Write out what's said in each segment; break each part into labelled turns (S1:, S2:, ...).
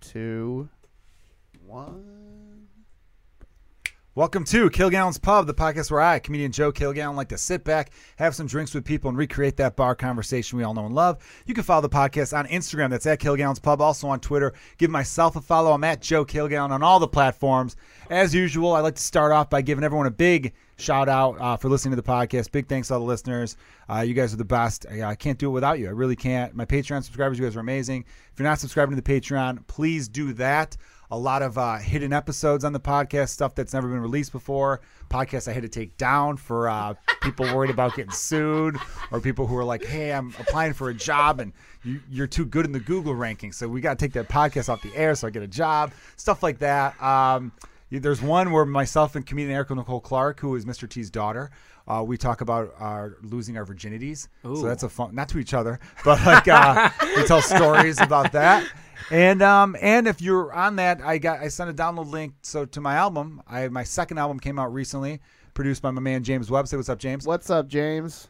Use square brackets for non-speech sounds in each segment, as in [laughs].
S1: two, one.
S2: Welcome to Kilgallen's Pub, the podcast where I, comedian Joe Kilgallen, like to sit back, have some drinks with people, and recreate that bar conversation we all know and love. You can follow the podcast on Instagram. That's at Kilgallen's Pub. Also on Twitter. Give myself a follow. I'm at Joe Kilgallen on all the platforms. As usual, I'd like to start off by giving everyone a big shout out uh, for listening to the podcast. Big thanks to all the listeners. Uh, you guys are the best. I, I can't do it without you. I really can't. My Patreon subscribers, you guys are amazing. If you're not subscribing to the Patreon, please do that. A lot of uh, hidden episodes on the podcast, stuff that's never been released before. Podcasts I had to take down for uh, people worried about getting sued, or people who are like, "Hey, I'm applying for a job and you, you're too good in the Google rankings, so we got to take that podcast off the air so I get a job." Stuff like that. Um, yeah, There's one where myself and comedian Erica Nicole Clark, who is Mr. T's daughter, uh, we talk about our losing our virginities. So that's a fun, not to each other, but like uh, we tell stories about that. And um, and if you're on that, I got I sent a download link so to my album. I my second album came out recently, produced by my man James Webb. Say what's up, James.
S1: What's up, James?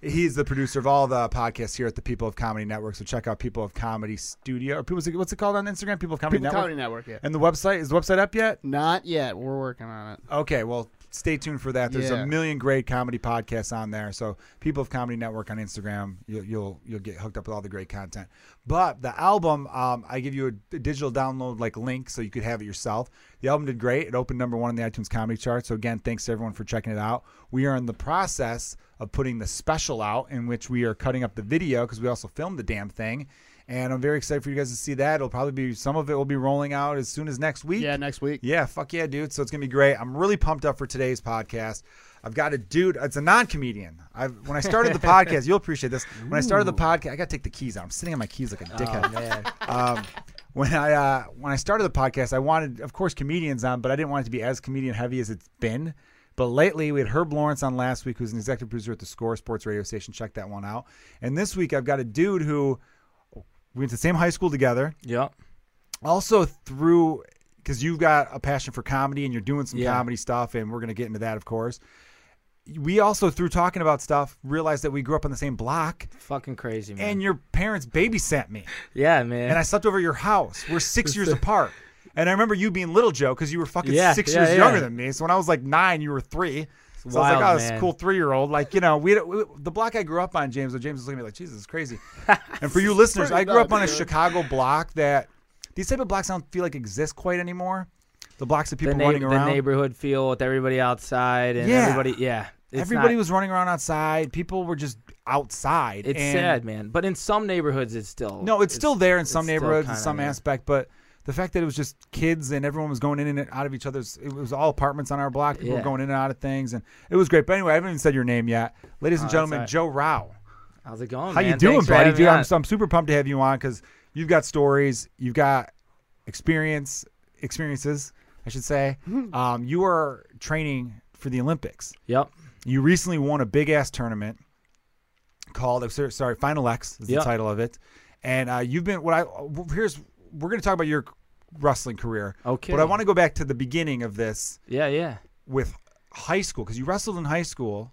S2: He's the producer of all the podcasts here at the People of Comedy Network. So check out People of Comedy Studio. Or People, what's it called on Instagram? People of Comedy
S1: People
S2: Network.
S1: Comedy Network. Yeah.
S2: And the website is the website up yet?
S1: Not yet. We're working on it.
S2: Okay, well, stay tuned for that. There's
S1: Yeah.
S2: a million great comedy podcasts on there. So people of Comedy Network on Instagram, you'll you'll, you'll get hooked up with all the great content. But the album, um, I give you a, digital download like link so you could have it yourself. The album did great. It opened number one on the iTunes comedy chart. So again, thanks to everyone for checking it out. We are in the process of putting the special out, in which we are cutting up the video because we also filmed the damn thing. And I'm very excited for you guys to see that. It'll probably be some of it will be rolling out as soon as next week.
S1: Yeah, next week.
S2: Yeah, fuck yeah, dude. So it's gonna be great. I'm really pumped up for today's podcast. I've got a dude. It's a non-comedian. I when I started the podcast, you'll appreciate this. When I started the podcast, I gotta take the keys out. I'm sitting on my keys like a dickhead. Um, when I uh, when I started the podcast, I wanted, of course, comedians on, but I didn't want it to be as comedian heavy as it's been. But lately, we had Herb Lawrence on last week, who's an executive producer at the Score Sports Radio Station. Check that one out. And this week, I've got a dude who we went to the same high school together
S3: Yeah.
S2: also through because you've got a passion for comedy and you're doing some
S3: Yeah.
S2: comedy stuff and we're going to get into that of course we also through talking about stuff realized that we grew up on the same block
S3: Fucking crazy, man.
S2: and your parents babysat me
S3: yeah, man.
S2: and i slept over at your house we're six years apart and i remember you being little joe because you were fucking
S3: Yeah,
S2: six
S3: yeah,
S2: years
S3: yeah.
S2: younger than me so when i was like nine you were three so I was like,
S3: wild,
S2: oh, this is a
S3: man.
S2: cool three-year-old. Like, you know, we, had- we the block I grew up on, James. So James was looking at me like, Jesus, it's
S3: [laughs]
S2: crazy. and for you listeners, I grew up on a
S1: nuts, dude.
S2: Chicago block that these type of blocks I don't feel like exist quite anymore. The blocks of people
S3: the, neigh-
S2: running
S3: the
S2: around.
S3: neighborhood feel with everybody outside and
S2: Yeah.
S3: everybody. Yeah. It's
S2: Everybody
S3: not-
S2: was running around outside. People were just outside.
S3: It's
S2: and-
S3: sad, man. But in some neighborhoods, it's still.
S2: No, it's, still there in some
S3: it's still
S2: neighborhoods in
S3: kinda,
S2: some
S3: yeah.
S2: aspect, but the fact that it was just kids and everyone was going in and out of each other's it was all apartments on our block. People were
S3: Yeah.
S2: going in and out of things and it was great. But anyway, I haven't even said your name yet. Ladies and
S3: Oh, that's
S2: gentlemen,
S3: all right.
S2: Joe Rao.
S3: How's it going?
S2: How
S3: man?
S2: you doing,
S3: Thanks for
S2: buddy?
S3: having me
S2: Dude, I'm,
S3: on.
S2: so- I'm super pumped to have you on because you've got stories, you've got experience, experiences, I should say.
S3: Hmm.
S2: Um, you are training for the Olympics.
S3: Yep.
S2: You recently won a big ass tournament called I'm sorry, sorry, Final X is the
S3: Yeah.
S2: title of it, and uh, you've been what I here's we're gonna talk about your wrestling career,
S3: Okay.
S2: but I want to go back to the beginning of this
S3: Yeah, yeah.
S2: with high school because you wrestled in high school.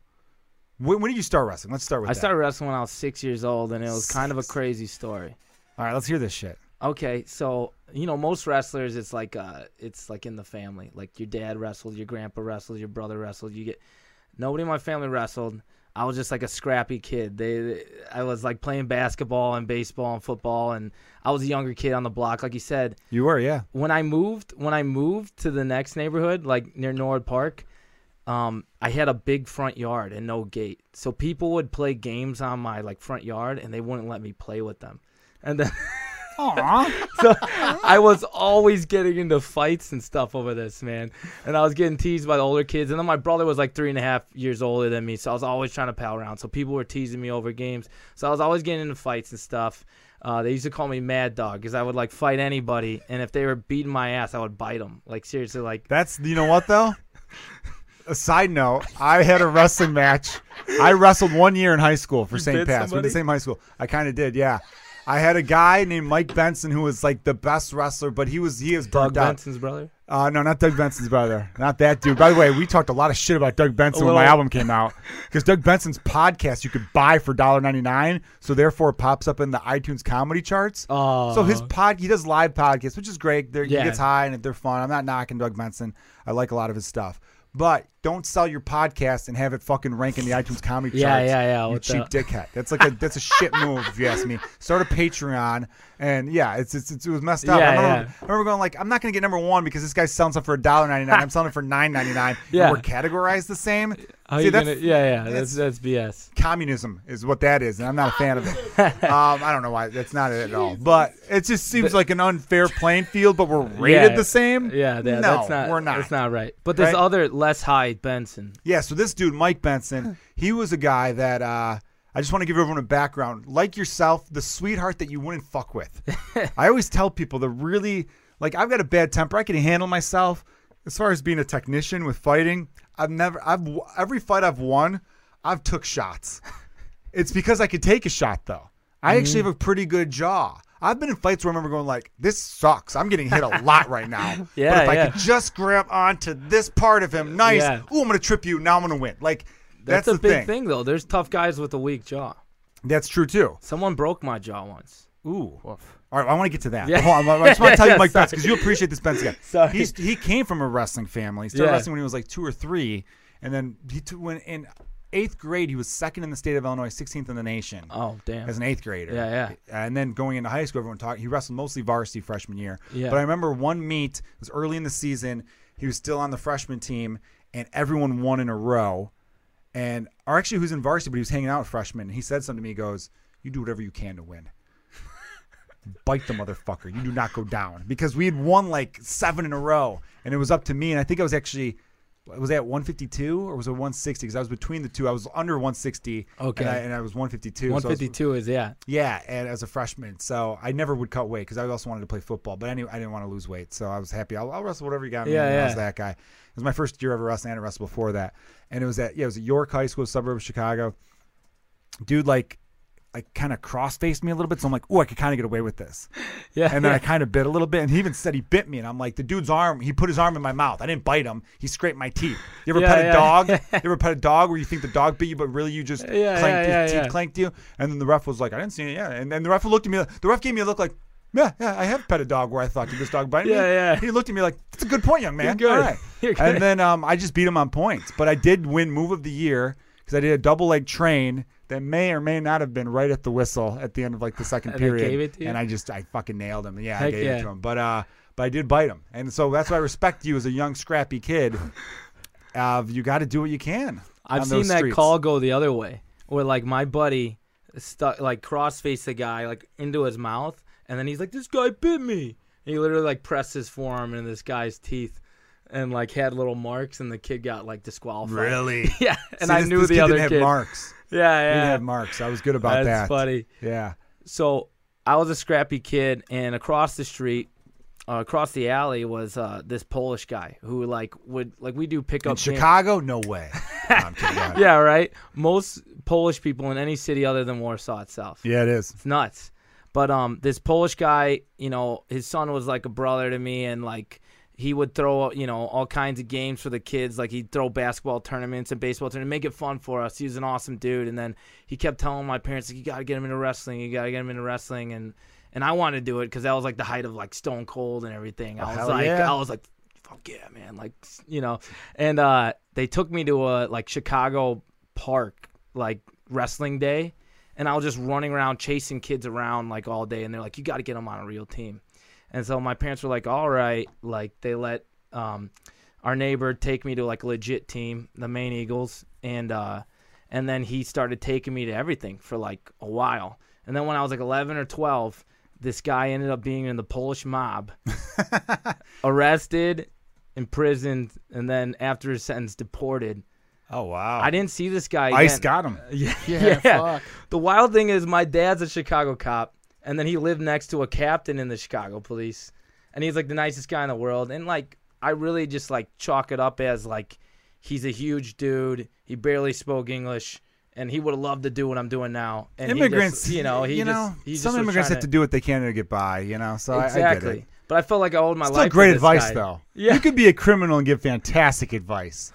S2: When, when did you start wrestling? Let's start with
S3: I
S2: that.
S3: started wrestling when I was six years old, and it was kind of a crazy story.
S2: All right, let's hear this shit.
S3: Okay, so you know most wrestlers, it's like uh, it's like in the family. Like your dad wrestled, your grandpa wrestled, your brother wrestled. You get nobody in my family wrestled. I was just like a scrappy kid. They, they- I was like playing basketball and baseball and football, and I was a younger kid on the block. Like you said,
S2: You were, yeah.
S3: when I moved, when I moved to the next neighborhood, like near Norwood Park, um, I had a big front yard and no gate. So people would play games on my like front yard, and they wouldn't let me play with them. And then.
S2: Aw.
S3: So I was always getting into fights and stuff over this, man. And I was getting teased by the older kids. And then my brother was like three and a half years older than me. So I was always trying to pal around. So people were teasing me over games. So I was always getting into fights and stuff. Uh, they used to call me Mad Dog because I would like fight anybody. And if they were beating my ass, I would bite them. Like, seriously,
S2: [laughs]
S3: like,
S2: That's you know what though. a side note: I had a wrestling match. I wrestled one year in high school for St.
S3: bit
S2: Pat's. We were in the
S3: somebody?
S2: same high school. I kind of did, yeah. I had a guy named Mike Benson who was like the best wrestler, but he was he is
S3: Doug
S2: burnt out.
S3: Benson's brother.
S2: Uh, no, not Doug Benson's brother. Not that dude. By the way, we talked a lot of shit about Doug Benson when my
S3: little-
S2: album came out because Doug Benson's podcast you could buy for $1.99, so therefore it pops up in the iTunes comedy charts.
S3: Oh.
S2: so his pod, he does live podcasts, which is great. They're,
S3: Yeah.
S2: He gets high and they're fun. I'm not knocking Doug Benson. I like a lot of his stuff, but don't sell your podcast and have it fucking rank in the iTunes comedy
S3: [laughs] Yeah,
S2: charts.
S3: yeah, yeah,
S2: You
S3: what [laughs]
S2: cheap
S3: the-
S2: dickhead. That's like a that's a shit move if you ask me. Start a Patreon and yeah, it's, it's, it's it was messed up. I
S3: Yeah,
S2: remember, I
S3: yeah.
S2: remember going like, I'm not gonna get number one because this guy's selling stuff for a dollar ninety nine. I'm selling it for nine ninety nine.
S3: [laughs] Yeah.
S2: we're categorized the same.
S3: How
S2: See,
S3: you
S2: that's
S3: gonna, yeah, yeah,
S2: that's-
S3: that's that's BS.
S2: communism is what that is, and I'm not a fan of
S3: [laughs]
S2: it. um, I don't know why that's not it at all, but it just seems like an unfair playing field. But we're rated
S3: Yeah.
S2: the same.
S3: Yeah,
S2: no,
S3: yeah that's not.
S2: we're not.
S3: That's not right. But this
S2: Right?
S3: other less high Benson.
S2: Yeah, so this dude, Mike Benson, he was a guy that uh, I just want to give everyone a background. Like yourself, the sweetheart that you wouldn't fuck
S3: [laughs]
S2: with. I always tell people the really, like, I've got a bad temper. I can handle myself. As far as being a technician with fighting, I've never, I've, w- every fight I've won, I've took shots. It's because I could take a shot though. I
S3: Mm.
S2: actually have a pretty good jaw. I've been in fights where I remember going like, "This sucks. I'm getting hit a lot right
S3: [laughs]
S2: now."
S3: Yeah,
S2: but if I
S3: yeah.
S2: could just grab onto this part of him, nice.
S3: Yeah.
S2: Ooh, I'm gonna trip you. Now I'm gonna win. Like that's,
S3: That's, a
S2: the
S3: big
S2: thing.
S3: thing. though. There's tough guys with a weak jaw.
S2: That's true too.
S3: Someone broke my jaw once.
S2: Ooh. All
S1: Woof.
S2: right, I want to get to that.
S3: Yeah.
S2: Hold on, I just
S3: [laughs]
S2: want to tell you,
S3: Yeah,
S2: Mike
S3: sorry.
S2: Benson, because you appreciate this Benson guy.
S3: [laughs] Sorry.
S2: He's, he came from a wrestling family. He started
S3: Yeah.
S2: wrestling when he was like two or three, and then he t- went in eighth grade. He was second in the state of Illinois, 16th in the nation.
S3: Oh damn.
S2: as an eighth grader.
S3: Yeah,
S2: And then going into high school, everyone talked. He wrestled mostly varsity freshman year.
S3: Yeah.
S2: But I remember one meet it was early in the season. He was still on the freshman team, and everyone won in a row. And or actually, who's in varsity? But he was hanging out with freshmen. And he said something to me. He goes, "You do whatever you can to
S3: [laughs]
S2: win." Bite the motherfucker. You do not go down because we had won like seven in a row, and it was up to me. And I think I was actually was I at 152 or was it 160? Because I was between the two. I was under 160.
S3: Okay.
S2: And I, and I was 152. so I was-
S3: 152 is yeah.
S2: yeah, and as a freshman, so I never would cut weight because I also wanted to play football. But anyway, I didn't want to lose weight, so I was happy. I'll, I'll wrestle whatever you got.
S3: Yeah,
S2: man. I was
S3: yeah.
S2: that guy. It was my first year ever wrestling. I didn't wrestle before that, and it was at yeah, it was at York High School, suburb of Chicago. Dude, like, like kind of cross faced me a little bit, so I'm like, oh, I could kind of get away with this.
S3: Yeah.
S2: And then I kind of bit a little bit, and he even said he bit me, and I'm like, the dude's arm, he put his arm in my mouth. I didn't bite him. He scraped my teeth. You ever
S3: Yeah,
S2: pet a
S3: yeah.
S2: dog?
S3: [laughs]
S2: you ever pet a dog where you think the dog bit you, but really you just
S3: Yeah,
S2: clanked
S3: yeah,
S2: his
S3: yeah,
S2: teeth
S3: yeah.
S2: clanked you? And then the ref was like, I didn't see it. Yeah. And then the ref looked at me. The ref gave me a look like. Yeah, yeah, I have pet a dog where I thought, did this dog bite me?
S3: Yeah, yeah.
S2: He looked at me like, that's a good point, young man.
S3: You're good.
S2: All right.
S3: [laughs] You're good.
S2: And then um, I just beat him on points. But I did win move of the year because I did a double leg train that may or may not have been right at the whistle at the end of like the second
S3: And they
S2: period.
S3: gave it to you?
S2: And I just I fucking nailed him. Yeah, I
S3: Heck
S2: gave it
S3: yeah.
S2: to him. But uh but I did bite him. And so that's why I respect you as a young scrappy kid. Uh, you got to do what you can.
S3: [laughs] I've
S2: on
S3: seen
S2: those
S3: that
S2: streets.
S3: call go the other way, where like my buddy stuck like crossface the guy like into his mouth, and then he's like, "This guy bit me." And he literally like pressed his forearm in this guy's teeth, and like had little marks, and the kid got like disqualified.
S2: Really?
S3: [laughs] Yeah, and
S2: See,
S3: I
S2: this-
S3: knew
S2: this
S3: the
S2: kid
S3: other
S2: didn't have
S3: kid.
S2: marks.
S3: Yeah,
S2: He
S3: yeah,
S2: didn't have marks. I was good about
S3: that's
S2: that.
S3: funny.
S2: Yeah.
S3: so I was a scrappy kid, and across the street, uh, across the alley was uh, this Polish guy who like would like we do pickup
S2: In
S3: games-
S2: Chicago, no
S3: [laughs]
S2: way. No, I'm kidding. Go ahead.
S3: Yeah, right. Most Polish people in any city other than Warsaw itself.
S2: yeah, it is.
S3: It's nuts. But um, this Polish guy, you know, his son was like a brother to me, and like he would throw, you know, all kinds of games for the kids. Like he'd throw basketball tournaments and baseball tournaments, make it fun for us. He was an awesome dude. And then he kept telling my parents, like, you gotta get him into wrestling, you gotta get him into wrestling, and and I wanted to do it because that was like the height of like Stone Cold and everything. I was
S2: Oh, hell
S3: like,
S2: yeah.
S3: I was like, fuck yeah, man, like you know. And uh, they took me to a like Chicago park like wrestling day and I was just running around chasing kids around like all day, and they're like, "You got to get them on a real team." And so my parents were like, "All right," like they let um, our neighbor take me to like a legit team, the Maine Eagles, and uh, and then he started taking me to everything for like a while, and then when I was like 11 or 12, this guy ended up being in the Polish mob, arrested, imprisoned, and then after his sentence, deported.
S2: Oh wow.
S3: I didn't see this guy. Again.
S2: Ice Oh, got him.
S3: Yeah,
S2: [laughs]
S1: Yeah,
S3: yeah.
S1: fuck.
S3: The wild thing is, my dad's a Chicago cop, and then he lived next to a captain in the Chicago police, and he's like the nicest guy in the world. And like, I really just like chalk it up as like, he's a huge dude. He barely spoke English, and he would have loved to do what I'm doing now. And he just-
S2: immigrants,
S3: you know, he
S2: you
S3: just,
S2: know,
S3: he just
S2: some
S3: was
S2: immigrants
S3: trying
S2: have to do what they can to get by, you know. So I- I,
S3: exactly.
S2: get it.
S3: But I felt like I owed my
S2: Still
S3: life. to
S2: great
S3: this
S2: advice,
S3: guy.
S2: though.
S3: Yeah.
S2: You could be a criminal and give fantastic advice.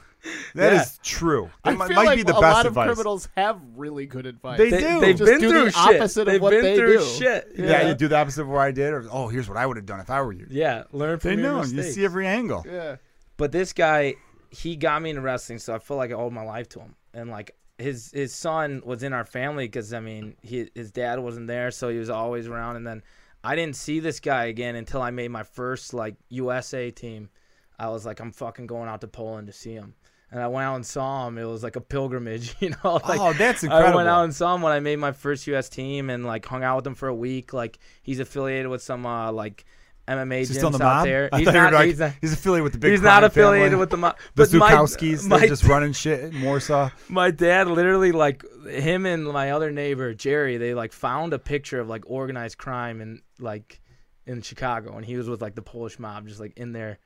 S2: That is
S3: Yeah.
S2: true. It
S1: I
S2: mi-
S1: feel
S2: might
S1: like
S2: be the
S1: a
S2: best
S1: lot
S2: advice.
S1: of criminals have really good advice.
S2: They
S3: They,
S2: do.
S3: have
S1: Just
S3: been
S1: do
S3: through
S1: the
S3: shit.
S1: opposite of
S3: they've
S1: what
S3: been
S1: they
S3: through
S1: do.
S3: shit.
S2: yeah.
S3: Yeah.
S2: you do the opposite of what I did. Or, oh, here's what I would have done if I were you.
S3: Yeah, learn from
S2: They
S3: your
S2: know. You
S3: mistakes.
S2: see every angle.
S1: yeah.
S3: but this guy, he got me into wrestling, so I felt like I owed my life to him. And like his his son was in our family because I mean he, his dad wasn't there, so he was always around. And then I didn't see this guy again until I made my first like USA team. I was like, I'm fucking going out to Poland to see him. And I went out and saw him. It was like a pilgrimage, [laughs] you know. Like,
S2: oh, that's incredible.
S3: I went out and saw him when I made my first U.S. team and like hung out with him for a week. Like he's affiliated with some uh, like MMA
S2: Is he
S3: gyms
S2: still in the
S3: out
S2: mob?
S3: there.
S2: I
S3: He's
S2: thought you were
S3: not,
S2: like,
S3: he's not.
S2: he's affiliated with the big
S3: he's not
S2: crime
S3: affiliated
S2: family.
S3: with the mob.
S2: the
S3: But my-
S2: Zukowskis.
S3: my,
S2: They're just running shit in Warsaw.
S3: my dad literally like him and my other neighbor Jerry. They like found a picture of like organized crime and like in Chicago, and he was with like the Polish mob, just like in there.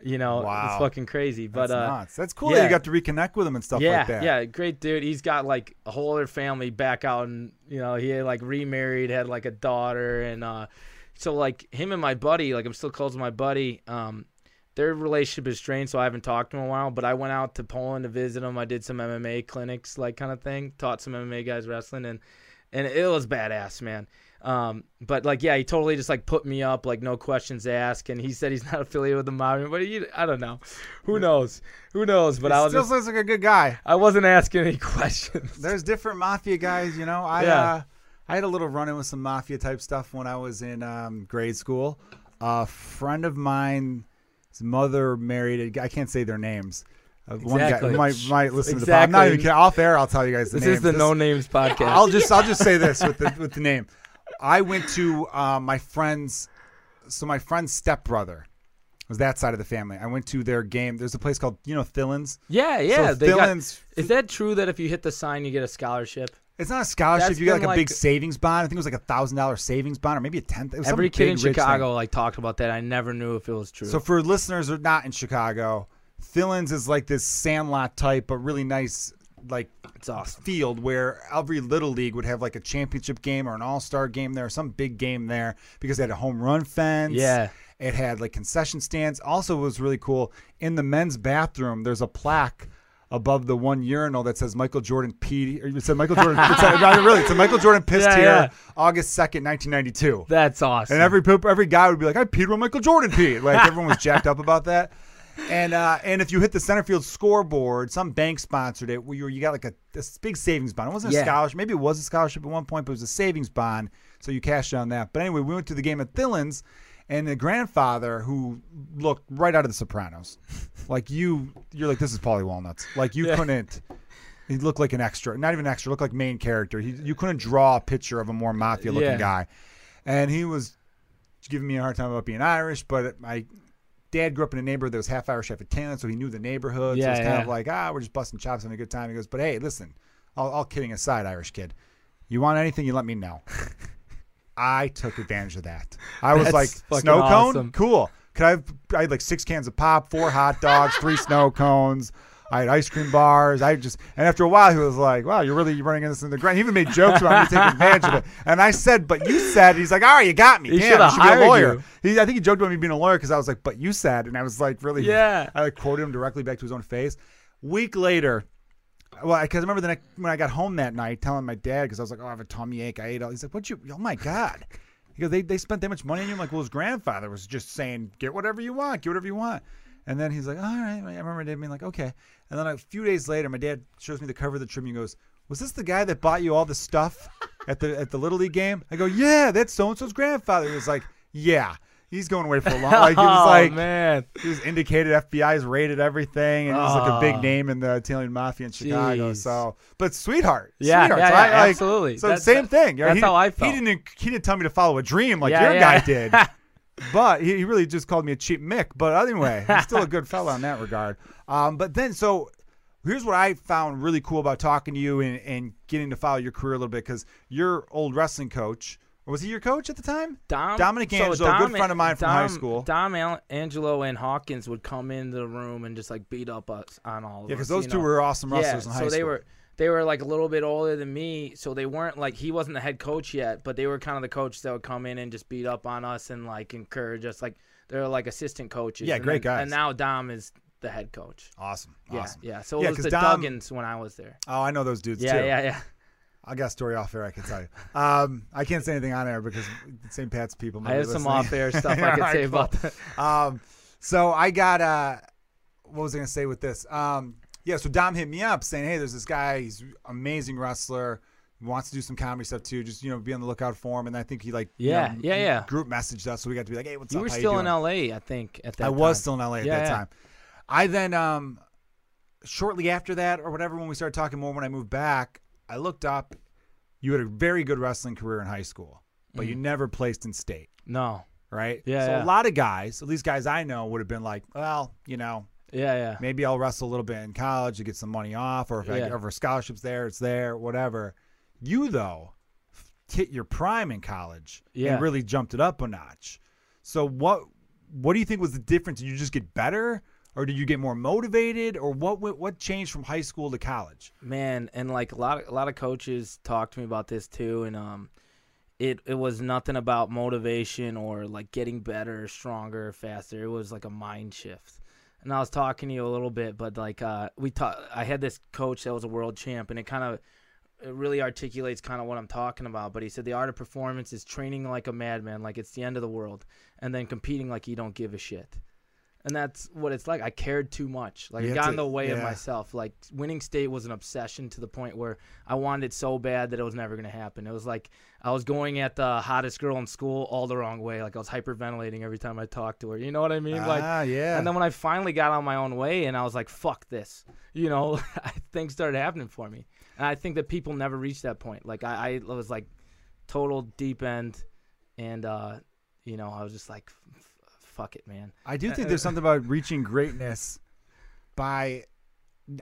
S3: You know,
S2: Wow.
S3: it's fucking crazy. [laughs] But
S2: That's
S3: uh,
S2: nuts. That's cool that you
S3: yeah.
S2: got to reconnect with them and stuff
S3: yeah,
S2: like that.
S3: Yeah, great dude. He's got like a whole other family back out, and you know he had, like remarried, had like a daughter, and uh, so like him and my buddy, like I'm still close with my buddy. Um, their relationship is strained, so I haven't talked to him in a while. But I went out to Poland to visit him. I did some MMA clinics, like kind of thing. Taught some MMA guys wrestling, and and it was badass, man. Um, but like, yeah, he totally just like put me up, like no questions asked, and he said he's not [laughs] affiliated with the mob, but he, I don't know, who knows, who knows. But I was
S2: still
S3: just,
S2: looks like a good guy.
S3: I wasn't asking any [laughs] questions.
S2: There's different mafia guys, you know. I
S3: Yeah.
S2: uh, I had a little run in with some mafia type stuff when I was in um, grade school. A friend of mine, his mother married. A, guy- I can't say their names. Uh, One guy
S3: Exactly.
S2: might might listen to the pod. I'm not
S3: Exactly.
S2: even kidding. off air. I'll tell you guys the
S3: this
S2: names.
S3: is the
S2: This-
S3: No Names
S2: [laughs]
S3: podcast.
S2: I'll just I'll just say this with the with the name. I went to uh, my friend's. So my friend's stepbrother was that side of the family. I went to their game. There's a place called you know Thillins.
S3: yeah, yeah. they got,
S2: Thillins-
S3: is that true that if you hit the sign, you get a scholarship?
S2: It's not a scholarship.
S3: That's
S2: you got like
S3: been
S2: a big
S3: like-
S2: savings bond. I think it was like a thousand dollar savings bond, or maybe a tenth. It was some
S3: Every kid
S2: big
S3: in
S2: rich thing.
S3: Chicago like talked about that. I never knew if it was true.
S2: So for listeners who are not in Chicago, Thillins is like this sandlot type, but really nice, like
S3: it's awesome.
S2: field where every little league would have like a championship game or an all star game there, or some big game there because they had a home run fence.
S3: Yeah.
S2: It had like concession stands. Also, what was really cool in the men's bathroom. There's a plaque above the one urinal that says Michael Jordan P. Or it said Michael
S3: [laughs]
S2: Jordan. it's a, no, really, it's a Michael Jordan pissed
S3: Yeah,
S2: here,
S3: yeah.
S2: August second, nineteen ninety two.
S3: That's awesome.
S2: And every poop, every guy would be like, "I peed when Michael Jordan peed." Like everyone was jacked up about that. And uh, and if you hit the center field scoreboard, some bank sponsored it. Where you, you got like a this big savings bond. It wasn't a
S3: Yeah.
S2: scholarship. Maybe it was a scholarship at one point, but it was a savings bond. So you cashed on that. But anyway, we went to the game at Thillins, and the grandfather who looked right out of The Sopranos, like you, you're like this is Polly Walnuts. Like you
S3: Yeah.
S2: couldn't. He looked like an extra, not even an extra. Looked like main character. He, you couldn't draw a picture of a more mafia looking
S3: Yeah.
S2: guy, and he was giving me a hard time about being Irish. But my dad grew up in a neighborhood that was half Irish, half Italian, so he knew the neighborhood. so
S3: Yeah,
S2: it's kind
S3: yeah.
S2: of like ah, we're just busting chops, having a good time. He goes, but hey, listen, all, all kidding aside, Irish kid, you want anything, you let me
S3: [laughs]
S2: know. I took advantage of that. I was
S3: That's
S2: like,
S3: fucking
S2: snow cone, [laughs]
S3: awesome.
S2: cool. Could I? Have, I had like six cans of pop, four hot dogs, three
S3: [laughs]
S2: snow cones. I had ice cream bars. I just and after a while he was like, "Wow, you're really running this in the ground." He even made jokes about me taking
S3: [laughs]
S2: advantage of it. And I said, "But you said." He's like, "All right, you got me.
S3: He
S2: Damn,
S3: shoulda
S2: I should be
S3: hired
S2: a lawyer."
S3: you.
S2: He, I think he joked about me being a lawyer because I was like, "But you said," and I was like, "Really?"
S3: Yeah.
S2: I like quoted him directly back to his own face. Week later, well, because I remember the next, when I got home that night, telling my dad because I was like, "Oh, I have a tummy ache. I ate all." He's like, "What you? Oh my god!" He goes, "They they spent that much money on you." I'm like, "Well, his grandfather was just saying, get whatever you want, get whatever you want." And then he's like, "All right." I remember Dad being like, "Okay." And then a few days later, my dad shows me the cover of the Tribune. and Goes, "Was this the guy that bought you all the stuff at the at the little league game?" I go, "Yeah, that's so and so's grandfather." He was like, "Yeah." He's going away for a long. Like he was
S3: oh
S2: like,
S3: man,
S2: he was indicated FBI's raided everything, and he was like a big
S3: Ah.
S2: name in the Italian mafia in Chicago.
S3: Jeez.
S2: So, but sweetheart,
S3: Yeah,
S2: sweetheart.
S3: yeah,
S2: So I,
S3: yeah,
S2: like-
S3: absolutely.
S2: So
S3: That's-
S2: same thing.
S3: that's
S2: he,
S3: how I felt.
S2: He didn't. He didn't tell me to follow a dream like
S3: Yeah,
S2: your
S3: yeah.
S2: guy
S3: [laughs]
S2: did, but he, he really just called me a cheap mick. But anyway, he's still a good
S3: [laughs]
S2: fella in that regard. Um, but then so. Here's what I found really cool about talking to you and, and getting to follow your career a little bit because your old wrestling coach was he your coach at the time?
S3: Dom,
S2: Dominic
S3: so
S2: Angelo, good
S3: Dom-
S2: friend of mine from high
S3: Dom-
S2: school.
S3: Dom Al- Angelo and Hawkins would come into the room and just like beat up us on all of
S2: Yeah,
S3: us.
S2: because those
S3: you
S2: two
S3: know?
S2: were awesome
S3: yeah,
S2: wrestlers in high
S3: so
S2: school.
S3: they were they were like a little bit older than me, so they weren't like he wasn't the head coach yet, but they were kind of the coach that would come in and just beat up on us and like encourage us. Like they're like assistant coaches.
S2: Yeah,
S3: and
S2: great
S3: then-
S2: guys.
S3: And now Dom is the head coach.
S2: Awesome.
S3: Yeah,
S2: Awesome.
S3: yeah. So
S2: Yeah,
S3: it was
S2: 'cause
S3: the
S2: Dom-
S3: Duggins when I was there.
S2: Oh, I know those dudes
S3: Yeah,
S2: too.
S3: yeah, yeah.
S2: I got a story off air I can tell you. Um, I can't say anything on air because St. Pat's people. might
S3: I
S2: be
S3: have some
S2: listening. [laughs]
S3: off-air stuff I could
S2: Alright,
S3: say about that.
S2: Um, so I got uh, what was I gonna say with this? Um, yeah, so Dom hit me up saying, "Hey, there's this guy. He's amazing wrestler. He wants to do some comedy stuff too. Just you know, be on the lookout for him." And I think he like you
S3: Yeah,
S2: know,
S3: yeah, yeah.
S2: group messaged us, so we got to be like, "Hey, what's
S3: You
S2: up?
S3: were
S2: How
S3: still
S2: doing?
S3: in LA, I think, at that
S2: I
S3: time.
S2: was still in LA at
S3: Yeah,
S2: that
S3: yeah.
S2: time. I then um shortly after that or whatever when we started talking more when I moved back, I looked up you had a very good wrestling career in high school, but you never placed in state,
S3: No.
S2: right?
S3: Mm-hmm. Yeah,
S2: So a
S3: yeah.
S2: lot of guys, at least guys I know would have been like, well, you know,
S3: Yeah, yeah.
S2: maybe I'll wrestle a little bit in college to get some money off or if I
S3: Yeah.
S2: get over scholarships there, it's there, whatever. You though f- hit your prime in college
S3: Yeah.
S2: and really jumped it up a notch. So what what do you think was the difference? Did you just get better or did you get more motivated or what went- what changed from high school to college?
S3: man and like a lot of, a lot of coaches talk to me about this too and um it it was nothing about motivation or like getting better stronger faster it was like a mind shift and i was talking to you a little bit but like uh we talked i had this coach that was a world champ and it kind of it really articulates kind of what i'm talking about but he said the art of performance is training like a madman like it's the end of the world and then competing like you don't give a shit and that's what it's like. I cared too much. Like
S2: You
S3: I
S2: have
S3: got
S2: to-
S3: in the way of
S2: yeah.
S3: myself. Like winning state was an obsession to the point where I wanted it so bad that it was never gonna happen. It was like I was going at the hottest girl in school all the wrong way. Like I was hyperventilating every time I talked to her. You know what I mean? Like
S2: ah, yeah.
S3: and then when I finally got on my own way and I was like, fuck this, you know, [laughs] things started happening for me. And I think that people never reach that point. Like, I, I was like total deep end. And, uh, you know, I was just like, f- f- fuck
S2: [laughs]
S3: it, man.
S2: I do
S3: [laughs]
S2: think there's something about reaching greatness by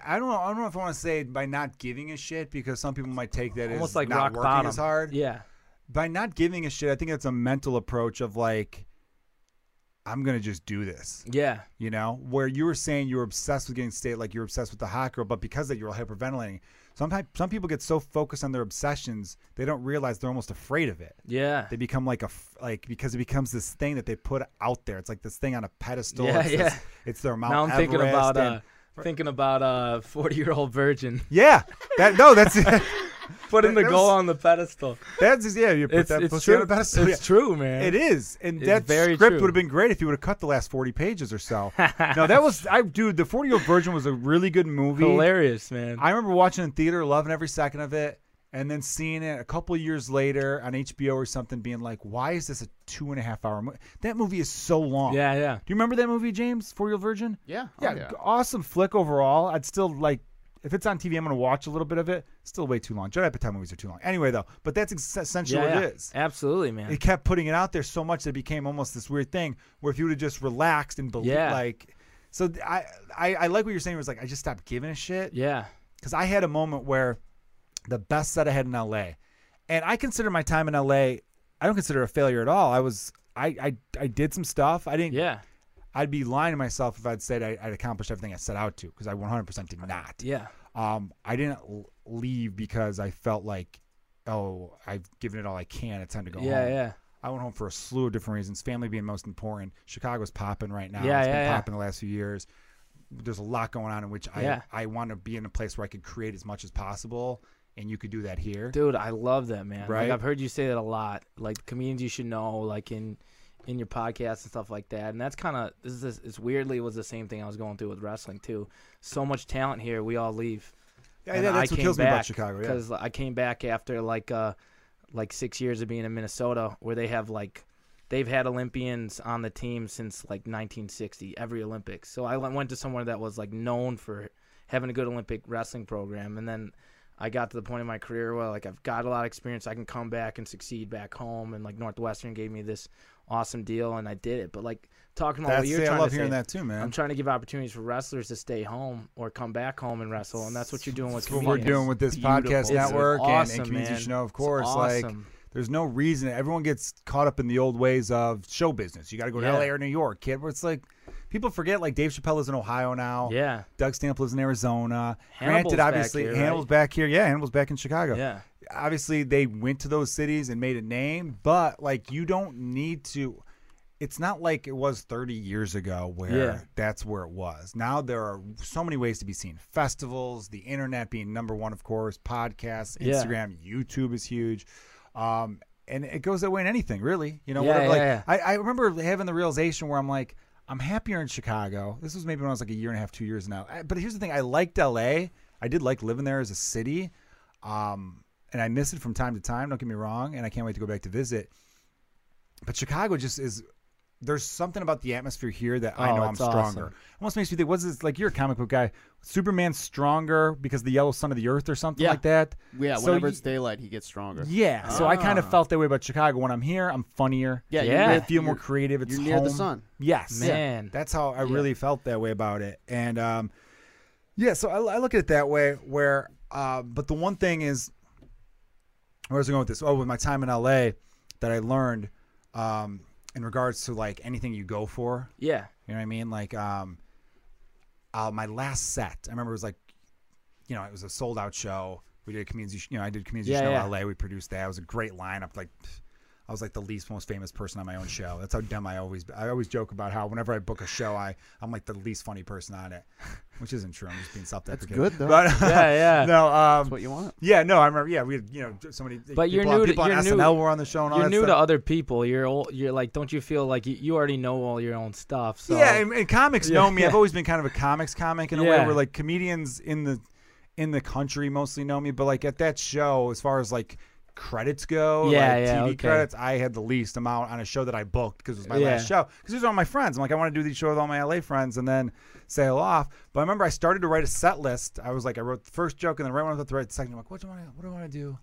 S2: I don't know. I don't know if I want to say by not giving a shit because some people might take that
S3: Almost
S2: as
S3: like
S2: not
S3: rock
S2: working
S3: bottom.
S2: as hard.
S3: Yeah.
S2: by not giving a shit, I think it's a mental approach of like, I'm gonna just do this,
S3: Yeah.
S2: you know. Where you were saying you were obsessed with getting state, like you're obsessed with the hot girl, but because of that you're hyperventilating. Sometimes some people get so focused on their obsessions they don't realize they're almost afraid of it.
S3: Yeah.
S2: They become like a f- like because it becomes this thing that they put out there. It's like this thing on a pedestal.
S3: Yeah,
S2: it's,
S3: yeah.
S2: This, it's their Mount
S3: now I'm thinking
S2: Everest
S3: about,
S2: and-
S3: uh, thinking about a 40 year old virgin [laughs]
S2: yeah, that no, that's [laughs]
S3: putting the
S2: That
S3: goal
S2: was-
S3: on the pedestal.
S2: that's yeah. You put
S3: It's,
S2: that
S3: it's
S2: pussy on
S3: true.
S2: a pedestal. yeah.
S3: It's true, man.
S2: It is, and
S3: It's
S2: that
S3: very
S2: script
S3: true.
S2: would have been great if you would have cut the last forty pages or so. no, that was I, dude. The Forty Year Old Virgin was a really good movie.
S3: Hilarious, man.
S2: I remember watching it in theater, loving every second of it, and then seeing it a couple years later on HBO or something, being like, "Why is this a two and a half hour movie? That movie is so long."
S3: yeah, yeah.
S2: Do you remember that movie, James? Forty Year Old Virgin.
S1: Yeah. oh,
S2: Yeah,
S1: yeah.
S2: awesome flick overall. I'd still like if it's on TV, I'm gonna watch a little bit of it. Still way too long. Judd Apatow movies are too long. Anyway, though, but that's ex- essentially
S3: Yeah,
S2: what
S3: yeah.
S2: it is
S3: Absolutely, man.
S2: it kept putting it out there so much that it became almost this weird thing where if you would have just relaxed and believed
S3: Yeah.
S2: like so th- I, I i like what you're saying it was like i just stopped giving a shit
S3: yeah.
S2: because i had a moment where the best set i had in la and i consider my time in la i don't consider it a failure at all i was i i, I did some stuff i didn't
S3: Yeah.
S2: i'd be lying to myself if i'd said I, i'd accomplished everything i set out to because i 100% did not
S3: Yeah.
S2: um, I didn't l- leave because I felt like, oh, I've given it all I can. It's time to go
S3: Yeah,
S2: home.
S3: yeah.
S2: I went home for a slew of different reasons. Family being most important. Chicago's popping right now.
S3: Yeah,
S2: It's
S3: yeah,
S2: been
S3: yeah.
S2: popping the last few years. There's a lot going on in which I
S3: Yeah.
S2: I want to be in a place where I could create as much as possible, and you could do that here.
S3: Dude, I love that, man.
S2: Right?
S3: Like I've heard you say that a lot. Like comedians you should know, like in in your podcast and stuff like that. And that's kind of this is it's weirdly was the same thing I was going through with wrestling too. So much talent here, we all leave.
S2: Yeah,
S3: And
S2: yeah,
S3: I
S2: that's what
S3: came
S2: kills me
S3: back
S2: about Chicago. Yeah.
S3: because I came back after like uh like six years of being in Minnesota, where they have like they've had Olympians on the team since like 1960, every Olympics. So I le- went to somewhere that was like known for having a good Olympic wrestling program, and then I got to the point in my career where like I've got a lot of experience, I can come back and succeed back home, and like Northwestern gave me this awesome deal, and I did it. But like talking about
S2: That's
S3: what you're
S2: yeah, I
S3: trying
S2: love
S3: to
S2: hearing
S3: say,
S2: that too, man.
S3: I'm trying to give opportunities for wrestlers to stay home or come back home and wrestle, and that's what you're doing with
S2: that's what we're
S3: comedians.
S2: doing with this podcast
S1: Beautiful.
S3: It's
S2: network and-
S3: awesome,
S2: and, community
S3: man.
S2: should know, of
S3: It's
S2: course. Like
S3: awesome.
S2: There's no reason everyone gets caught up in the old ways of show business. You got to go to
S3: Yeah.
S2: LA or New York, kid. Where it's like, people forget like Dave Chappelle is in Ohio now.
S3: Yeah.
S2: Doug Stamp lives in Arizona.
S3: Hannibal's
S2: Granted,
S3: back
S2: obviously,
S3: here, right?
S2: Hannibal's back here. Yeah, Hannibal's back in Chicago.
S3: Yeah.
S2: Obviously, they went to those cities and made a name, but like you don't need to. It's not like it was 30 years ago where
S3: Yeah.
S2: that's where it was. Now there are so many ways to be seen festivals, the internet being number one, of course, podcasts,
S3: Yeah.
S2: Instagram, YouTube is huge. Um, and it goes that way in anything, really. You know,
S3: Yeah,
S2: whatever,
S3: yeah,
S2: like,
S3: yeah.
S2: I, I remember having the realization where I'm like, I'm happier in Chicago. This was maybe when I was like a year and a half, two years now. I- But here's the thing: I liked LA. I did like living there as a city, um, and I miss it from time to time. Don't get me wrong, and I can't wait to go back to visit. But Chicago just is. There's something about the atmosphere here that I
S3: Oh,
S2: know I'm
S3: it's
S2: stronger.
S3: awesome.
S2: Almost makes me think, what's this? Like you're a comic book guy. Superman's stronger because of the yellow sun of the earth or something
S1: Yeah.
S2: like that.
S1: Yeah,
S2: So
S1: whenever
S2: you-
S1: it's daylight, he gets stronger.
S2: Yeah. So I kind
S1: Ah.
S2: of felt that way about Chicago. When I'm here, I'm funnier.
S1: Yeah,
S3: Yeah.
S1: You're,
S2: I
S1: near-
S2: feel more
S1: you're-
S2: creative. It's
S1: You're near the
S2: home.
S1: sun.
S2: Yes,
S3: Man.
S2: that's how I really felt that way about it, and um, yeah. So I, I look at it that way. Where, uh, but the one thing is, where was I going with this? Oh, with my time in LA, that I learned, um, in regards to like anything you go for, [laughs]
S3: Yeah.
S2: you know what I mean? Like, um, uh, my last set, I remember it was like, you know, it was a sold out show. We did a community, sh- you know, I did community
S3: Yeah,
S2: show
S3: yeah.
S2: in LA. We produced that. It was a great lineup. Like, pff, I was like the least most famous person on my own show. That's how dumb I always. I always joke about how whenever I book a show, I I'm like the least funny person on it, which isn't true. I'm just being self-deprecating.
S1: good, though.
S2: But
S3: Yeah, yeah.
S2: [laughs] no, um,
S1: That's what you want.
S2: yeah, no. I remember. Yeah, we had you know j- so many.
S3: But you're
S2: people on-
S3: new to-
S2: People
S3: you're
S2: on
S3: new-
S2: SNL were on the show. And all
S3: You're
S2: that
S3: new
S2: stuff.
S3: to other people. You're old. You're like, don't you feel like you, you already know all your own stuff? So
S2: yeah, and, and comics know
S3: Yeah.
S2: me. I've always been kind of a comics comic in a way
S3: Yeah.
S2: where like comedians in the in the country mostly know me, but like at that show, as far as like credits go,
S3: Yeah,
S2: like
S3: yeah,
S2: TV
S3: okay.
S2: credits, I had the least amount on a show that I booked because it was my last
S3: Yeah.
S2: show. Because these are all my friends. I'm like, I want to do these shows with all my LA friends and then sail off. But I remember I started to write a set list. I was like, I wrote the first joke and then right when I was about to write the second, I'm like, what do I what do I want to do?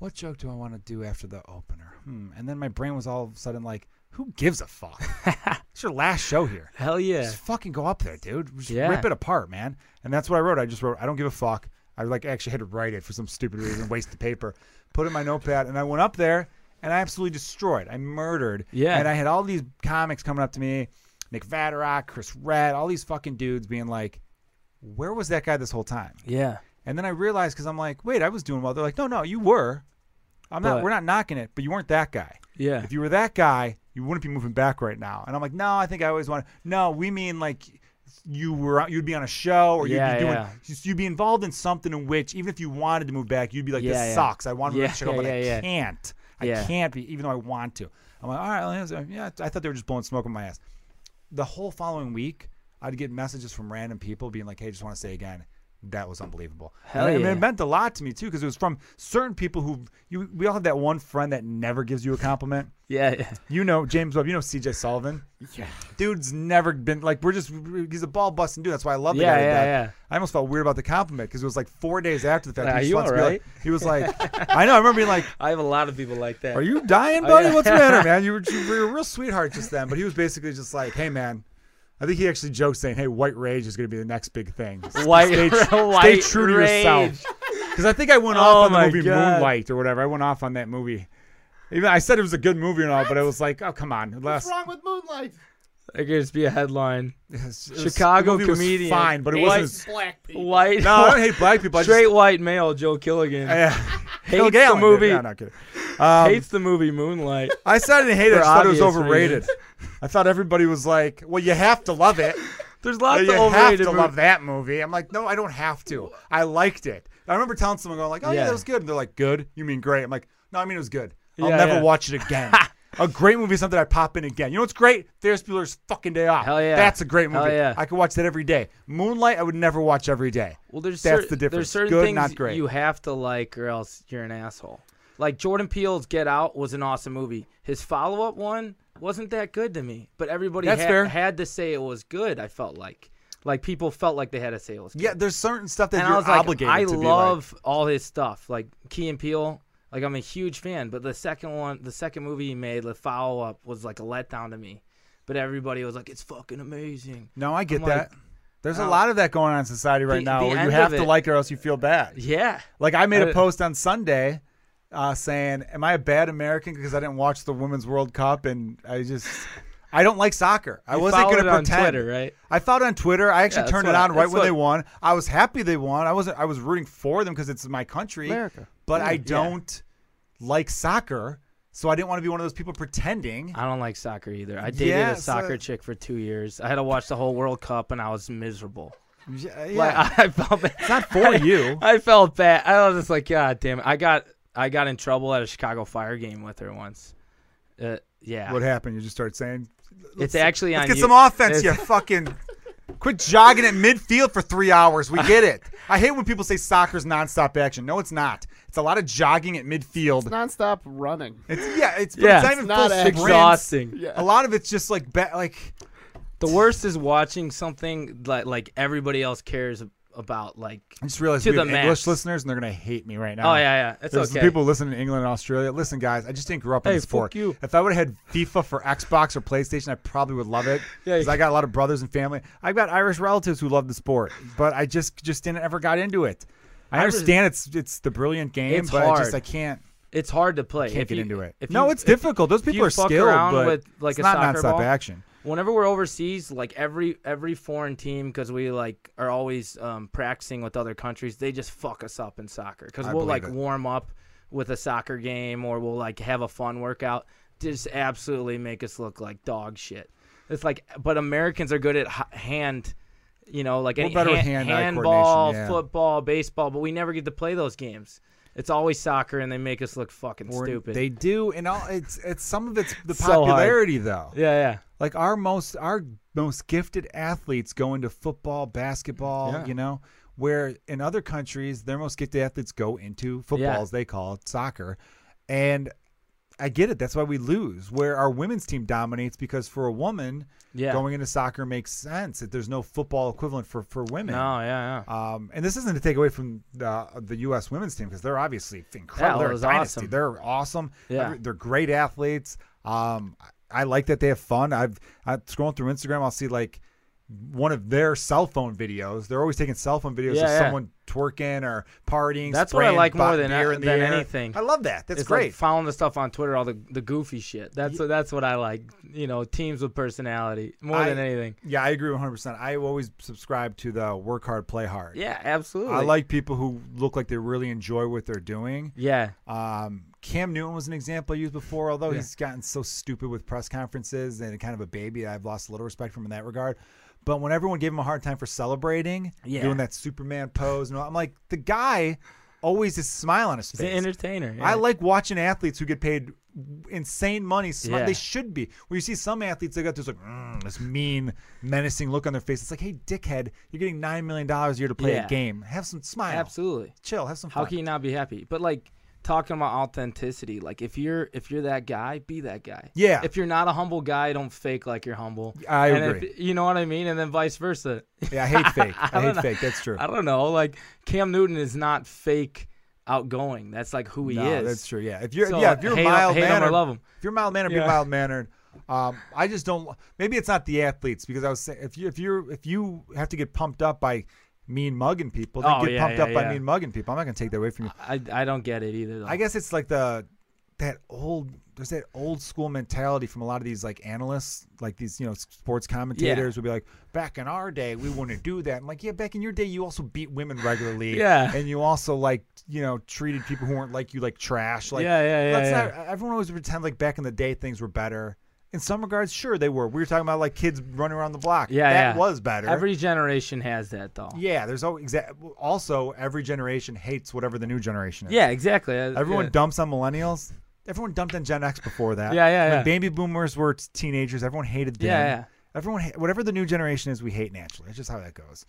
S2: What joke do I want to do after the opener? Hmm. And then my brain was all of a sudden like, who gives a fuck? it's your last show here.
S3: hell yeah.
S2: Just fucking go up there, dude. Just
S3: Yeah.
S2: rip it apart, man. And that's what I wrote. I just wrote, I don't give a fuck. I like actually had to write it for some stupid
S3: [laughs]
S2: reason, waste the paper, put it in my notepad, and I went up there and I absolutely destroyed. I murdered.
S3: Yeah.
S2: And I had all these comics coming up to me, Nick Vatterach, Chris Red, all these fucking dudes being like, Where was that guy this whole time?
S3: Yeah.
S2: And then I realized because I'm like, wait, I was doing well. They're like, no, no, you were. I'm not.
S3: But-
S2: We're not knocking it, but you weren't that guy.
S3: Yeah.
S2: If you were that guy, you wouldn't be moving back right now. And I'm like, no, I think I always want. No, we mean like you were. You'd be on a show, or
S3: Yeah,
S2: you'd be doing.
S3: yeah.
S2: You'd be involved in something in which, even if you wanted to move back, you'd be like, this
S3: Yeah, yeah.
S2: sucks. I want to move
S3: Yeah,
S2: to Chicago,
S3: yeah,
S2: but I
S3: yeah, yeah.
S2: can't. I
S3: Yeah.
S2: can't be, even though I want to. I'm like, all right, well, yeah, yeah. I thought they were just blowing smoke on my ass. The whole following week, I'd get messages from random people being like, hey, just want to say again. That was unbelievable.
S3: Hell
S2: and, I mean,
S3: yeah.
S2: it meant a lot to me too because it was from certain people who you. We all have that one friend that never gives you a compliment.
S3: Yeah. Yeah.
S2: You know James Webb. You know CJ Sullivan.
S1: Yeah.
S2: Dude's never been like we're just he's a ball busting dude. That's why I love the
S3: Yeah,
S2: guy. to
S3: yeah,
S2: death.
S3: yeah.
S2: I almost felt weird about the compliment because it was like four days after the fact.
S3: Are
S2: he, just
S3: you
S2: wants to be
S3: all
S2: like- he was like, I know. I remember being like,
S3: I have a lot of people like that.
S2: "Are you dying, buddy?
S3: Oh, yeah.
S2: What's the matter, man? You were, you were a real sweetheart just then." But he was basically just like, "Hey, man." I think he actually joked saying, "Hey, white rage is going to be the next big thing."
S3: [laughs] [laughs] White,
S2: stay, stay
S3: white
S2: true
S3: rage.
S2: to yourself. Because I think I went
S3: Oh
S2: off on
S3: my
S2: the movie
S3: God.
S2: Moonlight or whatever. I went off on that movie. Even I said it was a good movie and all, but it was like, oh come on,
S1: What's
S2: last
S1: wrong with Moonlight?
S3: It could just be
S2: [laughs]
S3: a headline.
S2: it was- it was-
S3: Chicago
S2: the movie was
S3: comedian.
S2: fine, but it
S3: Hates
S2: wasn't.
S1: It's
S2: as-
S1: black people.
S3: White.
S2: no, I
S3: [laughs]
S2: don't hate black people. I
S3: straight white male Joe Killigan.
S2: Just, [laughs] yeah.
S3: [laughs] hates
S2: Galen
S3: the
S2: did.
S3: movie.
S2: No, not kidding. Um,
S3: Hates the movie Moonlight.
S2: I said I didn't hate it. I
S3: for
S2: just thought it was
S3: obvious
S2: overrated. I thought everybody was like, "Well, you have to love
S3: [laughs]
S2: it.
S3: There's lots
S2: you
S3: of
S2: have
S3: overrated
S2: to
S3: mov-
S2: love that movie." I'm like, "No, I don't have to. I liked it." I remember telling someone, "Going like, oh yeah,
S3: Yeah.
S2: that was good." And they're like, "Good? You mean great?" I'm like, "No, I mean it was good. I'll
S3: Yeah,
S2: never
S3: yeah.
S2: watch it
S3: [laughs]
S2: again." A great movie is something I pop in again. You know what's great? Ferris Bueller's fucking Day Off.
S3: Hell yeah.
S2: That's a great
S3: Hell
S2: movie.
S3: yeah.
S2: I could watch that every day. Moonlight, I would never watch every day.
S3: Well, there's
S2: That's
S3: cer-
S2: the difference.
S3: There's certain
S2: Good,
S3: things
S2: not great.
S3: you have to like, or else you're an asshole. Like Jordan Peele's Get Out was an awesome movie. His follow-up one wasn't that good to me, but everybody
S2: That's
S3: had,
S2: fair.
S3: had to say it was good. I felt like, like people felt like they had to say it was. Good.
S2: Yeah, there's certain stuff that
S3: and
S2: you're
S3: I was like,
S2: obligated
S3: I
S2: to be like.
S3: love all his stuff, like Key and Peele. Like I'm a huge fan, but the second one, the second movie he made, the follow-up was like a letdown to me. But everybody was like, it's fucking amazing.
S2: No, I get
S3: I'm like,
S2: that. There's a
S3: no.
S2: lot of that going on in society right
S3: The-
S2: now
S3: the
S2: where you
S3: end
S2: have
S3: of
S2: to
S3: it-
S2: like it or else you feel bad.
S3: Yeah.
S2: Like I made a
S3: I-
S2: post on Sunday
S3: [laughs]
S2: uh, saying, "Am I a bad American because I didn't watch the Women's World Cup and I just I don't like soccer. I
S3: You
S2: wasn't
S3: followed
S2: going
S3: it
S2: to
S3: on
S2: pretend.
S3: Twitter, right?
S2: I followed it on Twitter. I
S3: Yeah,
S2: actually
S3: that's
S2: turned
S3: what
S2: it
S3: I-
S2: on right
S3: that's
S2: when they
S3: what-
S2: won. I was happy they won. I wasn't. I was rooting for them because it's my country,
S1: America.
S2: But I
S1: Yeah.
S2: don't like soccer, so I didn't want to be one of those people pretending.
S3: I don't like soccer either. I dated
S2: Yeah,
S3: a soccer
S2: so-
S3: chick for two years. I had to watch the whole World Cup, and I was miserable.
S2: Yeah,
S3: Like [laughs]
S2: yeah.
S3: I, I felt bad.
S2: it's not
S3: [laughs]
S2: for you.
S3: I felt bad. I was just like, God damn it! I got I got in trouble at a Chicago Fire game with her once. Uh, yeah,
S2: What happened? You just started saying.
S3: it's actually
S2: Let's
S3: on
S2: get
S3: you.
S2: some offense,
S3: [laughs]
S2: you
S3: It's-
S2: fucking. Quit jogging at midfield for three hours. We get it. I hate when people say soccer's nonstop action. No, it's not. It's a lot of jogging at midfield.
S1: nonstop running.
S2: It's yeah, it's, but
S3: Yeah.
S2: it's not
S3: It's
S2: even
S1: not
S2: full
S1: actually-
S2: sprints.
S3: Exhausting.
S1: Yeah.
S2: A lot of it's just like ba- like
S3: The worst is watching something like like everybody else cares about. Like,
S2: I just realized
S3: To
S2: we have
S3: the
S2: English
S3: max.
S2: listeners and they're gonna hate me right now.
S3: oh yeah, yeah, it's
S2: There's
S3: okay.
S2: people listening in England and Australia. Listen, guys, I just didn't grow up in
S3: Hey,
S2: this sport.
S3: fuck you.
S2: If I would have had FIFA for Xbox or PlayStation, I probably would love it.
S3: [laughs] Yeah,
S2: because
S3: you-
S2: I got a lot of brothers and family. I've got Irish relatives who love the sport, but I just just didn't ever got into it. I
S3: Irish-
S2: understand it's it's the brilliant game,
S3: It's
S2: but I just
S3: hard.
S2: I can't
S3: it's hard to play.
S2: can't
S3: If
S2: get
S3: you-
S2: into it.
S3: if
S2: no,
S3: you-
S2: it's
S3: if-
S2: difficult. Those people
S3: you
S2: are
S3: fuck
S2: skilled,
S3: around
S2: but
S3: with, like,
S2: it's
S3: a
S2: not
S3: soccer
S2: nonstop
S3: ball?
S2: action.
S3: whenever we're overseas, like every every foreign team, because we like are always um, practicing with other countries, they just fuck us up in soccer because
S2: I
S3: we'll
S2: believe
S3: like
S2: it.
S3: warm up with a soccer game or we'll like have a fun workout, just absolutely make us look like dog shit. It's like, but Americans are good at h- hand. You know, like
S2: We're
S3: any
S2: better with
S3: hand-
S2: hand-eye
S3: handball,
S2: coordination, yeah.
S3: football, baseball, but we never get to play those games. It's always soccer, and they make us look fucking
S2: Or
S3: stupid.
S2: They do, and all it's it's some of it's the
S3: So hard.
S2: popularity though.
S3: yeah, yeah.
S2: Like our most our most gifted athletes go into football, basketball,
S1: Yeah.
S2: you know, where in other countries their most gifted athletes go into football
S3: Yeah.
S2: as they call it, soccer. And I get it. That's why we lose. Where our women's team dominates because for a woman,
S3: Yeah.
S2: going into soccer makes sense. That there's no football equivalent for for women.
S3: No, yeah, yeah.
S2: Um, and this isn't to take away from the, the U.S. women's team because they're obviously incredible.
S3: Yeah,
S2: they're
S3: it
S2: a
S3: was
S2: dynasty.
S3: awesome.
S2: They're awesome.
S3: Yeah.
S2: Every- they're great athletes. Um, I- I like that they have fun. I've I'm scrolling through Instagram. I'll see like one of their cell phone videos. They're always taking cell phone videos
S3: Yeah,
S2: of
S3: yeah.
S2: someone twerking or partying.
S3: That's what I
S2: spraying
S3: like more
S2: bo-
S3: than-
S2: beer in the
S3: than
S2: air.
S3: anything.
S2: I love that. That's
S3: it's
S2: great.
S3: like following the stuff on Twitter, all the the goofy shit. That's that's what I like. You know, teams with personality more
S2: I-
S3: than anything.
S2: yeah, I agree 100. percent I always subscribe to the work hard, play hard.
S3: Yeah, absolutely.
S2: I like people who look like they really enjoy what they're doing.
S3: Yeah,
S2: Um, Cam Newton was an example I used before, although
S3: Yeah.
S2: he's gotten so stupid with press conferences and kind of a baby. I've lost a little respect for him in that regard. But when everyone gave him a hard time for celebrating,
S3: Yeah.
S2: doing that Superman pose, and all, I'm like, the guy always is smile on his
S3: he's an
S2: face.
S3: entertainer. yeah.
S2: I like watching athletes who get paid insane money. Smi-
S3: Yeah.
S2: They should be. When you see some athletes, they got this like mm, this mean, menacing look on their face. It's like, hey, dickhead, you're getting nine million dollars a year to play
S3: Yeah.
S2: a game. Have some smile.
S3: absolutely.
S2: Chill. Have some
S3: How
S2: fun.
S3: can you not be happy? But like talking about authenticity, like if you're if you're that guy, be that guy.
S2: Yeah.
S3: If you're not a humble guy, don't fake like you're humble.
S2: I
S3: And
S2: agree.
S3: If, you know what I mean? And then vice versa.
S2: Yeah, I hate fake. I,
S3: I don't
S2: hate
S3: know.
S2: fake. That's true.
S3: [laughs] I don't know. Like Cam Newton is not fake outgoing. That's like who he
S2: no,
S3: is.
S2: that's true. Yeah, if you're
S3: So,
S2: yeah, if you're
S3: hate 'em-
S2: mild
S3: hate 'em or
S2: mannered,
S3: love 'em.
S2: If you're mild mannered, be
S3: Yeah.
S2: mild mannered. Um, I just don't. Maybe it's not the athletes because I was saying if you if you if you have to get pumped up by mean mugging people, then
S3: Oh,
S2: get
S3: yeah,
S2: pumped
S3: yeah,
S2: up by
S3: yeah.
S2: mean mugging people. I'm not gonna take that away from you.
S3: I, I don't get it either. Though.
S2: I guess it's like the that old there's that old school mentality from a lot of these like analysts, like these you know sports commentators would be like, back in our day we wouldn't do that. I'm like, yeah, back in your day you also beat women regularly,
S3: [laughs] Yeah.
S2: and you also like you know treated people who weren't like you like trash. Like,
S3: Yeah, yeah, yeah,
S2: let's Not, everyone always pretend like back in the day things were better. In some regards, sure they were. We were talking about like kids running around the block.
S3: Yeah,
S2: that
S3: yeah.
S2: was better.
S3: Every generation has that though.
S2: yeah, there's always exact. Also, every generation hates whatever the new generation is.
S3: Yeah, exactly. Uh,
S2: Everyone
S3: yeah.
S2: dumps on millennials. Everyone dumped on Gen X before that.
S3: Yeah, yeah,
S2: When
S3: yeah.
S2: baby boomers were t- teenagers, everyone hated them.
S3: Yeah, yeah.
S2: Everyone, ha- whatever the new generation is, we hate naturally. That's just how that goes.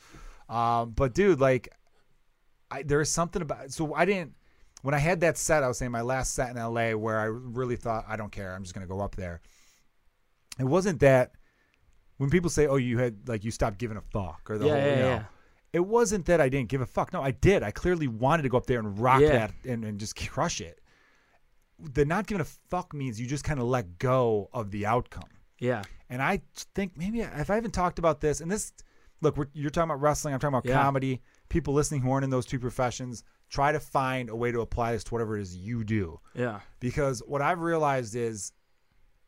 S2: Um, but dude, like, I, there is something about. So I didn't. When I had that set, I was saying my last set in LA, where I really thought I don't care. I'm just gonna go up there. It wasn't that. When people say, "Oh, you had like you stopped giving a fuck," or the
S3: Yeah,
S2: whole,
S3: yeah,
S2: you know,
S3: yeah.
S2: it wasn't that I didn't give a fuck. No, I did. I clearly wanted to go up there and rock
S3: Yeah.
S2: that and, and just crush it. The not giving a fuck means you just kind of let go of the outcome.
S3: Yeah.
S2: And I think maybe if I haven't talked about this, and this, look, we're, you're talking about wrestling, I'm talking about
S3: Yeah.
S2: comedy. People listening who aren't in those two professions, try to find a way to apply this to whatever it is you do.
S3: Yeah.
S2: Because what I've realized is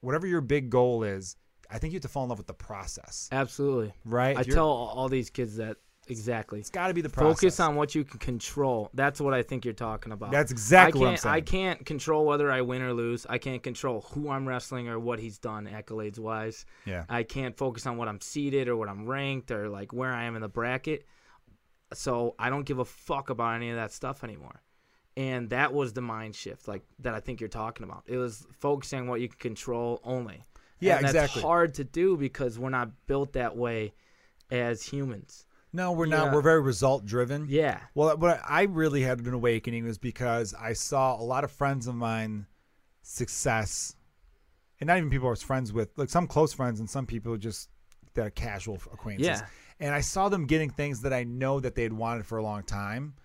S2: whatever your big goal is, I think you have to fall in love with the process,
S3: Absolutely.
S2: right?
S3: I
S2: You're-
S3: tell all these kids that exactly.
S2: it's got to be the process.
S3: Focus on what you can control. That's what I think you're talking about.
S2: That's exactly
S3: I
S2: what I'm
S3: can't,
S2: saying.
S3: I can't control whether I win or lose. I can't control who I'm wrestling or what he's done accolades wise.
S2: Yeah.
S3: I can't focus on what I'm seated or what I'm ranked or like where I am in the bracket. So I don't give a fuck about any of that stuff anymore. And that was the mind shift, like that I think you're talking about. It was focusing on what you can control only.
S2: Yeah,
S3: and
S2: exactly.
S3: That's hard to do because we're not built that way as humans.
S2: No, we're not.
S3: Yeah.
S2: We're very result driven.
S3: Yeah.
S2: Well, what I really had an awakening was because I saw a lot of friends of mine success, and not even people I was friends with, like some close friends and some people just that are casual acquaintances.
S3: Yeah.
S2: And I saw them getting things that I know that they had wanted for a long time,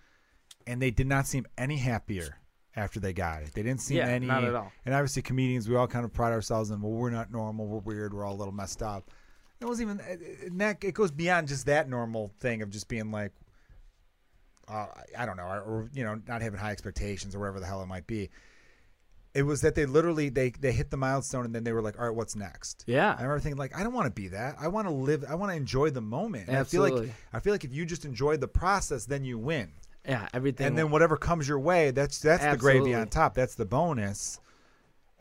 S2: and they did not seem any happier after they got it. They didn't seem
S3: Yeah,
S2: any.
S3: not at all.
S2: And obviously, comedians, we all kind of pride ourselves in, well, we're not normal, we're weird, we're all a little messed up. It wasn't even it- it, that- it goes beyond just that normal thing of just being like, uh, I don't know, or, or you know, not having high expectations or whatever the hell it might be. It was that they literally they they hit the milestone and then they were like, all right, what's next?
S3: Yeah.
S2: I remember thinking like, I don't want to be that. I want to live. I want to enjoy the moment. And I feel like
S3: Absolutely.
S2: I feel like if you just enjoy the process, then you win.
S3: Yeah. Everything.
S2: And then whatever comes your way, that's that's the
S3: Absolutely.
S2: gravy on top. That's the bonus.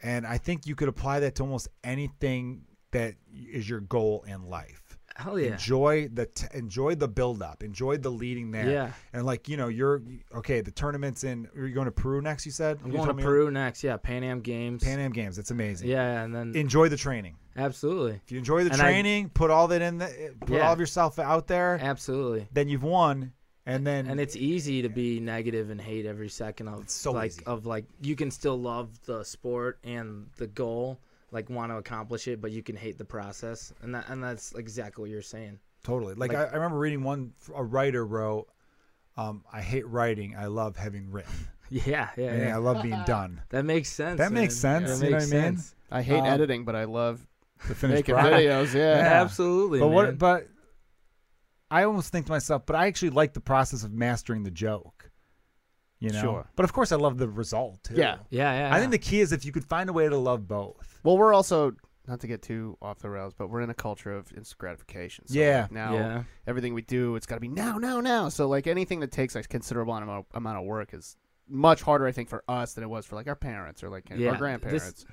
S2: And I think you could apply that to almost anything that is your goal in life.
S3: hell yeah.
S2: Enjoy the t- enjoy the build up. Enjoy the leading there.
S3: Yeah.
S2: And like you know, you're okay. The tournaments in. Are you going to Peru next? You said
S3: I'm
S2: You
S3: going to
S2: told me-
S3: Peru next. Yeah. Pan Am Games.
S2: Pan Am Games. That's amazing.
S3: yeah. And then
S2: Enjoy the training.
S3: absolutely.
S2: If you enjoy the
S3: And I-
S2: training, put all that in the put
S3: Yeah.
S2: all of yourself out there,
S3: Absolutely.
S2: then you've won. And then
S3: And it's easy to be negative and hate every second of
S2: It's so
S3: like
S2: easy.
S3: of like you can still love the sport and the goal, like want to accomplish it, but you can hate the process, and that and that's exactly what you're saying. [laughs]
S2: Totally. Like,
S3: Like-
S2: I, I remember reading one, a writer wrote, um, I hate writing. I love having written.
S3: Yeah, yeah,
S2: And
S3: yeah.
S2: I love being done.
S3: That makes sense.
S2: That makes
S3: man.
S2: sense,
S3: That
S2: you know
S3: makes
S2: what I mean?
S3: sense.
S1: I hate
S2: Um,
S1: editing, but I love
S2: To finish
S1: making
S2: product.
S1: videos. Yeah.
S2: Yeah.
S3: Absolutely.
S2: But what,
S3: man.
S2: but I almost think to myself, but I actually like the process of mastering the joke, you know?
S1: Sure.
S2: But of course, I love the result too.
S1: Yeah.
S3: yeah, yeah.
S2: I think the key is if you could find a way to love both.
S1: Well, we're also not to get too off the rails, but we're in a culture of instant gratification. So
S2: Yeah.
S1: like, now
S3: yeah.
S1: everything we do, it's got to be now, now, now. So like anything that takes a considerable amount of, amount of work is much harder, I think, for us than it was for like our parents or like
S3: Yeah,
S1: our
S3: this-
S1: grandparents.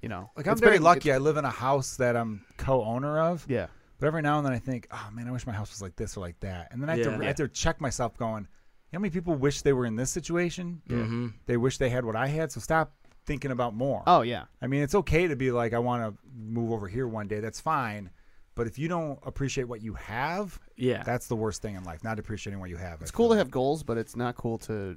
S1: you know,
S2: Like, I'm
S1: It's
S2: very
S1: been-
S2: lucky. I live in a house that I'm co owner of.
S1: Yeah.
S2: But every now and then I think, oh man, I wish my house was like this or like that. And then I have,
S3: Yeah.
S2: to, I have to check myself going, you know how many people wish they were in this situation?
S3: Mm-hmm.
S2: They wish they had what I had. So stop thinking about more.
S1: Oh yeah.
S2: I mean, it's okay to be like, I want to move over here one day. That's fine. But if you don't appreciate what you have,
S3: Yeah.
S2: that's the worst thing in life, not appreciating what you have.
S1: It's cool to have goals, but it's not cool to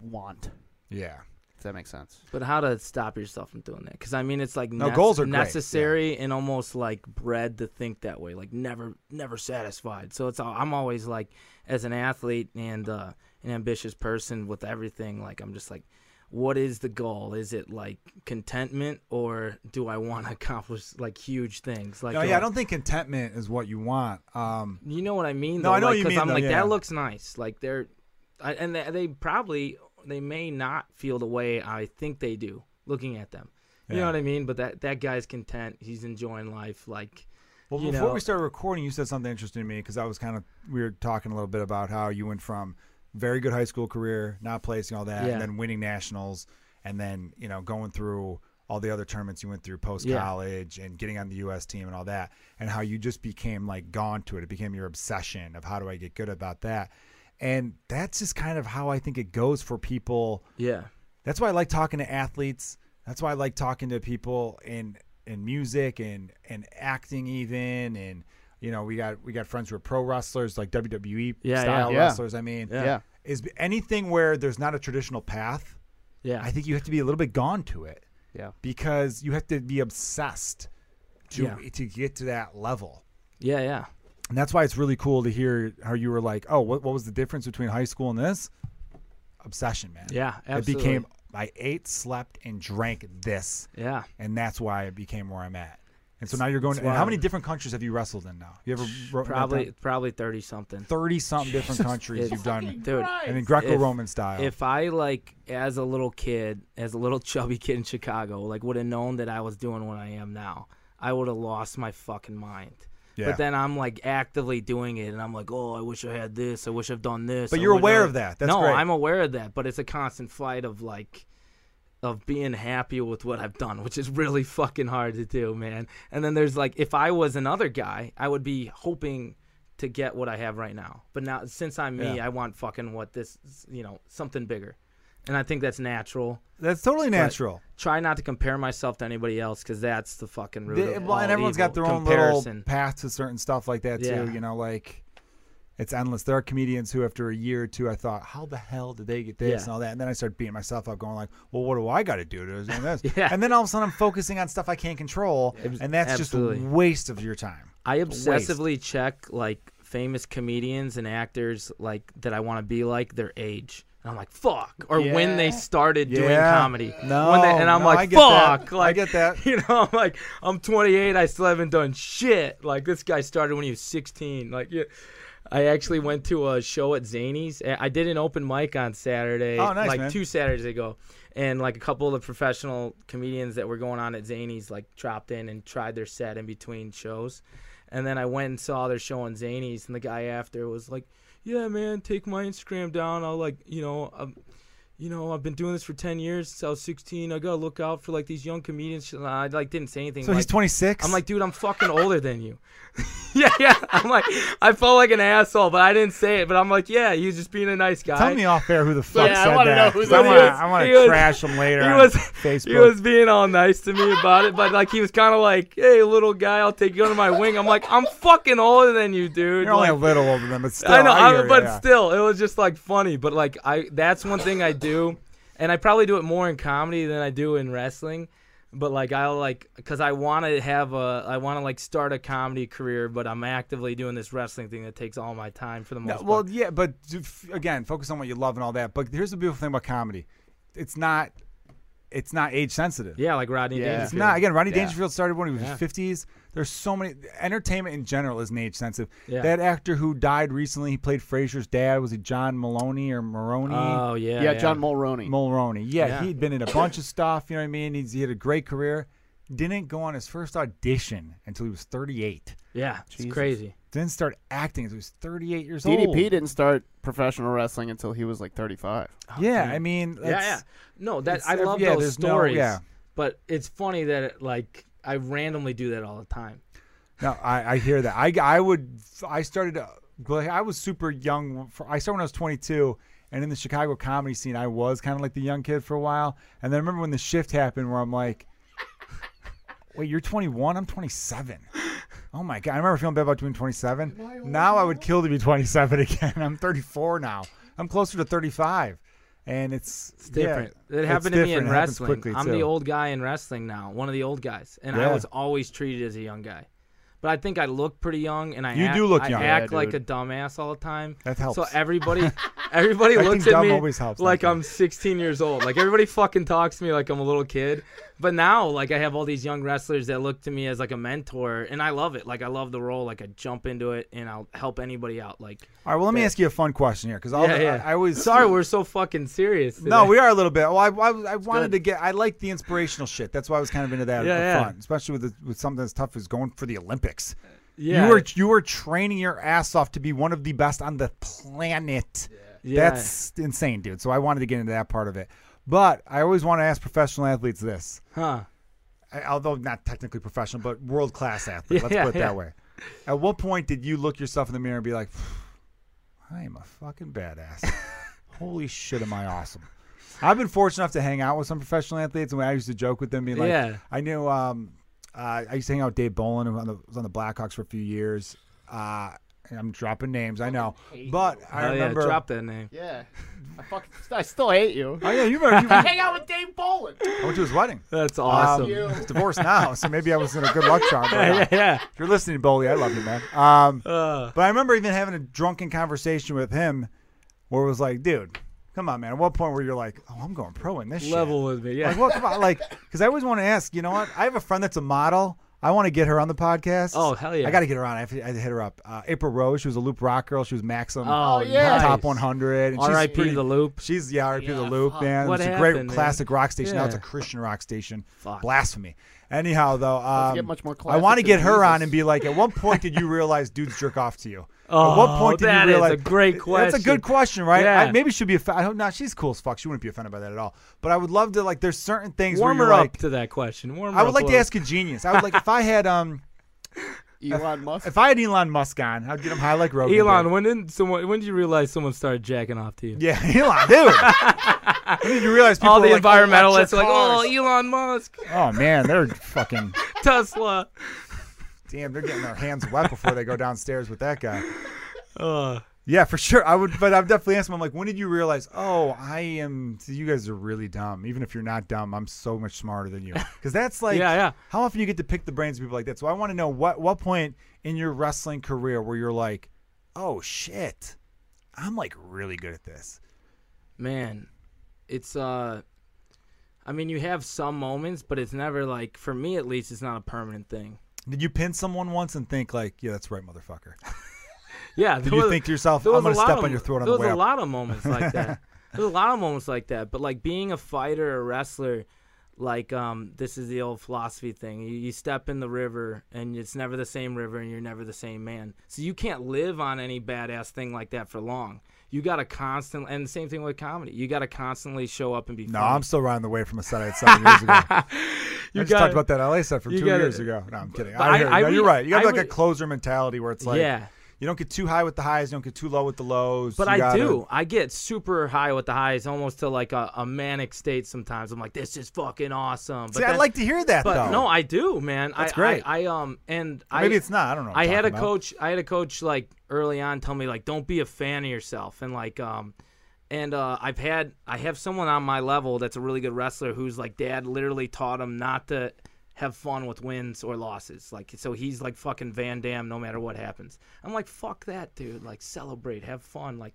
S1: want.
S2: Yeah.
S1: If that makes sense.
S3: But how to stop yourself from doing that? Because I mean, it's like
S2: No, goals are great,
S3: necessary and almost like bred to think that way. Like never, never satisfied. So it's all, I'm always like, as an athlete and uh, an ambitious person with everything, like I'm just like, what is the goal? Is it like contentment, or do I want to [laughs] accomplish like huge things? Like
S2: No,
S3: uh,
S2: yeah, I don't think contentment is what you want. Um,
S3: you know what I mean?
S2: No,
S3: though?
S2: I know
S3: like,
S2: what you
S3: 'cause
S2: mean,
S3: I'm
S2: though,
S3: like
S2: yeah.
S3: that looks nice. Like they're, I, and they, they probably they may not feel the way I think they do looking at them. You
S2: Yeah.
S3: know what I mean? But that that guy's content. He's enjoying life. Like
S2: Well,
S3: you
S2: before
S3: know-
S2: we started recording, you said something interesting to me because I was kind of we were talking a little bit about how you went from very good high school career, not placing all that,
S3: Yeah.
S2: and then winning nationals, and then you know going through all the other tournaments you went through post college and getting on the U.S. team and all that, and how you just became like gone to it. It became your obsession of how do I get good about that, and that's just kind of how I think it goes for people
S3: yeah,
S2: that's why I like talking to athletes. That's why I like talking to people in in music and and acting even and you know we got we got friends who are pro wrestlers like WWE
S3: Yeah,
S2: style
S1: yeah. Yeah.
S2: wrestlers. I mean,
S3: Yeah.
S1: Yeah.
S2: is anything where there's not a traditional path.
S3: yeah,
S2: I think you have to be a little bit gone to it
S1: Yeah.
S2: because you have to be obsessed to
S3: Yeah.
S2: to get to that level.
S3: yeah, yeah.
S2: And that's why it's really cool to hear how you were like, oh, what, what was the difference between high school and this? Obsession, man.
S3: Yeah,
S2: It became, I ate, slept, and drank this.
S3: Yeah,
S2: And that's why it became where I'm at. And so now you're going to, and how many different countries have you wrestled in now? You ever wrote that
S3: probably
S2: down?
S3: probably thirty something.
S2: 30
S3: [laughs]
S2: something different countries
S3: It's-
S2: you've done.
S3: Dude,
S2: And in Greco Roman style.
S3: If I like as [laughs] a little kid, as a little chubby kid in Chicago, like would have known that I was doing what I am now, I would have lost my fucking mind.
S2: Yeah.
S3: But then I'm like actively doing it, and I'm like, oh, I wish I had this. I wish I've done this.
S2: But
S3: I
S2: you're
S3: wish I
S2: aware
S3: had-"
S2: of that. That's
S3: no,
S2: great.
S3: I'm aware of that, but it's a constant fight of like, of being happy with what I've done, which is really fucking hard to do, man. And then there's like, if I was another guy, I would be hoping to get what I have right now. But now, since I'm me,
S2: Yeah.
S3: I want fucking what this, you know, something bigger. And I think that's natural.
S2: That's totally natural.
S3: Try not to compare myself to anybody else because that's the fucking root.
S2: They-
S3: of
S2: well, and
S3: all
S2: everyone's got
S3: evil.
S2: their own
S3: comparison.
S2: little path to certain stuff like that
S3: Yeah.
S2: too. You know, like it's endless. There are comedians who, after a year or two, I thought, "How the hell did they get this
S3: Yeah.
S2: and all that?" And then I started beating myself up, going like, "Well, what do I got to do to do this?"
S3: [laughs] Yeah.
S2: And then all of a sudden, I'm focusing on stuff I can't control, and that's
S3: Absolutely.
S2: just a waste of your time.
S3: I obsessively check like famous comedians and actors like that I want to be like their age. And I'm like, fuck, or when they
S1: Yeah.
S3: started doing
S2: Yeah.
S3: comedy.
S2: No,
S3: when they, and I'm
S2: no,
S3: like,
S2: I get that.
S3: fuck,
S2: I
S3: like
S2: get
S3: [laughs]
S2: that.
S3: You know, I'm like, I'm 28, I still haven't done shit. Like this guy started when he was 16. Like, yeah. I actually went to a show at Zany's. I did an open mic on Saturday,
S2: Oh, nice,
S3: like
S2: man.
S3: two Saturdays ago, and like a couple of the professional comedians that were going on at Zany's like dropped in and tried their set in between shows, and then I went and saw their show on Zany's, and the guy after was like, "Yeah, man, take my Instagram down. I'll like, you know, i you know, I've been doing this for ten years since I was sixteen. I gotta look out for like these young comedians." And I like didn't say anything.
S2: So he's
S3: like-
S2: 26.
S3: I'm like, dude, I'm fucking older than you. [laughs] yeah, yeah. I'm like, I felt like an asshole, but I didn't say it. But I'm like, yeah, he was just being a nice guy.
S2: Tell me off air who the fuck
S1: Yeah, I
S2: said
S1: wanna
S2: that.
S1: know who
S2: 'cause
S1: that
S2: I wanna-
S3: is.
S2: I want
S3: He
S2: to
S3: was-
S2: trash him later
S3: he
S2: on
S3: was-
S2: Facebook.
S3: He was being all nice to me about it, but like he was kind of like, "Hey, little guy, I'll take you under my wing." I'm like, "I'm fucking older than you, dude."
S2: You're only
S3: Like,
S2: a little over them, but still.
S3: I know,
S2: I
S3: I
S2: hear
S3: but
S2: ya, yeah.
S3: still, it was just like funny. But like, I that's one thing I do, and I probably do it more in comedy than I do in wrestling. But like, I'll like, cause I want to have a, I want to like start a comedy career, but I'm actively doing this wrestling thing that takes all my time for the
S2: No,
S3: most
S2: well,
S3: part.
S2: yeah, but do- f- again, focus on what you love and all that. But here's the beautiful thing about comedy: it's not, it's not age sensitive.
S3: Yeah, like Rodney
S1: Yeah.
S2: It's
S3: Dangerfield.
S2: not. Again, Ronnie
S1: Yeah.
S2: Dangerfield started when he was
S3: Yeah.
S2: 50s. There's so many. Entertainment in general isn't age sensitive.
S3: Yeah.
S2: That actor who died recently, he played Frasier's dad. Was he John Maloney or Maroney?
S3: Oh yeah,
S1: Yeah, John Mulroney.
S2: Mulroney. Yeah,
S3: Yeah.
S2: he'd been in a bunch of stuff. You know what I mean? He's, he had a great career. Didn't go on his first audition until he was 38.
S3: Yeah, it's
S1: Jesus.
S3: crazy.
S2: Didn't start acting until he was 38 years old.
S1: DDP didn't start professional wrestling until he was like 35.
S2: Yeah, I mean,
S3: Oh, Yeah, yeah.
S2: that's-
S3: No, that
S2: it's
S3: I
S2: every-
S3: love
S2: yeah,
S3: those
S2: there's no-
S3: stories.
S2: yeah.
S3: But it's funny that it, like I randomly do that all the time.
S2: No, I, I hear that. I, I would. I started. uh, like, I was super young. For, I started when I was 22, and in the Chicago comedy scene, I was kind of like the young kid for a while. And then I remember when the shift happened, where I'm like, [laughs] "Wait, you're 21? I'm 27." Oh my god! I remember feeling bad about being 27. Now I would kill to be 27 [laughs] again. I'm 34 now. I'm closer to 35, and it's,
S3: It's different. it happened to me in wrestling. I'm the old guy in wrestling now, one of the old guys, and
S2: Yeah.
S3: I was always treated as a young guy. But I think I look pretty young, and I
S2: You
S3: act,
S2: do look
S3: I
S2: young.
S3: act
S1: Yeah,
S3: like a
S1: dude.
S3: dumbass all the time.
S2: That helps.
S3: So everybody,
S2: [laughs]
S3: everybody
S2: Acting
S3: looks at
S2: dumb
S3: me
S2: always helps,
S3: like
S2: thank you.
S3: I'm 16 years old. Like everybody fucking talks to me like I'm a little kid. But now, like I have all these young wrestlers that look to me as like a mentor, and I love it. Like I love the role. Like I jump into it, and I'll help anybody out. Like
S2: All right. Well, let me ask you a fun question here, because
S3: Yeah, yeah.
S2: I, I
S3: [laughs]
S2: always
S3: sorry, we're so fucking serious. Today.
S2: No, we are a little bit. Well, I, I, I wanted
S3: good.
S2: to get. I like the inspirational shit. That's why I was kind of into that.
S3: Yeah,
S2: uh,
S3: yeah.
S2: Fun, especially with the, with something as tough as going for the Olympics.
S3: yeah,
S2: You were you were training your ass off to be one of the best on the planet.
S3: yeah.
S2: That's insane, dude. So I wanted to get into that part of it. But I always want to ask professional athletes this,
S3: huh.
S2: I- although not technically professional, but world
S3: [laughs]
S2: class athlete.
S3: Yeah,
S2: let's put it
S3: yeah.
S2: that way. At what point did you look yourself in the mirror and be like, "I am a fucking badass"?
S3: [laughs]
S2: Holy shit, am I awesome? I've been fortunate enough to hang out with some professional athletes, and I used to joke with them, being like,
S3: Yeah.
S2: "I knew." Um, uh, I used to hang out with Dave Bolin, who was on the, was on the Blackhawks for a few years. Uh, and I'm dropping names, I know, but I
S3: Hell
S2: remember.
S3: yeah, drop that name.
S1: Yeah. [laughs] I, fucking, I still hate you.
S2: Oh yeah, you
S3: [laughs]
S2: remember? You, I
S1: [laughs] Hang out with Dave Bolin.
S2: went to his wedding.
S3: That's
S2: Um,
S3: awesome.
S2: [laughs] he's divorced now, so maybe I was in a good luck charm. uh, right now.
S3: [laughs] yeah, yeah.
S2: If you're listening, Boley, I love you, man. Um,
S3: Uh,
S2: But I remember even having a drunken conversation with him where it was like, dude, come on, man. At what point where you're like, oh, I'm going pro in this shit?
S3: level with me. Yeah.
S2: Like, what, come on. Like, because I always want to ask, you know what? I have a friend that's a model. I want to get her on the podcast.
S3: Oh, hell yeah.
S2: I got to get her on. I have to, I have to hit her up. Uh, April Rose, she was a Loop rock girl. She was Maxim
S3: Oh,
S1: Oh, yeah.
S2: Top
S3: nice.
S2: 100. And she's
S3: R.I.P.
S2: pretty,
S3: the loop.
S2: She's yeah, RIP the
S1: Yeah,
S2: Loop,
S1: fuck.
S2: man.
S3: What
S2: it's a great
S3: happened, man?
S2: classic rock station. Now it's a
S3: Yeah.
S2: Christian rock station.
S3: Fuck.
S2: Blasphemy. Anyhow, though, um,
S1: get much more
S2: I
S1: classic
S2: want to
S1: than
S2: get her
S1: Jesus.
S2: on and be like, at what point did you realize dudes jerk off to you?
S3: Oh,
S2: at what point did
S3: that
S2: you
S3: is
S2: realize?
S3: a great
S2: That's a good question,
S3: question.
S2: right? I-
S3: Yeah.
S2: maybe she'd be. Affa- I hope not. She's cool as fuck. She wouldn't be offended by that at all. But I would love to like. There's certain things
S3: Warm
S2: where
S3: her
S2: you're
S3: up
S2: like.
S3: to that question. Warm her
S2: I would
S3: up
S2: like
S3: a
S2: to
S3: little.
S2: ask a genius. I would like if I had um
S1: [laughs] Elon Musk.
S2: if I had Elon Musk on, I'd get him high like Rogan. did.
S3: Elon, when did someone? When did you realize someone started jacking off to you?
S2: Yeah, [laughs] Elon, dude. when
S3: [laughs]
S2: did you realize people
S3: All the
S2: were like, oh,
S3: environmentalists are
S2: electric
S3: like, oh,
S2: cars." [laughs]
S3: Elon Musk,
S2: oh man, they're fucking.
S3: Tesla.
S2: Damn, they're getting their hands wet before they go downstairs with that guy.
S3: Uh,
S2: Yeah, for sure. I would, but I've definitely asked him. I'm like, when did you realize? Oh, I am. You guys are really dumb. Even if you're not dumb, I'm so much smarter than you. Because that's like,
S3: [laughs] Yeah, yeah.
S2: How often you get to pick the brains of people like that? So I want to know what what point in your wrestling career where you're like, oh shit, I'm like really good at this.
S3: man, it's uh, I mean, you have some moments, but it's never like, for me at least, it's not a permanent thing.
S2: Did you pin someone once and think like, yeah, that's right,
S3: [laughs]
S2: motherfucker?
S3: Yeah.
S2: Did
S3: there
S2: you
S3: was-
S2: think to yourself,
S3: there
S2: I'm
S3: was a
S2: gonna
S3: lot
S2: step
S3: of-
S2: on your throat on
S3: there
S2: the
S3: was
S2: way
S3: a
S2: up?
S3: lot of moments
S2: [laughs]
S3: like that. There's a lot of moments like that. But like being a fighter or wrestler, like um, this is the old philosophy thing. You, you step in the river, and it's never the same river, and you're never the same man. So you can't live on any badass thing like that for long. You got to constant, and the same thing with comedy. You got to constantly show up and be.
S2: No,
S3: funny.
S2: I'm still riding the wave from a set I had seven years ago.
S3: You
S2: I just talked
S3: gotta-
S2: about that LA set from
S3: you
S2: two
S3: gotta-
S2: years ago. No, I'm kidding.
S3: But
S2: I,
S3: I-
S2: hear you.
S3: I
S2: No, you're
S3: really-
S2: right. You got
S3: I
S2: like a
S3: really-
S2: closer mentality where it's like,
S3: yeah.
S2: you don't get too high with the highs, you don't get too low with the lows.
S3: But
S2: you
S3: I
S2: gotta-
S3: do. I get super high with the highs, almost to like a, a manic state sometimes. I'm like, this is fucking awesome. But
S2: See, I'd
S3: then-
S2: like to hear that
S3: But
S2: though.
S3: no, I do, man.
S2: That's
S3: I,
S2: great.
S3: I, I um and I
S2: maybe it's not. I don't know. what
S3: I
S2: I'm
S3: had a
S2: talking about.
S3: coach. I had a coach like early on tell me like don't be a fan of yourself and like um and uh, I've had I have someone on my level that's a really good wrestler who's like dad literally taught him not to have fun with wins or losses like so he's like fucking Van Dam no matter what happens. I'm like fuck that dude like celebrate have fun like.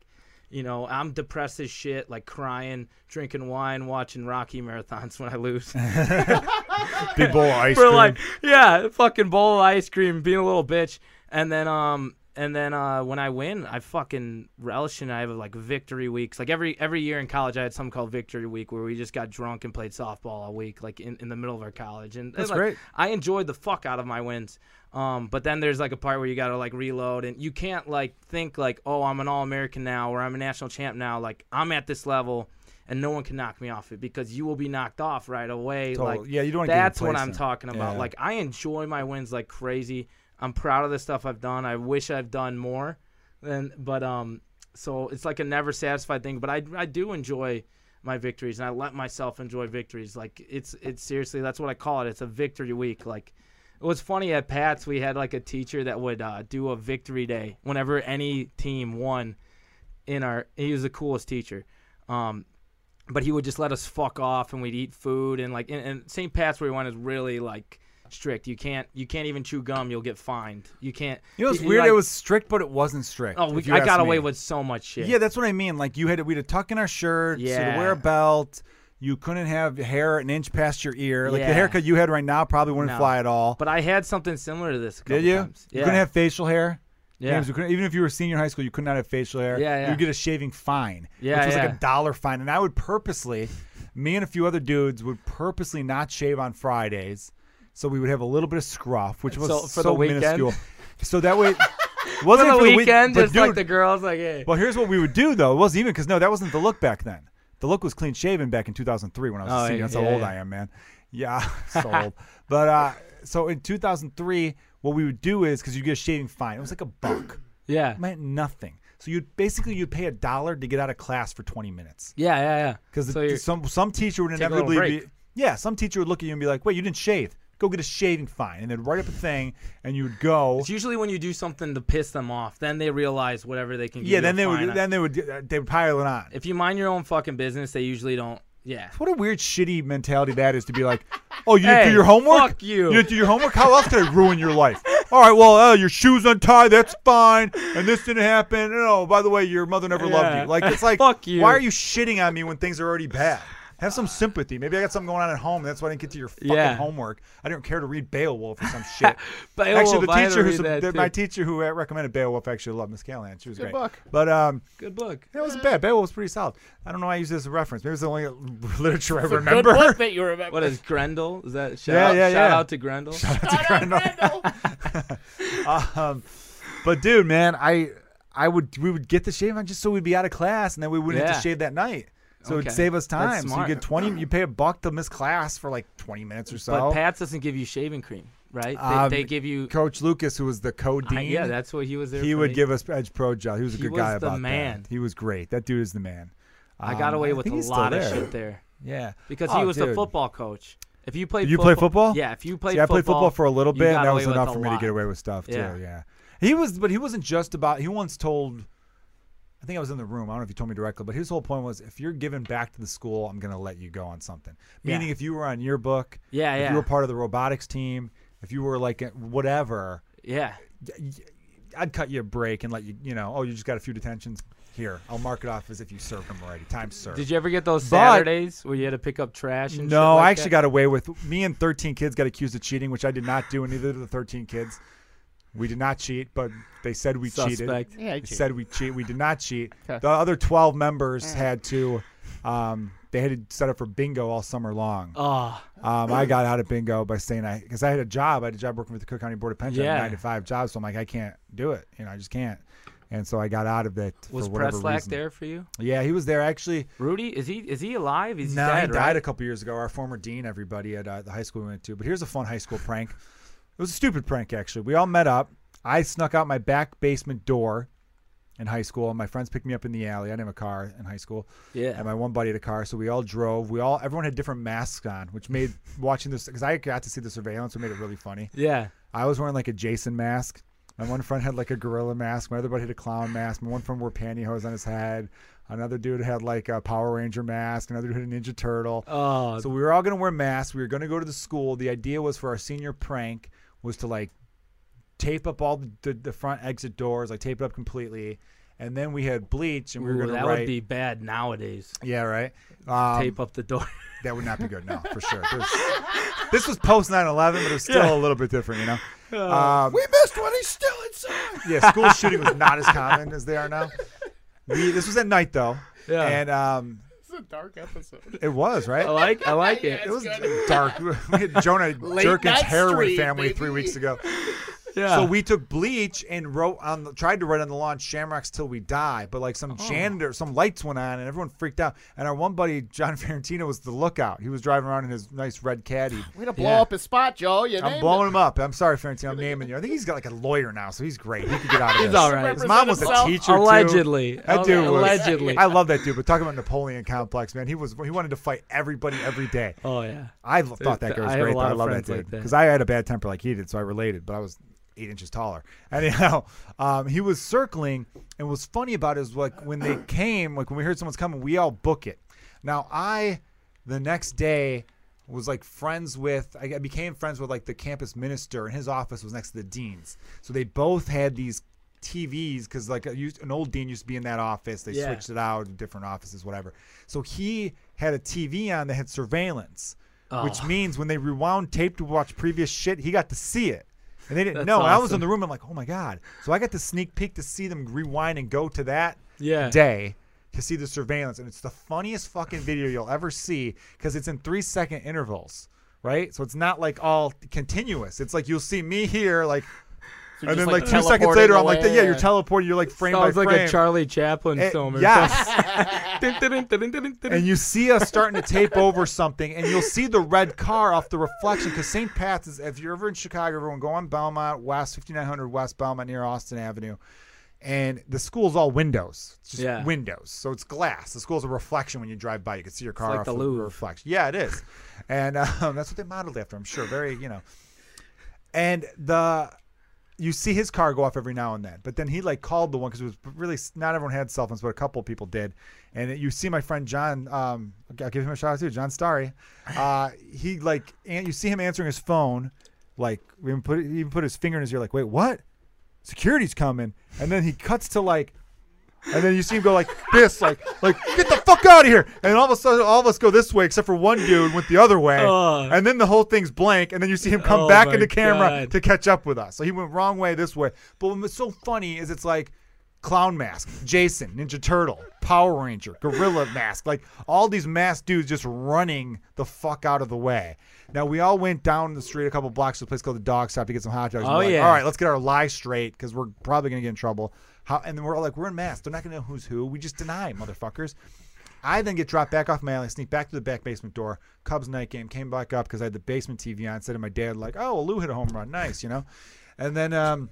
S3: You know, I'm depressed as shit, like crying, drinking wine, watching Rocky marathons [laughs] when I lose.
S2: [laughs] big
S3: [laughs]
S2: bowl of ice
S3: We're
S2: cream.
S3: like, yeah, a fucking bowl of ice cream, being a little bitch, and then um, and then uh, when I win, I fucking relish and I have like victory weeks. Like every every year in college, I had something called victory week where we just got drunk and played softball all week, like in, in the middle of our college. And and,
S2: That's
S3: like,
S2: great.
S3: I enjoyed the fuck out of my wins. Um, but then there's like a part where you gotta like reload, and you can't like think like, oh, I'm an All American now, or I'm a national champ now. Like I'm at this level, and no one can knock me off it because you will be knocked off right away.
S2: Totally.
S3: Like
S2: Yeah, you don't wanna get
S3: That's what I'm
S2: complacent.
S3: talking about.
S2: Yeah.
S3: Like I enjoy my wins like crazy. I'm proud of the stuff I've done. I wish I've done more. Then, but um, so it's like a never satisfied thing. But I I do enjoy my victories, and I let myself enjoy victories. Like it's it's seriously that's what I call it. It's a victory week. Like it was funny at Pat's. We had like a teacher that would uh, do a victory day whenever any team won. In our, he was the coolest teacher. Um, but he would just let us fuck off and we'd eat food and like and, and St. Pat's where we went is really like strict. You can't you can't even chew gum, you'll get fined. You can't
S2: you know, it's
S3: you-
S2: weird.
S3: like-
S2: it was strict, but it wasn't strict.
S3: Oh, we,
S2: if you
S3: I
S2: ask
S3: got
S2: me.
S3: away with so much shit.
S2: Yeah, that's what I mean. Like you had to, we had to tuck in our shirts, you had to wear
S3: Yeah.
S2: a belt. You couldn't have hair an inch past your ear. Like the
S3: Yeah.
S2: haircut you had right now probably wouldn't
S3: No.
S2: fly at all.
S3: But I had something similar to this a couple
S2: Did you?
S3: times.
S2: You
S3: Yeah.
S2: couldn't have facial hair.
S3: yeah.
S2: James, you couldn't- even if you were a senior in high school, you could not have facial hair.
S3: Yeah, yeah.
S2: You'd get a shaving fine, which
S3: Yeah,
S2: was like
S3: yeah.
S2: a dollar fine. And I would purposely, me and a few other dudes would purposely not shave on Fridays, so we would have a little bit of scruff, which was
S3: So, for the weekend?
S2: minuscule. So that
S3: [laughs]
S2: way, wasn't
S3: For
S2: it for
S3: the
S2: the
S3: weekend,
S2: week, but
S3: just like
S2: dude,
S3: the girls like hey.
S2: Well, here's what we would do though. It wasn't even because no, that wasn't the look back then. The look was clean shaven back in 2003 when I was
S3: Oh,
S2: a senior.
S3: yeah,
S2: That's how
S3: yeah,
S2: old
S3: yeah.
S2: I am, man. Yeah, [laughs] so old. But uh, so in 2003, what we would do is because you get a shaving fine. It was like a buck.
S3: yeah.
S2: It meant nothing. So you would basically you'd pay a dollar to get out of class for 20 minutes
S3: Yeah, yeah, yeah.
S2: because
S3: So you're-
S2: some some teacher would
S3: a little
S2: inevitably be
S3: break.
S2: yeah some teacher would look at you and be like wait you didn't shave go get a shaving fine and they'd write up a thing and you would go
S3: It's usually when you do something to piss them off, then they realize whatever they can give
S2: yeah
S3: you
S2: then
S3: a
S2: they
S3: fine
S2: would
S3: on.
S2: then they would uh, they would pile it on
S3: if you mind your own fucking business, they usually don't yeah.
S2: What a weird, shitty mentality that is to be like, [laughs] oh, you didn't do
S3: Hey,
S2: your homework?
S3: fuck you.
S2: didn't do your homework? How else did I ruin your life? [laughs] All right, well, uh, your shoes untied, that's fine. And this didn't happen. And, oh, by the way, your mother never loved
S3: Yeah. [laughs]
S2: you. Like, it's like,
S3: Fuck you.
S2: why are you shitting on me when things are already bad? Have some sympathy. Maybe I got something going on at home. That's why I didn't get to your fucking
S3: Yeah.
S2: homework. I didn't care to read Beowulf or some
S3: [laughs]
S2: shit. actually,
S3: Beowulf,
S2: the
S3: I had to
S2: teacher who
S3: read
S2: sub-
S3: that
S2: the-
S3: too.
S2: my teacher who uh, recommended Beowulf actually loved Miss Callahan. She was
S1: Good
S2: great.
S1: book.
S2: But um,
S3: Good book.
S2: that wasn't bad. Beowulf was pretty solid. I don't know why I use this as a reference. Maybe it's the only [laughs] literature I
S4: It's a good
S2: remember. [laughs]
S4: book that you remember.
S3: What is Grendel? Is that shout
S2: Yeah,
S3: out,
S2: yeah,
S3: shout
S2: yeah.
S3: out to Grendel?
S4: Shout out Randall.
S2: um, but dude, man, I I would we would get the shave on just so we'd be out of class, and then we wouldn't have
S3: Yeah.
S2: to shave that night. So it'd
S3: Okay.
S2: save us
S3: That's
S2: time. So you
S3: smart.
S2: get twenty. You pay a buck to miss class for like twenty minutes or so.
S3: But Pat's doesn't give you shaving cream, right? They,
S2: Um,
S3: they give you.
S2: Coach Lucas, who was the co-dean,
S3: I- yeah, that's what he was there.
S2: he
S3: for
S2: would
S3: me.
S2: give us edge pro job. He was a
S3: He
S2: good
S3: was
S2: guy
S3: the
S2: about
S3: man.
S2: that. He was great. That dude is the man.
S3: I got
S2: Um,
S3: away
S2: I
S3: with
S2: think
S3: a
S2: he's still
S3: lot of
S2: there.
S3: shit there
S2: Yeah,
S3: because
S2: Oh,
S3: he was the
S2: dude.
S3: football coach. If you played,
S2: Did you play football?
S3: Yeah, if you played.
S2: See, I played football for a little
S3: you
S2: bit,
S3: got
S2: and that
S3: away
S2: was
S3: with
S2: enough
S3: a
S2: for me to get
S3: lot.
S2: away with stuff
S3: Yeah.
S2: too. Yeah, he was, but he wasn't just about. He once told, I think I was in the room. I don't know if you told me directly, but his whole point was, if you're giving back to the school, I'm going to let you go on something.
S3: Yeah.
S2: Meaning, if you were on your book,
S3: Yeah,
S2: if
S3: yeah,
S2: you were part of the robotics team, if you were like whatever,
S3: yeah.
S2: I'd cut you a break and let you, you know, oh, you just got a few detentions. Here, I'll mark it off as if you served them already. Time served.
S3: Did you ever get those
S2: But-
S3: Saturdays where you had to pick up trash and shit
S2: No,
S3: like
S2: I actually got away with me and 13 kids got accused of cheating, which I did not do, and neither did the 13 kids. We did not cheat, but they said we cheated.
S3: suspect.
S1: Yeah, I
S2: They said we cheat. We did not cheat.
S1: 'Kay.
S2: The other 12 members had to. Um, they had to set up for bingo all summer long.
S3: Ah,
S2: Um, I got out of bingo by saying I because I had a job. I had a job working with the Cook County Board of Pension, I had a
S3: Yeah.
S2: nine to five job. So I'm like, I can't do it. You know, I just can't. And so I got out of it.
S3: was
S2: for whatever
S3: Preslack
S2: reason.
S3: there for you?
S2: Yeah, he was there actually.
S3: Rudy, is he is he alive? He's
S2: No,
S3: dead,
S2: he died
S3: right?
S2: a couple years ago. Our former dean, everybody at uh, the high school we went to. But here's a fun high school prank. It was a stupid prank, actually. We all met up. I snuck out my back basement door in high school, and my friends picked me up in the alley. I didn't have a car in high school,
S3: yeah.
S2: and my one buddy had a car, so we all drove. We all everyone had different masks on, which made [laughs] watching this because I got to see the surveillance, it made it really funny.
S3: yeah.
S2: I was wearing like a Jason mask. My one friend had like a gorilla mask. My other buddy had a clown mask. My one friend wore pantyhose on his head. Another dude had like a Power Ranger mask. Another dude had a Ninja Turtle.
S3: Oh,
S2: So we were all going to wear masks. We were going to go to the school. The idea was for our senior prank was to like tape up all the, the, the front exit doors, like tape it up completely. And then we had bleach and we were
S3: ooh,
S2: going to
S3: that
S2: write.
S3: would be bad nowadays.
S2: yeah, right. Um,
S3: Tape up the door. [laughs]
S2: That would not be good. No, for sure. There's- this was post 9 11, but it was still a little bit different, you know? Um,
S1: We missed one. He's still
S2: [laughs]
S1: inside.
S2: yeah, school shooting was not as common as they are now. We, this was at night though,
S3: Yeah.
S2: and um,
S4: It's a dark episode.
S2: it was right.
S3: I like I like
S4: Yeah,
S2: it
S3: it.
S4: it's
S2: was
S4: Oh, good.
S2: dark. We had Jonah
S4: [laughs] Late
S2: Jerkin's
S4: night
S2: heroin
S4: street,
S2: family
S4: baby.
S2: three weeks ago.
S3: Yeah.
S2: So we took bleach and wrote on the, tried to write on the lawn "Shamrocks till we die," but like some
S4: Oh.
S2: janitor, some lights went on, and everyone freaked out. And our one buddy John Ferentino was the lookout. He was driving around in his nice red caddy.
S1: Way to blow
S3: Yeah.
S1: up his spot, Joe. You
S2: I'm
S1: named
S2: blowing him up. I'm sorry, Ferentino. I'm naming you. I think he's got like a lawyer now, so he's great. He could get out of this.
S3: He's all right.
S2: His mom was a
S4: Represent
S2: teacher too.
S3: allegedly.
S2: That dude was-
S3: allegedly.
S2: I love that dude, but talking about Napoleon complex, man, he was he wanted to fight everybody every day.
S3: oh yeah.
S2: I lo- thought that
S3: Dude,
S2: guy was
S3: I have
S2: great.
S3: a
S2: though.
S3: lot
S2: I
S3: of
S2: love that
S3: friends
S2: dude
S3: like that.
S2: because I had a bad temper like he did, so I related. But I was eight inches taller. [laughs] Anyhow, um, he was circling, and what's funny about it is like when
S3: [clears throat]
S2: they came, like when we heard someone's coming, we all book it. Now I, the next day, was like friends with. I became friends with like the campus minister, and his office was next to the dean's. So they both had these TVs because like a, used- an old dean used to be in that office. They
S3: Yeah.
S2: switched it out, different offices, whatever. So he had a TV on that had surveillance
S1: Oh.
S2: which means when they rewound tape to watch previous shit, he got to see it. And they didn't
S3: That's
S2: know. And I was in
S3: awesome.
S2: the room. I'm like, oh my god! So I got the sneak peek to see them rewind and go to that
S3: Yeah.
S2: day to see the surveillance, and it's the funniest fucking video you'll ever see because it's in three second intervals, right? So it's not like all continuous. It's like you'll see me here, like,
S1: So just,
S2: and then like, two seconds later, I'm like,
S1: teleporting
S2: yeah,
S1: away.
S2: you're teleporting. You're like frame
S3: Sounds
S2: by
S3: like
S2: frame.
S3: a Charlie Chaplin
S2: Eh,
S3: film. Or
S2: yes.
S3: something.
S2: [laughs] and you see us starting to tape over something, and you'll see the red car off the reflection. Because St. Pat's is, if you're ever in Chicago, everyone go on Belmont West, 5900 West Belmont near Austin Avenue. And the school's all windows, It's just
S3: Yeah.
S2: windows. So it's glass. The school's a reflection when you drive by. You can see your car
S3: like
S2: off
S3: the
S2: the
S3: Louvre.
S2: reflection. Yeah, it is, and [laughs] um, that's what they modeled after. I'm sure. Very, you know. And the you see his car go off every now and then. But then he like called the one because it was really not everyone had cell phones, but a couple people did. And you see my friend John. Um, I'll give him a shout out too, John Starry. Uh, he like and you see him answering his phone, like we even put he even put his finger in his ear, like wait what? Security's coming. And then he cuts to like and then you see him go like this, like like get the fuck out of here, and all of a sudden all of us go this way except for one dude went the other way,
S3: Oh.
S2: and then the whole thing's blank, and then you see him come
S3: Oh
S2: back
S3: my
S2: into camera [laughs]
S3: God.
S2: to catch up with us. So he went wrong way this way. But what's so funny is it's like. Clown mask, Jason, Ninja Turtle, Power Ranger, Gorilla mask, like all these masked dudes just running the fuck out of the way. Now we all went down the street a couple blocks to a place called the Dog Stop to get some hot dogs. and
S3: Oh,
S2: we're like,
S3: yeah.
S2: all right, let's get our lie straight because we're probably gonna get in trouble. How, and then we're all like, we're in masks. They're not gonna know who's who. We just deny, motherfuckers. I then get dropped back off my alley, sneak back to the back basement door. Cubs night game came back up because I had the basement TV on. Said to my dad, like, oh, well, Lou hit a home run, nice, you know. And then um,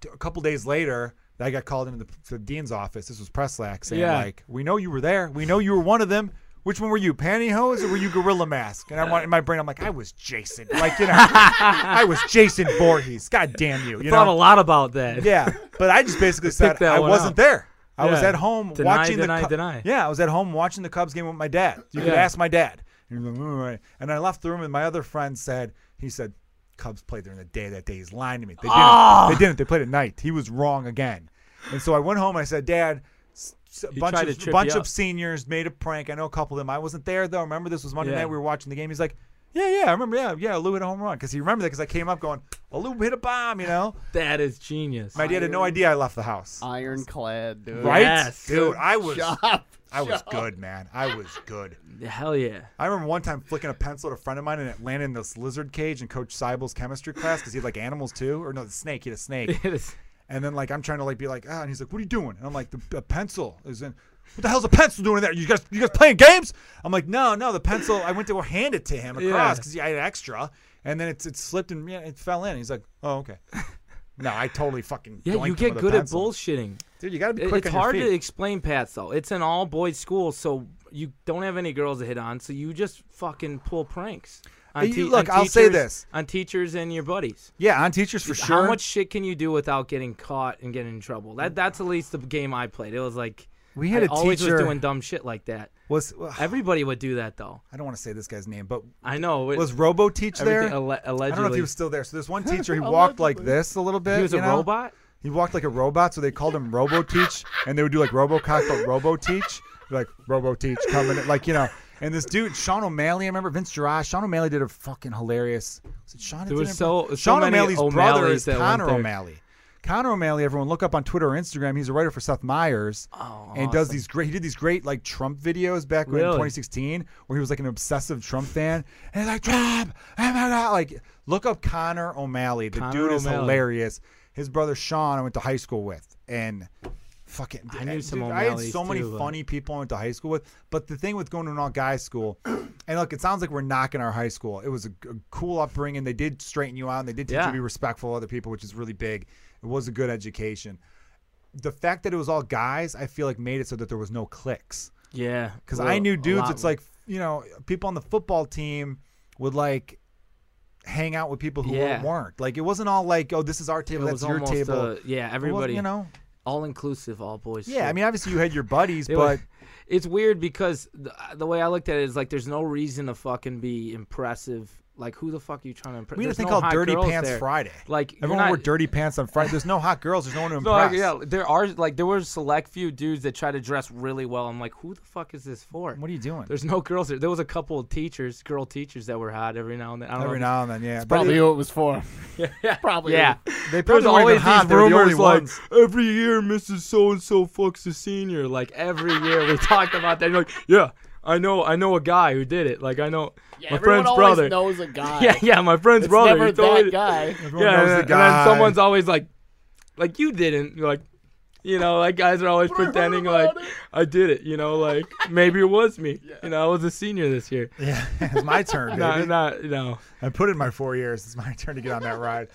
S2: t- a couple days later, I got called into the, to the dean's office. This was Preslack saying,
S3: Yeah.
S2: like, we know you were there. We know you were one of them. Which one were you, pantyhose or were you gorilla mask? And I want in my brain, I'm like, I was Jason. Like, you know, [laughs] I was Jason Voorhees. God damn you. You
S3: thought
S2: know?
S3: a lot about that.
S2: Yeah, but I just
S3: [laughs]
S2: basically said
S3: Pick that
S2: I
S3: one
S2: wasn't
S3: out.
S2: there. I was
S3: Yeah.
S2: at home
S3: Deny,
S2: watching
S3: deny,
S2: the Cub-
S3: deny.
S2: Yeah, I was at home watching the Cubs game with my dad. You could
S3: Yeah.
S2: ask my dad. And, he was like, "All right." And I left the room, and my other friend said, "He said Cubs played during the day that day. He's lying to me. They didn't.
S3: Ah!
S2: They didn't. They played at night. He was wrong again." And so I went home and I said, "Dad." s- s- A
S3: He
S2: bunch
S3: tried to
S2: of
S3: trip
S2: bunch
S3: you
S2: of
S3: up.
S2: seniors made a prank. I know a couple of them. I wasn't there though. Remember this was Monday
S3: Yeah.
S2: night. We were watching the game. He's like, "Yeah, yeah, I remember. Yeah, yeah, Lou hit a home run because he remembered that because I came up going, well, Lou hit a bomb, you know."
S3: That is genius.
S2: My dad had no
S1: Iron-
S2: idea I left the house.
S1: Ironclad, dude. [laughs]
S2: right,
S3: Uh, Yes.
S2: dude. I was,
S1: Job.
S2: I was good, man. I was good.
S3: Hell
S2: [laughs]
S3: yeah.
S2: I remember one time flicking a pencil at a friend of mine, and it landed in this lizard cage in Coach Seibel's chemistry class because he had like animals too, or no, the snake. He had a
S3: [laughs]
S2: snake.
S3: It is-
S2: And then like I'm trying to like be like, ah, and he's like, what are you doing? And I'm like, the a pencil is in. What the hell's a pencil doing in there? You guys, you guys playing games? I'm like, no, no. The pencil. I went to hand it to him across
S3: Yeah.
S2: because I had extra, and then it, it slipped and yeah, it fell in. He's like, oh okay. [laughs] No, I totally fucking.
S3: Yeah,
S2: doinked
S3: you
S2: him
S3: get
S2: with a
S3: good at
S2: pencil.
S3: bullshitting.
S2: Dude, you got to be
S3: It-
S2: quick on
S3: it's
S2: your
S3: hard
S2: feet.
S3: to explain Pats though. It's an all boys school, so you don't have any girls to hit on, so you just fucking pull pranks. On
S2: You- look, I'll say this.
S3: on teachers and your buddies.
S2: Yeah, on teachers for sure.
S3: How much shit can you do without getting caught and getting in trouble? That that's at least the game I played. It was like
S2: We had
S3: I
S2: a
S3: always
S2: teacher-
S3: was doing dumb shit like that.
S2: was? well,
S3: Everybody would do that though.
S2: I don't want to say this guy's name, but
S3: I know. It,
S2: was Robo Teach there?
S3: everything alle-
S2: I
S3: allegedly.
S2: don't know if he was still there. So this
S3: [laughs]
S2: one teacher, he walked like this a little bit.
S3: He was
S2: you
S3: a
S2: know?
S3: robot.
S2: He walked like a robot, so they called him Robo Teach, and they would do like RoboCop, but Robo Teach, like Robo Teach coming, in, like you know. And this dude, Sean O'Malley, I remember Vince Girard. Sean O'Malley did a fucking hilarious. Was it Sean?
S3: There was
S2: Did it-
S3: so- so
S2: Sean
S3: many
S2: O'Malley's brother
S3: O'Malleys
S2: is
S3: that went
S2: Connor
S3: there.
S2: O'Malley. Connor O'Malley, everyone look up on Twitter or Instagram. He's a writer for Seth Meyers,
S3: Oh,
S2: and does
S3: awesome.
S2: these great. He did these great like Trump videos back when in
S3: Really?
S2: 2016, where he was like an obsessive Trump fan, and he's like Trump, oh my God." like look up Connor O'Malley. The
S3: Connor
S2: dude is
S3: O'Malley.
S2: hilarious. His brother Sean, I went to high school with, and fucking,
S3: I knew some
S2: dude, I had
S3: O'Malleys
S2: so many
S3: too, but-
S2: funny people I went to high school with. But the thing with going to an all guys school, [clears throat] and look, it sounds like we're knocking our high school. It was a, a cool upbringing. They did straighten you out, and they did teach you
S3: Yeah.
S2: to be respectful of other people, which is really big. It was a good education. The fact that it was all guys, I feel like made it so that there was no cliques
S3: Yeah,
S2: because
S3: well,
S2: I knew
S3: a
S2: dudes.
S3: lot
S2: It's like you know, people on the football team would like hang out with people who
S3: Yeah.
S2: weren't. Like it wasn't all like, oh, this is our
S3: it
S2: table,
S3: was
S2: that's your
S3: almost
S2: table. It
S3: uh,
S2: wasn't,
S3: yeah, everybody.
S2: you know.
S3: all inclusive, all boys.
S2: Yeah, I
S3: school.
S2: mean, obviously you had your buddies,
S3: [laughs] It
S2: but
S3: was- it's weird because the, uh, the way I looked at it is like there's no reason to fucking be impressive. Like who the fuck are you trying to impress?
S2: we had a
S3: There's
S2: thing
S3: no
S2: called
S3: hot
S2: Dirty
S3: girls
S2: Pants
S3: there.
S2: Friday.
S3: Like you're
S2: everyone
S3: not-
S2: wore dirty pants on Friday. There's no hot girls. There's no one to
S3: No, like,
S2: impress.
S3: yeah, there are like there were select few dudes that try to dress really well. I'm like, who the fuck is this for?
S2: What are you doing?
S3: There's no girls there. There was a couple of teachers, girl teachers that were hot every now and then. I don't
S2: Every
S3: know.
S2: now and then, yeah. But
S1: Probably
S2: it-
S1: who it was for.
S3: [laughs]
S1: Probably.
S3: Yeah.
S2: they
S3: There's
S2: probably weren't even
S3: always
S2: hot.
S3: these
S2: They were the only
S3: rumors like
S2: ones.
S3: every year Mrs. So and So fucks a senior. Like every year we [laughs] talked about that. You're like, yeah, I know, I know a guy who did it. Like I know
S1: Yeah,
S3: my
S1: everyone
S3: friend's
S1: always
S3: brother.
S1: knows a guy.
S3: [laughs] Yeah, yeah, my friend's
S1: It's
S3: brother.
S1: [laughs] never
S3: he told me
S1: that
S3: to-
S1: guy.
S2: Everyone
S3: Yeah,
S2: knows
S3: and,
S2: the
S3: and then
S2: guy.
S3: someone's always like, like you didn't. You're like, you know, like guys are always pretending like I did it. You know, like maybe it was me. You know, I was a senior this year.
S2: [laughs] Yeah, it's my turn,
S3: [laughs]
S2: baby.
S3: Not, not, you know.
S2: I put in my four years. It's my [laughs] turn to get on that ride.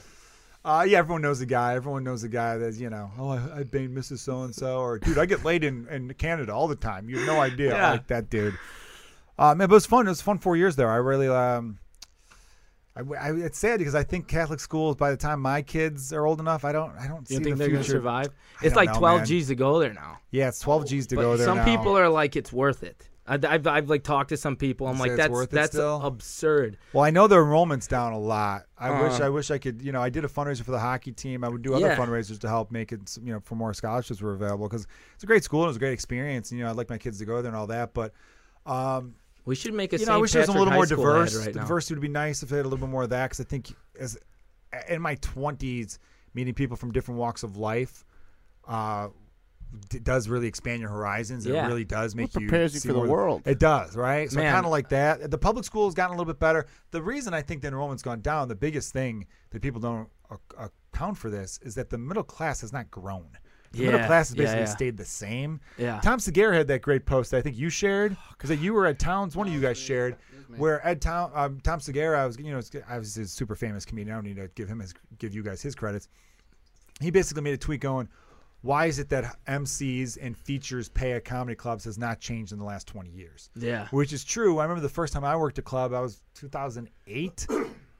S2: Uh, yeah, everyone knows a guy. Everyone knows a guy that's, you know, oh, I, I banged Mrs. So and so. Or, dude, I get laid in, in Canada all the time. You have no idea. I
S3: Yeah.
S2: like that dude. Uh, man, but it was fun. It was fun four years there. I really, um, I, I, it's sad because I think Catholic schools, by the time my kids are old enough, I don't, I don't see
S3: You don't think
S2: the
S3: they're
S2: future.
S3: gonna survive?
S2: I
S3: It's
S2: don't
S3: like
S2: know,
S3: 12
S2: man.
S3: G's to go there now.
S2: Yeah, it's 12 G's to
S3: But
S2: go there.
S3: some
S2: now.
S3: people are like, it's worth it. I, I've, I've like talked to some people. I'm
S2: You say
S3: like,
S2: it's
S3: that's
S2: worth it
S3: that's
S2: still?
S3: absurd.
S2: Well, I know the enrollment's down a lot. I wish
S3: Uh.
S2: I wish I could. You know, I did a fundraiser for the hockey team. I would do other
S3: Yeah.
S2: fundraisers to help make it. You know, for more scholarships were available because it's a great school and it was a great experience. And, you know, I'd like my kids to go there and all that. But um,
S3: We should make a
S2: you
S3: St.
S2: know, I wish it
S3: Patrick
S2: was a little
S3: High
S2: more
S3: School ad
S2: diverse.
S3: right
S2: the
S3: now.
S2: diversity would be nice if they had a little bit more of that. Because I think as in my twenties, meeting people from different walks of life. Uh, d- does really expand your horizons.
S3: Yeah.
S2: It really does make you
S1: prepares you
S2: see
S1: for the
S2: more-
S1: world.
S2: It does, right? So
S3: Man.
S2: kind of like that. The public school has gotten a little bit better. The reason I think the enrollment's gone down, the biggest thing that people don't ac- account for this is that the middle class has not grown. The middle
S3: Yeah,
S2: class has
S3: yeah,
S2: basically
S3: yeah.
S2: stayed the same.
S3: Yeah.
S2: Tom Segura had that great post that I think you shared because you were at Towns. One of you guys shared where Ed Tom um, Tom Segura. I was you know obviously a super famous comedian. I don't need to give him his give you guys his credits he basically made a tweet going, "Why is it that MCs and features pay at comedy clubs has not changed in the last 20 years?"
S3: Yeah.
S2: Which is true. I remember the first time I worked a club, I was 2008,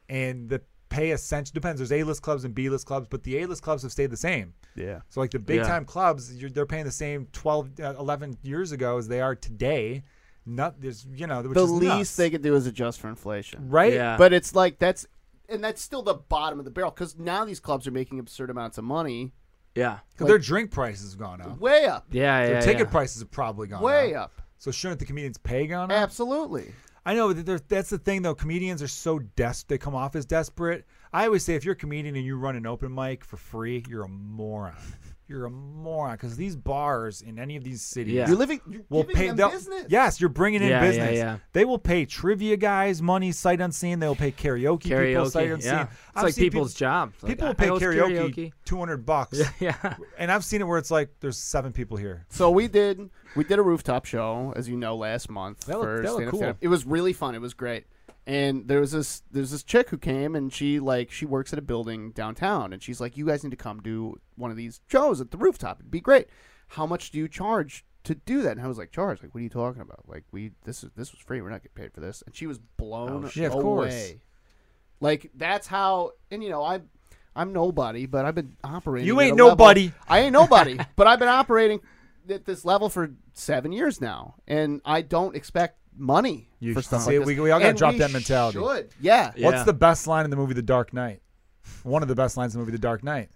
S2: and the pay essentially depends. There's A-list clubs and B-list clubs, but the A-list clubs have stayed the same.
S1: Yeah.
S2: So like the big
S3: Yeah.
S2: time clubs, you're, they're paying the same 12, uh, 11 years ago as they are today. Not there's you know which
S1: the
S2: is
S1: least
S2: nuts,
S1: they could do is adjust for inflation.
S2: right?
S3: Yeah.
S1: But it's like that's and that's still the bottom of the barrel because now these clubs are making absurd amounts of money,
S2: 'Cause their drink prices have gone up.
S1: way up,
S3: Yeah. Yeah.
S2: Their
S3: yeah
S2: ticket
S3: yeah.
S2: prices have probably gone
S1: way
S2: up.
S1: up.
S2: So shouldn't the comedians pay gone up?
S1: Absolutely.
S2: I know that there's- that's the thing though. Comedians are so des they come off as desperate. I always say if you're a comedian and you run an open mic for free, you're a moron. You're a moron because these bars in any of these cities
S3: Yeah.
S1: You're living. You're
S2: will
S1: giving
S2: pay.
S1: them
S2: they'll-
S1: business.
S2: Yes, you're bringing in
S3: Yeah, yeah,
S2: business.
S3: yeah.
S2: They will pay trivia guys money, sight unseen. They will pay karaoke, people, sight
S3: Karaoke.
S2: unseen.
S3: Yeah. It's
S2: I've
S3: like
S2: seen
S3: people's jobs.
S2: People,
S3: Like,
S2: people
S3: I-
S2: will
S3: I
S2: pay
S3: host
S2: karaoke, two hundred bucks,
S3: [laughs] Yeah. Yeah.
S2: and I've seen it where it's like there's seven people here.
S1: So we did we did a rooftop show, as you know, last month.
S2: That looked-
S1: for
S2: that looked
S1: stand-up
S2: cool.
S1: stand-up. It was really fun. It was great. And there was this there's this chick who came and she like she works at a building downtown and she's like, You guys need to come do one of these shows at the rooftop. It'd be great. How much do you charge to do that? And I was like, Charge? Like, what are you talking about? Like we this is this was free, we're not getting paid for this. And she was blown
S2: Oh, shit. Yeah, of course.
S1: away. Like that's how and you know, I I'm nobody, but I've been operating.
S2: You
S1: at
S2: ain't
S1: a level-
S2: nobody.
S1: I ain't
S2: [laughs]
S1: nobody, but I've been operating at this level for seven years now, and I don't expect money
S2: You
S1: for stuff
S2: see,
S1: like this.
S2: we- we all gotta
S1: And
S2: drop
S1: we
S2: that mentality.
S1: should. Yeah.
S3: Yeah.
S2: What's the best line in the movie The Dark Knight? One of the best lines in the movie The Dark Knight.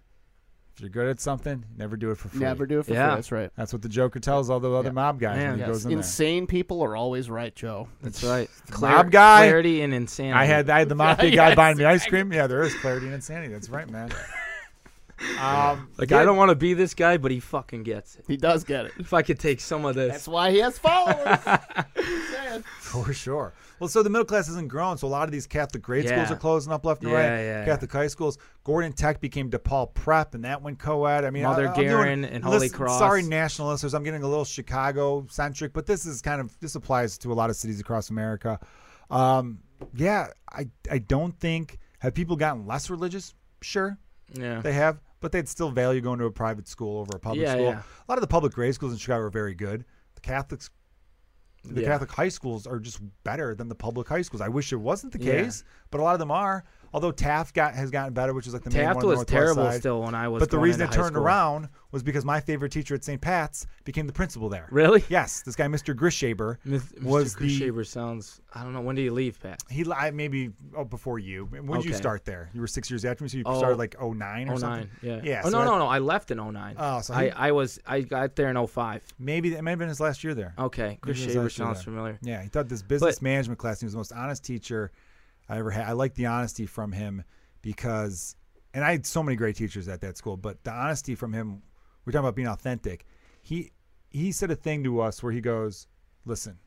S2: If you're good at something, never do it for free.
S1: Never do it for
S3: Yeah.
S1: free. That's right.
S2: That's what the Joker tells all the other
S1: Yeah.
S2: mob guys when
S3: Man,
S2: he
S1: Yes.
S2: goes in there.
S1: Insane people are always right, Joe.
S2: [laughs]
S3: That's right.
S2: Mob guy.
S3: Clarity and insanity.
S2: I had I had
S1: [laughs]
S2: the mafia guy buying me ice cream. Yeah, there is clarity and insanity. That's right, man. Um,
S3: Like
S2: yeah,
S3: I don't want to be this guy, but he fucking gets it.
S1: He does get it.
S3: If I could take some of
S1: That's
S3: this.
S1: why he has
S3: [laughs]
S1: followers. Just saying.
S2: for sure. Well, so the middle class isn't grown, so a lot of these Catholic grade schools
S3: Yeah.
S2: are closing up left and
S3: Yeah,
S2: right.
S3: yeah, yeah.
S2: Catholic high schools. Gordon Tech became DePaul Prep, and that went co-ed. I mean,
S3: Mother
S2: I, I'm doing-
S3: Garin and Holy
S2: listen,
S3: Cross.
S2: Sorry, national listeners, I'm getting a little Chicago centric, but this is kind of this applies to a lot of cities across America. Um, yeah, I I don't think have people gotten less religious. Sure,
S3: yeah.
S2: they have, but they'd still value going to a private school over a public
S3: Yeah,
S2: school.
S3: yeah.
S2: A lot of the public grade schools in Chicago are very good. The Catholics, the
S3: Yeah.
S2: Catholic high schools are just better than the public high schools. I wish it wasn't the
S3: Yeah.
S2: case, but a lot of them are. Although Taft got has gotten better, which is like the main one
S3: Taft
S2: on the
S3: was
S2: Northwest
S3: terrible
S2: side.
S3: still when I was.
S2: But the
S3: going
S2: reason it
S3: into high
S2: turned
S3: school.
S2: around was because my favorite teacher at St. Pat's became the principal there. [laughs]
S3: Really?
S2: Yes, this guy, Mr. Grishaber, was
S3: Mr. Was
S2: the
S3: Shaver sounds. I don't know. When did you leave, Pat?
S2: he li- I- maybe oh, before you. When did you
S3: Okay.
S2: start there? You were six years after me, so you
S3: Oh.
S2: started like 09 or
S3: Oh
S2: something.
S3: nine. Yeah.
S2: Yeah,
S3: Oh
S2: so
S3: no
S2: that-
S3: no no. I left in 09.
S2: Oh, so he-
S3: I I was I got there in 05.
S2: Maybe it may have been his last year there.
S3: Okay. Chris
S2: Maybe it was
S3: Shaver
S2: actually
S3: sounds
S2: that.
S3: familiar.
S2: Yeah, he taught this business management class. He was the most honest teacher I ever had. I liked the honesty from him because, and I had so many great teachers at that school, but the honesty from him, we're talking about being authentic. He he said a thing to us where he goes, "Listen,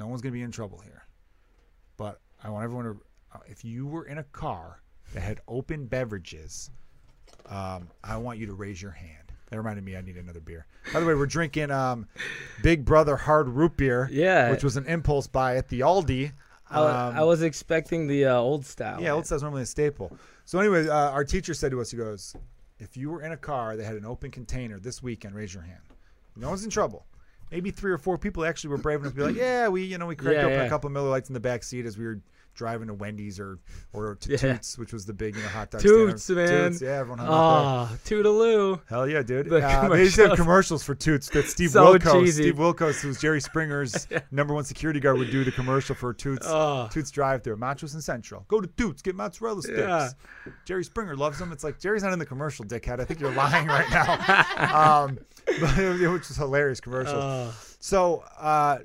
S2: no one's gonna be in trouble here, but I want everyone to. uh, If you were in a car that had open beverages, um, I want you to raise your hand." That reminded me, I need another beer. By the way, we're drinking um, Big Brother Hard Root Beer,
S3: Yeah.
S2: which was an impulse buy at the Aldi.
S3: I,
S2: Um,
S3: I was expecting the uh, old style.
S2: yeah, old style's normally a staple. So anyway, uh, our teacher said to us, he goes, if you were in a car that had an open container this weekend, raise your hand. No one's in trouble. maybe three or four people actually were brave enough to be like, yeah, we you know we cracked
S3: Yeah,
S2: open a
S3: yeah.
S2: couple of Miller Lights in the back seat as we were driving to Wendy's or or to
S3: Yeah.
S2: Toots, which was the big you know, hot dog
S3: Toots,
S2: stand.
S3: man.
S2: Toots, yeah, everyone hung out there.
S3: Ah, toodaloo.
S2: Hell yeah, dude!
S3: The
S2: Uh, they used to have
S3: commercials.
S2: commercials for Toots that Steve
S3: So
S2: Wilkos,
S3: cheesy.
S2: Steve Wilkos, who's Jerry
S3: [laughs]
S2: Springer's number one security guard, would do the commercial for Toots.
S3: Ah.
S2: Toots drive through Machos and Central. Go to Toots, get mozzarella sticks.
S3: Yeah.
S2: Jerry Springer loves them. It's like Jerry's not in the commercial, dickhead. I think you're lying right
S3: [laughs]
S2: now. um, [laughs] but it, which is hilarious commercial.
S3: Ah.
S2: So, uh,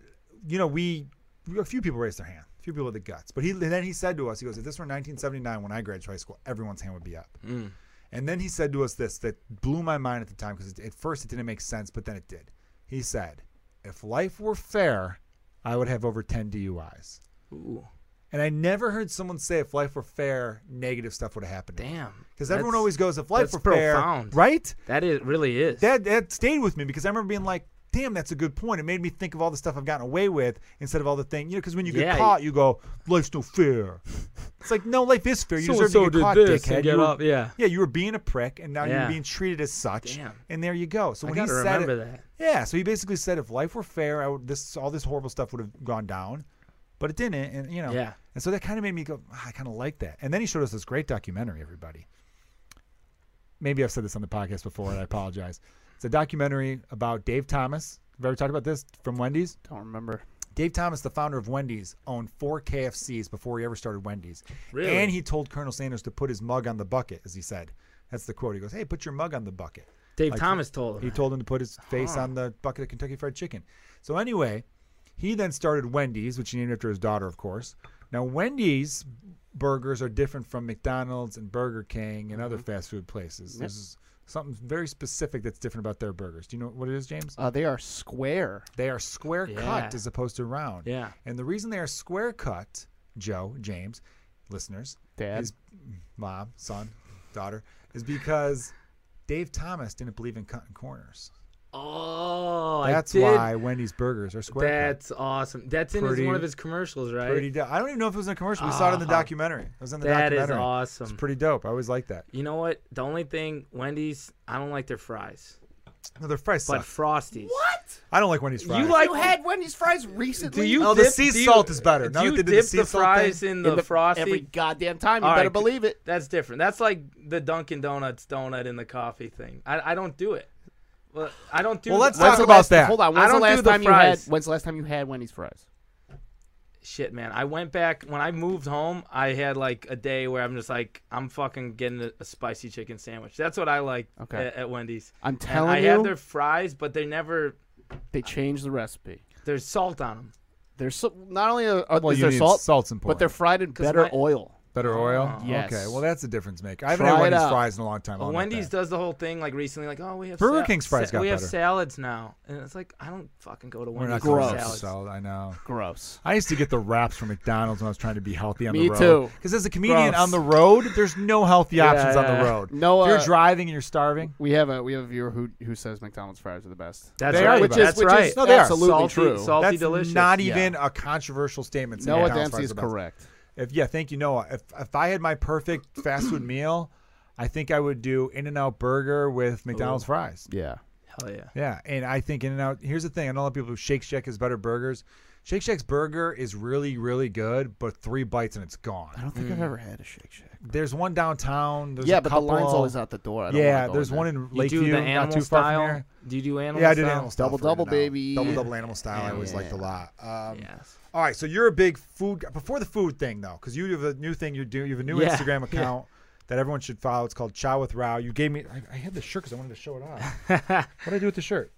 S2: you know, we a few people raised their hand, a few people with the guts. But he and then he said to us, he goes, if this were 1979 when I graduated high school, everyone's hand would be up.
S3: Mm.
S2: And then he said to us this that blew my mind at the time because at first it didn't make sense, but then it did. He said, if life were fair, I would have over 10 DUIs.
S3: Ooh,
S2: And I never heard someone say if life were fair, negative stuff would have happened.
S3: damn.
S2: Because everyone
S3: That's-
S2: always goes, if life
S3: that's
S2: were fair,
S3: profound.
S2: right?
S3: That is really is.
S2: that that stayed with me because I remember being like, "Damn, that's a good point." It made me think of all the stuff I've gotten away with instead of all the thing, you know. Because when you
S3: Yeah.
S2: get caught, you go, "Life's no fair." it's like, no, life is fair. You
S3: so
S2: deserve
S3: and so
S2: to get
S3: did
S2: caught,
S3: this
S2: dickhead.
S3: and get
S2: you were,
S3: up. Yeah.
S2: Yeah, you were being a prick, and now you're
S3: Yeah.
S2: being treated as such.
S3: Damn.
S2: And there you go. So
S3: I
S2: when he
S3: gotta
S2: said
S3: remember
S2: it,
S3: that.
S2: yeah, so he basically said, if life were fair, I would, this all this horrible stuff would have gone down, but it didn't, and you know,
S3: Yeah.
S2: And so that kind of made me go, "Ah, I kind of like that. And then he showed us this great documentary, everybody. Maybe I've said this on the podcast before, and I apologize. It's a documentary about Dave Thomas. Have I ever talked about this from Wendy's?
S1: Don't remember.
S2: Dave Thomas, the founder of Wendy's, owned four KFCs before he ever started Wendy's.
S3: Really?
S2: And he told Colonel Sanders to put his mug on the bucket, as he said. That's the quote. He goes, Hey, put your mug on the bucket.
S3: Dave
S2: Like,
S3: Thomas told him.
S2: He
S3: that.
S2: told him to put his face on the bucket of Kentucky Fried Chicken. So anyway, he then started Wendy's, which he named after his daughter, of course. Now Wendy's burgers are different from McDonald's and Burger King and other fast food places. There's something very specific that's different about their burgers. Do you know what it is, James?
S1: Uh, they are square.
S2: They are square
S3: Yeah.
S2: cut as opposed to round.
S3: Yeah.
S2: And the reason they are square cut, Joe, James, listeners,
S1: Dad.
S2: is mom, son, daughter, is because Dave Thomas didn't believe in cutting corners.
S3: Oh,
S2: That's
S3: I did.
S2: why Wendy's burgers are square. cut.
S3: That's awesome. That's in his,
S2: Pretty-
S3: one of his commercials, right?
S2: pretty dope. I don't even know if it was in a commercial. We saw it in the
S3: Ah,
S2: documentary. It was in the
S3: that is
S2: documentary.
S3: awesome.
S2: It's pretty dope. I always like that.
S3: you know what? The only thing Wendy's, I don't like their fries,
S2: No, their fries
S3: but
S2: suck.
S3: Frosties.
S1: What?
S2: I don't like Wendy's fries.
S3: You like?
S1: You had Wendy's fries recently.
S3: do you?
S2: Oh, the
S3: dip,
S2: sea
S3: do you-
S2: salt is better. Now that
S3: Do you
S2: they did the
S3: dip
S2: sea
S3: the
S2: salt
S3: fries
S2: thing.
S3: in the
S1: in the
S3: frosty?
S1: every goddamn time? You
S3: All right,
S1: better believe it.
S3: That's different. That's like the Dunkin' Donuts donut in the coffee thing. I, I don't do it. Well, I don't do.
S2: Well, let's
S3: the-
S2: talk
S1: When's the
S2: about
S1: last-
S2: that.
S1: Hold on.
S3: I
S1: When's the
S3: don't do
S1: last
S3: the
S1: time you had?
S3: fries.
S1: When's the last time you had Wendy's fries?
S3: shit, man. I went back when I moved home. I had like a day where I'm just like, I'm fucking getting a, a spicy chicken sandwich. That's what I like
S1: Okay.
S3: at, at Wendy's.
S1: I'm
S3: And
S1: telling
S3: I
S1: you,
S3: had their fries, but they never.
S1: they changed the recipe.
S3: There's salt on them.
S1: There's so, not only are, are-
S2: Well,
S1: is
S2: you
S1: there
S2: need
S1: salt,
S2: salt's important.
S1: but they're fried in
S3: 'Cause
S1: better
S3: my-
S1: oil.
S2: Better
S3: Oh,
S2: oil.
S1: Yes.
S2: Okay. Well, that's a difference maker. I haven't
S1: Try
S2: had
S1: it
S2: Wendy's
S1: out.
S2: fries in a long time. I'll
S3: But
S2: admit
S3: Wendy's
S2: that.
S3: does the whole thing like recently, like, oh, we have
S2: Oh, Burger
S3: sal-
S2: King's fries
S3: sa-
S2: got
S3: we
S2: better.
S3: have salads now, and it's like I don't fucking go to
S2: We're
S3: Wendy's
S2: not
S3: for
S1: Gross.
S2: going to
S3: salads.
S2: sell. I know.
S1: Gross.
S2: I used to get the wraps from McDonald's when I was trying to be healthy on
S1: Me
S2: the road.
S1: too.
S2: Because as a comedian
S3: Gross.
S2: on the road, there's no healthy options on
S3: yeah,
S2: the
S3: yeah.
S2: road.
S1: No,
S2: if you're
S1: uh,
S2: driving and you're starving.
S1: We have a we have a viewer who who says McDonald's fries are the best.
S3: That's
S2: They are
S3: right.
S2: the
S1: which
S2: best.
S1: is
S3: That's
S1: which
S3: right.
S1: is
S2: No, they are.
S1: absolutely
S3: Salty,
S1: true.
S3: salty,
S2: That's
S3: delicious.
S2: not
S1: Yeah.
S2: even a controversial statement. saying
S1: Noah
S2: McDonald's
S1: Dempsey
S2: fries
S1: is
S2: are the best.
S1: correct.
S2: If, yeah, thank you, Noah. If, if I had my perfect fast food meal, I think I would do In and Out Burger with McDonald's fries.
S1: Yeah,
S3: Hell yeah.
S2: Yeah, and I think In and Out. Here's the thing: I know a lot of people who Shake Shack has better burgers. Shake Shack's burger is really, really good, but three bites and it's
S1: I
S2: gone.
S1: don't think I've ever had a Shake Shack.
S2: There's one downtown. There's
S1: Hmm. yeah,
S2: a
S1: but
S2: couple,
S1: the line's always out the door. I don't wanna
S2: yeah,
S1: go
S2: there's
S1: in
S2: one
S1: there.
S2: in
S3: You
S2: Lakeview,
S3: do the
S2: not
S3: animal
S2: too far from
S3: style.
S2: here.
S3: Do you do animal?
S2: Yeah, I did
S3: style?
S2: animal style.
S1: Double
S2: for In
S1: double,
S2: and Out.
S1: baby.
S2: Double double animal style. I always liked a
S1: Yeah.
S2: lot. Um,
S3: Yes.
S2: All right, so you're a big food before the food thing though, because you have a new thing you do. You have a new
S3: Yeah,
S2: Instagram
S3: [laughs] yeah.
S2: account that everyone should follow. It's called Chow with Rao. You gave me. I, I had the shirt because I wanted to show it off.
S3: [laughs]
S2: what did I do with the shirt?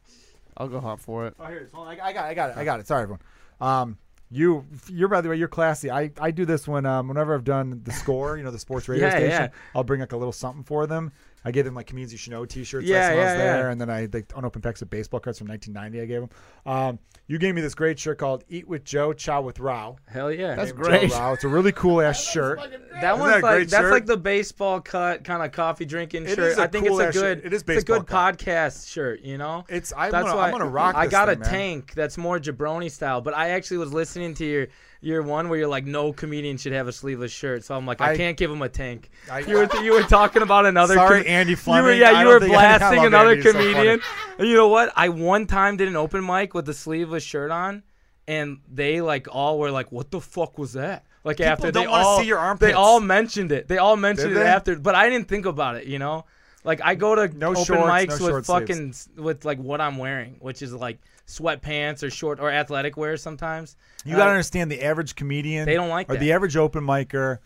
S1: I'll go hot for it.
S2: Oh, here it is. Hold on. I, I got. it, I got it. I got it. Sorry, everyone. Um, you, you're by the way, you're classy. I, I do this when um, whenever I've done the score, you know, the sports radio
S3: [laughs] Yeah,
S2: station.
S3: yeah.
S2: I'll bring like a little something for them. I gave them like comedians you should know T-shirts
S3: Yeah,
S2: last time I was
S3: yeah, yeah.
S2: there, and then I like unopened packs of baseball cards from 1990. I gave them. Um, you gave me this great shirt called "Eat with Joe, Chow with Rao."
S3: Hell yeah.
S1: That's
S2: Joe
S1: great.
S2: Rao. It's a really cool ass shirt.
S3: That
S2: Isn't
S3: one's
S2: that a
S3: like
S2: great
S3: that's
S2: shirt?
S3: like the baseball cut kind of coffee drinking
S2: It
S3: shirt.
S2: is a
S3: I think
S2: cool ass
S3: it's a
S2: shirt.
S3: good
S2: It is
S3: it's a good
S2: baseball
S3: podcast shirt, you know?
S2: It's I'm
S3: that's
S2: gonna
S3: why
S2: I'm gonna rock.
S3: I
S2: this
S3: got
S2: thing,
S3: a
S2: man.
S3: tank that's more jabroni style, but I actually was listening to your year one where you're like, no comedian should have a sleeveless shirt. So I'm like, I,
S2: I-
S3: can't give him a tank.
S2: I-
S3: you were you were talking about another.
S2: Sorry,
S3: com-
S2: Andy
S3: you
S2: Fleming.
S3: were,
S2: I
S3: yeah, you
S2: don't
S3: were
S2: think- [laughs] I love
S3: blasting another
S2: Andy, he's so funny.
S3: comedian. and you know what? I one time did an open mic with a sleeveless shirt on, and they like all were like, "What the fuck was that?" Like after
S2: don't
S3: they
S2: wanna
S3: all
S2: see your
S3: they
S2: armpits.
S3: all mentioned it. They all mentioned
S2: Did
S3: it
S2: they?
S3: after, but I didn't think about it. You know, like I go to
S2: No
S3: open
S2: shorts, no
S3: mics
S2: short
S3: with fucking with like what I'm wearing, which is like sweatpants or short or athletic wear sometimes.
S2: You
S3: And
S2: gotta
S3: I-
S2: understand the average comedian.
S3: They don't like
S2: or
S3: that.
S2: the average open micer.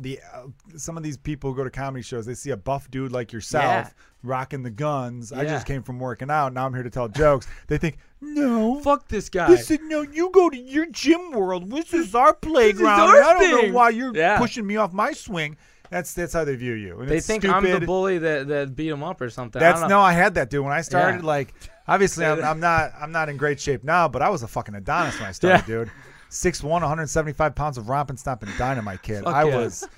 S2: The uh, some of these people who go to comedy shows. They see a buff dude like yourself
S3: Yeah.
S2: rocking the guns. I just
S3: Yeah.
S2: came from working out. Now I'm here to tell jokes. They think no.
S3: fuck this guy.
S2: This is, no, you go to your gym world.
S3: [laughs]
S2: This is our playground.
S3: our
S2: I don't know
S3: thing.
S2: why you're
S3: Yeah.
S2: pushing me off my swing. That's that's how they view you. And
S3: they
S2: it's
S3: think
S2: stupid.
S3: I'm the bully that, that beat him up or something. I
S2: That's
S3: don't know.
S2: no, I had that dude when I started.
S3: Yeah.
S2: Like, obviously,
S3: [laughs]
S2: I'm, I'm not, I'm not in great shape now, but I was a fucking Adonis when I started, dude. 6'1", 175 pounds of romping, stomping dynamite kid.
S3: Fuck
S2: I
S3: yeah.
S2: was,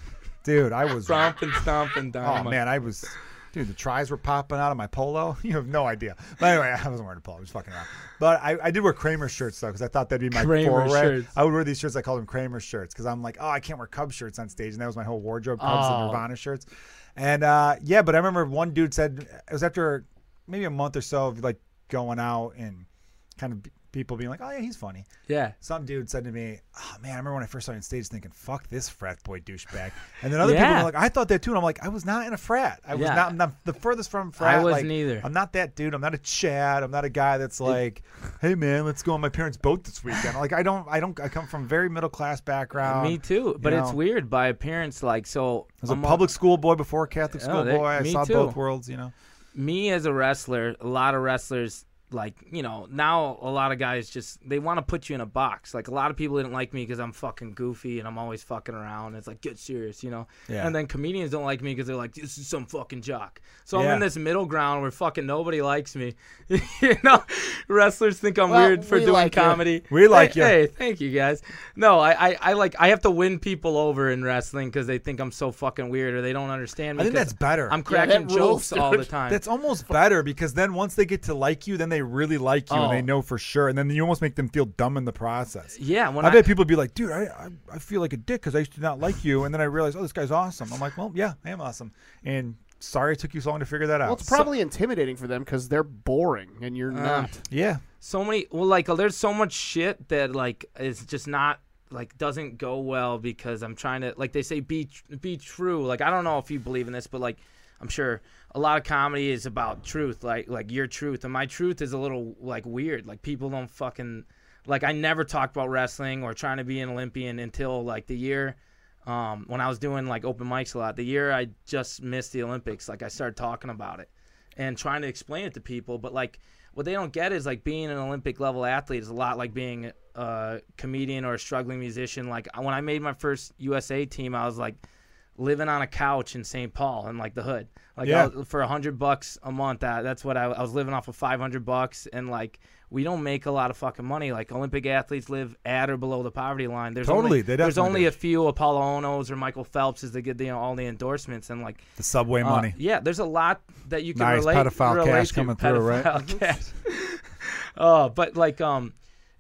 S2: dude, I was. Oh
S3: Stomp and stomp and dynamite.
S2: man, I was, dude. The tries were popping out of my polo. [laughs] You have no idea. But anyway, I wasn't wearing a polo. I was fucking around. But I, I did wear Kramer shirts though, because I thought that'd be my
S3: Kramer
S2: foray.
S3: shirts.
S2: I would wear these shirts. I called them Kramer shirts because I'm like, oh, I can't wear Cubs shirts on stage, and that was my whole wardrobe, Cubs and
S3: Oh.
S2: Nirvana shirts. And uh, yeah, but I remember one dude said it was after maybe a month or so of like going out and kind of people being like, oh yeah, he's funny.
S3: Yeah.
S2: Some dude said to me, "Oh man, I remember when I first started on stage thinking, fuck this frat boy douchebag." And then other people
S3: Yeah.
S2: were like, "I thought that too." And I'm like, "I was not in a frat. I was
S3: Yeah.
S2: not. I'm not the furthest from frat.
S3: I
S2: like,
S3: wasn't either.
S2: I'm not that dude. I'm not a Chad. I'm not a guy that's like, hey man, let's go on my parents' boat this weekend. Like I don't. I don't. I come from very middle class background.
S3: Me too. But it's
S2: know.
S3: weird by appearance. Like so,
S2: I was a
S3: among-
S2: public school boy before a Catholic
S3: Oh,
S2: school
S3: they-
S2: boy. I
S3: me
S2: saw
S3: too.
S2: both worlds. You know.
S3: me as a wrestler, a lot of wrestlers like you know now a lot of guys just they want to put you in a box. Like a lot of people didn't like me because I'm fucking goofy and I'm always fucking around. It's like get serious, you know.
S2: Yeah.
S3: And then comedians don't like me because they're like this is some fucking jock. So
S2: Yeah.
S3: I'm in this middle ground where fucking nobody likes me. [laughs] you know, wrestlers think I'm
S1: Well,
S3: weird for
S1: we
S3: doing
S1: like you.
S3: comedy.
S2: We like
S3: hey,
S2: you.
S3: Hey, thank you guys. No, I, I I like I have to win people over in wrestling because they think I'm so fucking weird or they don't understand me.
S2: I think
S3: 'cause
S2: that's better.
S3: I'm
S1: Yeah, that
S3: cracking
S1: rules,
S3: jokes all the
S1: dude.
S3: time.
S2: That's almost better because then once they get to like you, then they really like you and they
S3: Oh.
S2: know for sure. And then you almost make them feel dumb in the process.
S3: yeah, when
S2: I,
S3: I,
S2: bet people would be like, dude, I, I, I feel like a dick because I used to not like you. And then I realized, oh, this guy's awesome. I'm like, well, yeah, I am awesome. And sorry it took you so Uh, long to figure that out.
S1: Well, it's probably intimidating for them because they're boring and you're not.
S2: yeah.
S3: so many well like there's so much shit that like is just not like doesn't go well because I'm trying to like they say be tr- be true. Like I don't know if you believe in this, but like I'm sure a lot of comedy is about truth, like like your truth and my truth is a little like weird. Like people don't fucking like I never talked about wrestling or trying to be an Olympian until like the year um, when I was doing like open mics a lot. The year I just missed the Olympics, like I started talking about it and trying to explain it to people. But like what they don't get is like being an Olympic level athlete is a lot like being a comedian or a struggling musician. Like when I made my first USA team, I was like living on a couch in St. Paul in like the hood. Like I
S2: Yeah.
S3: was- for a hundred bucks a month, I, that's what I, I was living off of five hundred bucks. And like we don't make a lot of fucking money. Like Olympic athletes live at or below the poverty line. There's
S2: Totally,
S3: only,
S2: they
S3: there's
S2: definitely
S3: only
S2: do.
S3: a few Apollo Onos or Michael Phelpses that get the, all the endorsements and like
S2: The subway
S3: uh,
S2: money.
S3: yeah, there's a lot that you can
S2: Nice
S3: relate.
S2: pedophile
S3: relate
S2: cash
S3: to.
S2: coming through, right?
S3: Pedophile cash. [laughs] oh, but like, um,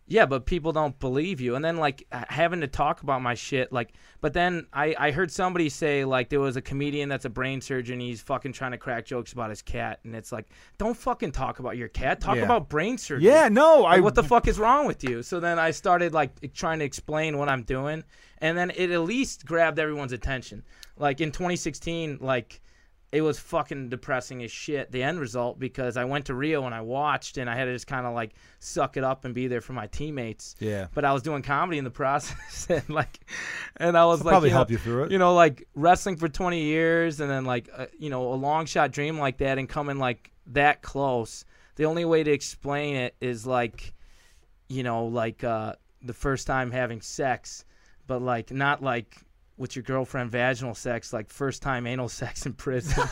S3: yeah, but people don't believe you, and then like h- having to talk about my shit, like, but then I I heard somebody say like there was a comedian that's a brain surgeon, he's fucking trying to crack jokes about his cat, and it's like don't fucking talk about your cat, talk
S2: Yeah.
S3: about brain surgery.
S2: Yeah, no. I
S3: Like, what the fuck is wrong with you? So then I started like e, trying to explain what I'm doing, and then it at least grabbed everyone's attention. Like in 2016, like it was fucking depressing as shit the end result because I went to Rio and I watched and I had to just kind of like suck it up and be there for my teammates.
S2: Yeah.
S3: But I was doing comedy in the [laughs] process and like, and I was like,
S2: probably
S3: you know-
S2: help you through it.
S3: You know, like wrestling for 20 years and then like uh, you know a long shot dream like that and coming like that close. The only way to explain it is like, you know, like uh, the first time having sex, but like not like with your girlfriend vaginal sex, like first time anal [laughs] sex in prison.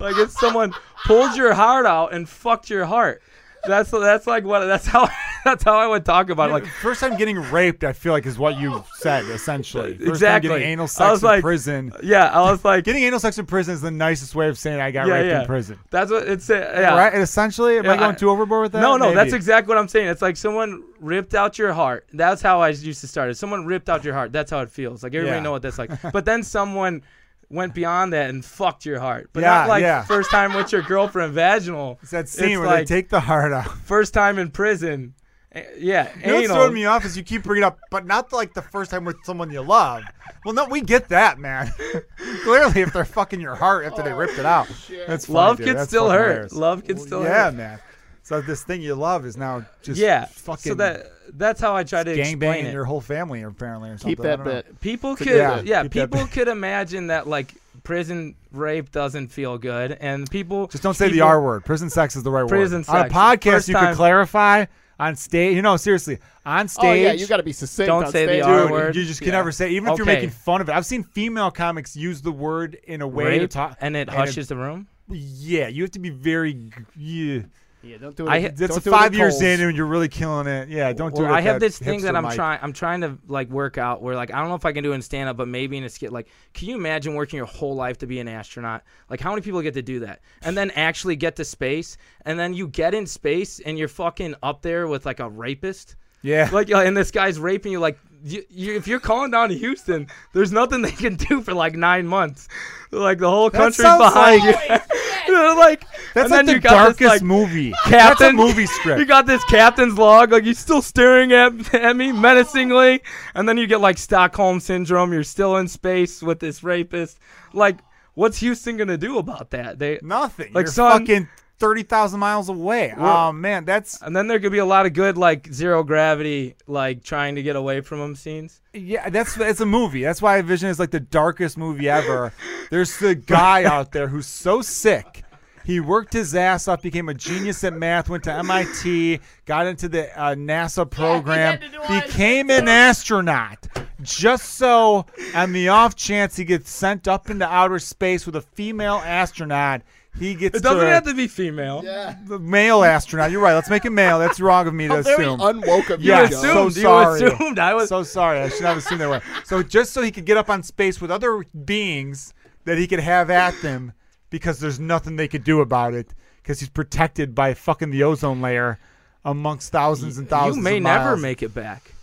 S3: like if someone pulled your heart out and fucked your heart. That's that's like what that's how [laughs] That's how I would talk about it. Like,
S2: first time getting raped, I feel like is what you said essentially. First
S3: Exactly.
S2: Time getting anal
S3: I
S2: sex
S3: was
S2: in
S3: like-
S2: prison.
S3: yeah, I was like,
S2: Getting anal sex in prison is the nicest way of saying I got
S3: yeah,
S2: raped
S3: yeah.
S2: in prison.
S3: That's what it's. Yeah.
S2: Right? And essentially, am I
S3: Yeah,
S2: going
S3: I-
S2: too overboard with that?
S3: No, no, that's
S2: Maybe.
S3: exactly what I'm saying. It's like someone ripped out your heart. That's how I used to start it. Someone ripped out your heart. That's how it feels. Like everybody
S2: Yeah.
S3: know what that's like. but then someone went beyond that and fucked your heart. But
S2: Yeah,
S3: not like
S2: yeah.
S3: first time with your girlfriend vaginal.
S2: It's that scene where
S3: like
S2: they take the heart out.
S3: first time in prison. A- Yeah,
S2: You know what's
S3: anal.
S2: throwing me off is you keep bringing up, but not like the first time with someone you love. Well, no, we get that, man. [laughs] Clearly, if they're fucking your heart after they ripped it out,
S4: Shit.
S2: that's funny,
S3: Oh, Love
S2: dude.
S3: can
S2: That's
S3: still
S2: fucking
S3: hurt.
S2: hilarious.
S3: Love can
S2: Well,
S3: still
S2: yeah,
S3: hurt.
S2: man. So this thing you love is now just
S3: yeah.
S2: fucking
S3: so that that's how I try to explain
S2: gangbanging
S3: it.
S2: your whole family apparently or something.
S1: Keep
S2: I
S1: that
S2: don't know.
S1: bit.
S2: [laughs]
S3: people could
S2: yeah,
S3: yeah,
S2: keep that
S3: people could imagine that like prison rape doesn't feel good and people
S2: Just don't say the
S3: people-
S2: R word. Prison sex is the right
S3: Prison
S2: word. On a
S3: sex.
S2: podcast,
S3: First
S2: you could
S3: time-
S2: clarify on stage. You know, seriously, on stage.
S1: Oh yeah, you got to be succinct.
S3: Don't
S1: on
S3: say the
S1: stage.
S3: R
S2: Dude,
S3: word.
S2: you just can
S1: Yeah.
S2: never say, even if you're
S3: Okay.
S2: making fun of it. I've seen female comics use the word in a way to
S3: rape
S2: talk,
S3: and it
S2: and it-
S3: hushes the room.
S2: Yeah, you have to be very. g- Yeah.
S1: Yeah, don't do it.
S3: I-
S1: at-
S2: That's
S1: don't do it at
S2: five years
S1: Kohl's.
S2: in and you're really killing it. Yeah, don't do
S3: Well,
S2: it. at
S3: I have
S2: that
S3: this thing that
S2: hipster
S3: I'm
S2: mic.
S3: trying. I'm trying to like work out where like I don't know if I can do it in stand up, but maybe in a skit. Like, can you imagine working your whole life to be an astronaut? Like, how many people get to do that, and then actually get to space, and then you get in space and you're fucking up there with like a rapist.
S2: Yeah.
S3: like uh, and this guy's raping you like you, you, if you're calling down to Houston, there's nothing they can do for like nine months. Like the whole country's
S2: sounds
S3: behind
S2: like-
S3: you. [laughs] They're like
S2: That's like
S3: and then
S2: the
S3: you got
S2: darkest
S3: this, like, [laughs]
S2: movie. That's a
S3: captain-
S2: movie
S3: You
S2: script.
S3: got this captain's log, like he's still staring at, [laughs] at me menacingly, and then you get like Stockholm syndrome. You're still in space with this rapist. Like, what's Houston gonna do about that? They
S2: Nothing.
S3: Like,
S2: you're
S3: son-
S2: fucking thirty thousand miles away. Oh man, that's
S3: and then there could be a lot of good like zero gravity, like trying to get away from him scenes.
S2: Yeah, that's it's a movie. That's why Vision is like the darkest movie ever. There's the
S3: [laughs]
S2: guy out there who's so sick. He worked his ass up, became a genius at math, went to MIT, got into the uh, NASA program,
S4: had to do all his
S2: became an astronaut, just so on the off chance he gets sent up into outer space with a female astronaut, he gets
S3: It doesn't
S2: to,
S3: have to be female.
S1: Yeah.
S2: the male astronaut. You're right. Let's make it male. That's wrong of me to
S3: [laughs]
S1: How very
S2: assume.
S1: unwoke of you,
S2: [laughs] Yeah,
S1: Joe.
S2: so
S3: assumed. You
S2: sorry.
S3: assumed. I was-
S2: so sorry. I should not have assumed that way. So just so he could get up on space with other beings that he could have at them, because there's nothing they could do about it, because he's protected by fucking the ozone layer, amongst thousands and thousands.
S3: You may
S2: of
S3: never
S2: miles.
S3: make it back.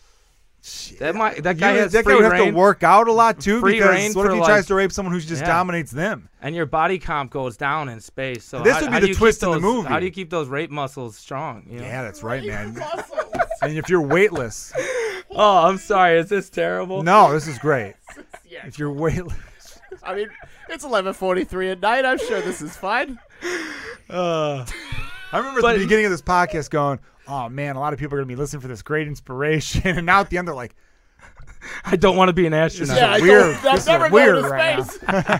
S3: That might that
S2: You-
S3: guy has
S2: that guy
S3: free
S2: would have
S3: reign,
S2: to work out a lot too.
S3: free
S2: Because
S3: reign
S2: what if
S3: for,
S2: he
S3: like-
S2: tries to rape someone who just
S3: Yeah.
S2: dominates them?
S3: and your body comp goes down in space. So
S2: This
S3: how,
S2: would be
S3: how
S2: the
S3: do you keep
S2: twist in the
S3: those-
S2: movie.
S3: How do you keep those rape muscles strong? You know?
S2: Yeah, that's right, man.
S4: Muscles.
S2: and if you're weightless,
S3: Oh, I'm sorry. Is this terrible?
S2: no, this is great.
S4: Yeah.
S2: If you're weightless,
S1: I mean, it's 11:43 at night. I'm sure this is fine.
S2: I remember at
S3: But-
S2: the beginning of this podcast going, "Oh man, a lot of people are going to be listening for this great inspiration," [laughs] and now at the end they're like,
S3: I don't want to be an
S2: "This
S3: astronaut.
S1: Yeah, I
S2: is weird.
S1: don't- I'm
S2: this is
S1: never going
S2: weird
S1: to
S2: right
S1: space."
S2: now."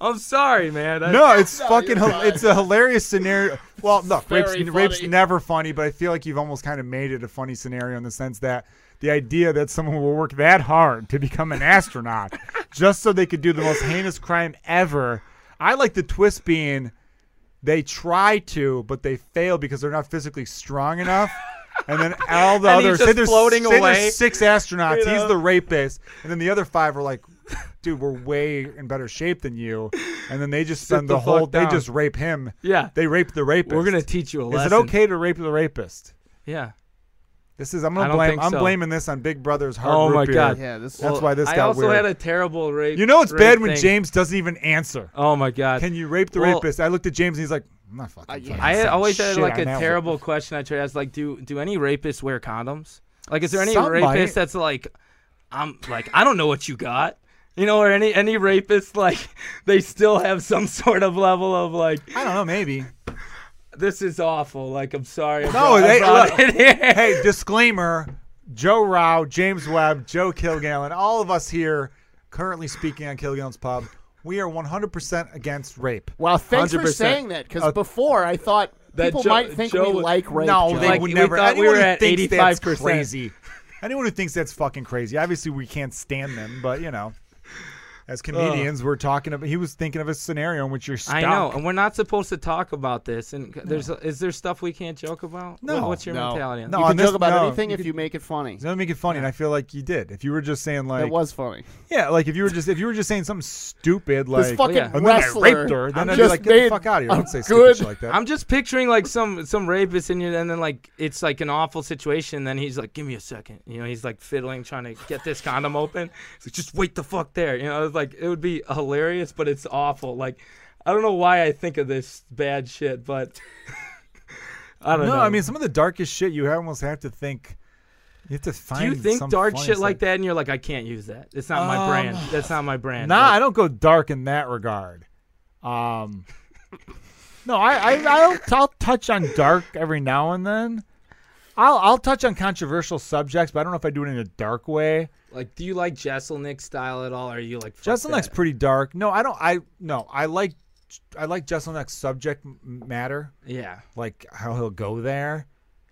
S3: I'm sorry, man. I-
S2: No, it's
S1: No,
S2: fucking.
S1: you're
S2: hil-
S1: fine.
S2: It's a hilarious scenario. Well, look,
S1: very
S2: rape's, rape's
S1: funny.
S2: never funny, but I feel like you've almost kind of made it a funny scenario in the sense that the idea that someone will work that hard to become an astronaut
S3: [laughs]
S2: just so they could do the most heinous crime ever. I like the twist being they try to, but they fail because they're not physically strong enough. And
S3: [laughs]
S2: then all the
S3: And he's
S2: others
S3: just
S2: say there's,
S3: floating
S2: say there's
S3: away.
S2: six astronauts.
S3: You
S2: He's
S3: know?
S2: the rapist, and then the other five are like, "Dude, we're way in better shape than you." And then they just spend
S3: the
S2: the, whole.
S3: fuck
S2: They
S3: down.
S2: just rape him.
S3: Yeah.
S2: They rape the rapist.
S3: We're gonna teach you a
S2: Is
S3: lesson.
S2: it okay to rape the rapist?
S3: Yeah.
S2: This is. I'm
S3: I
S2: gonna
S3: don't
S2: blame.
S3: think
S2: I'm
S3: so.
S2: blaming this on Big Brother's hard
S3: Oh
S2: root
S3: my
S2: beer.
S3: God.
S1: Yeah, this.
S2: That's why this
S3: I
S2: got
S3: also
S2: weird.
S3: had a terrible rape.
S2: you know it's
S3: rape
S2: bad when
S3: thing.
S2: James doesn't even answer.
S3: Oh my God.
S2: Can you rape the
S3: Well-
S2: rapist? I looked at James and he's like, "I'm not fucking."
S1: I-
S2: fucking
S3: Uh, I had
S2: saying
S3: always
S2: shit
S3: had like
S2: on
S3: a
S2: that one."
S3: terrible question I tried to ask, like, do do any rapists wear condoms? Like, is there any
S2: Some
S3: rapist
S2: might.
S3: that's like, I'm like, I don't know what you got, you know, or any any rapist like [laughs] they still have some sort of level of like,
S2: I don't know. Maybe.
S3: this is awful. Like, I'm sorry. I
S2: No,
S3: brought- I
S2: they-
S3: brought
S2: look,
S3: it here.
S2: hey, disclaimer: Joe Rao, James Webb, Joe Kilgallen, all of us here currently speaking on Kilgallen's Pub, we are 100% against rape.
S1: Wow, thanks for
S3: 100%.
S1: saying that because
S2: Uh,
S1: before I thought
S3: That
S1: people
S3: Joe-
S1: might think
S3: Joe
S1: we
S3: Oh, would-
S1: like rape.
S2: no,
S1: Joe.
S2: they
S3: Like,
S2: would
S3: we
S2: never.
S3: thought we
S2: Anyone
S3: were
S2: who
S3: at
S2: thinks that's [laughs]
S3: 85%.
S2: crazy. Anyone who thinks that's fucking crazy. Obviously, we can't stand them, but you know, as comedians, we're talking about. He was thinking of a scenario in which you're stuck.
S3: I know, and we're not supposed to talk about this. And c- there's is there stuff we can't joke about?
S2: No.
S3: What- what's your
S1: No.
S3: mentality? on
S2: No,
S1: you
S2: on
S1: can
S2: this-
S1: joke about
S2: no,
S1: anything
S2: you
S1: if you make it funny.
S2: It's gonna make it funny, and I feel like you did. If you were just saying like,
S1: It was funny.
S2: yeah, like if you were just if you were just saying something stupid
S1: This
S2: like,
S1: fucking
S3: yeah.
S2: and then I
S1: wrestler.
S2: raped her, then
S1: I'm
S2: I'd be
S1: just
S2: like, get the
S1: made
S2: fuck out of here.
S1: a
S2: Don't say stupid
S1: good-
S2: shit like that.
S3: I'm just picturing like some some rapist in you, and then like it's like an awful situation. Then he's like, "Give me a second. You know, he's like fiddling, trying to get this condom open. He's like, "Just wait the fuck there." You know, it's like it would be hilarious, but it's awful. Like, I don't know why I think of this bad shit, but [laughs] I don't
S2: no,
S3: know.
S2: I mean some of the darkest shit you almost have to think. You have to
S3: do
S2: find.
S3: you think
S2: some
S3: dark
S2: funny-
S3: shit
S2: it's
S3: like that, and you're like, "I can't use that. It's not my brand.
S2: Um,
S3: That's not my brand."
S2: Nah,
S3: Like,
S2: I don't go dark in that regard. Um, no, I, I I'll, I'll touch on dark every now and then. I'll I'll touch on controversial subjects, but I don't know if I do it in a dark way.
S3: Like, do you like Jesselnick style at all? Or are you like fuck
S2: Jesselnick's
S3: that?
S2: pretty dark. No, I don't. I no, I like I like Jesselnick's subject m- matter,
S3: yeah.
S2: like how he'll go there.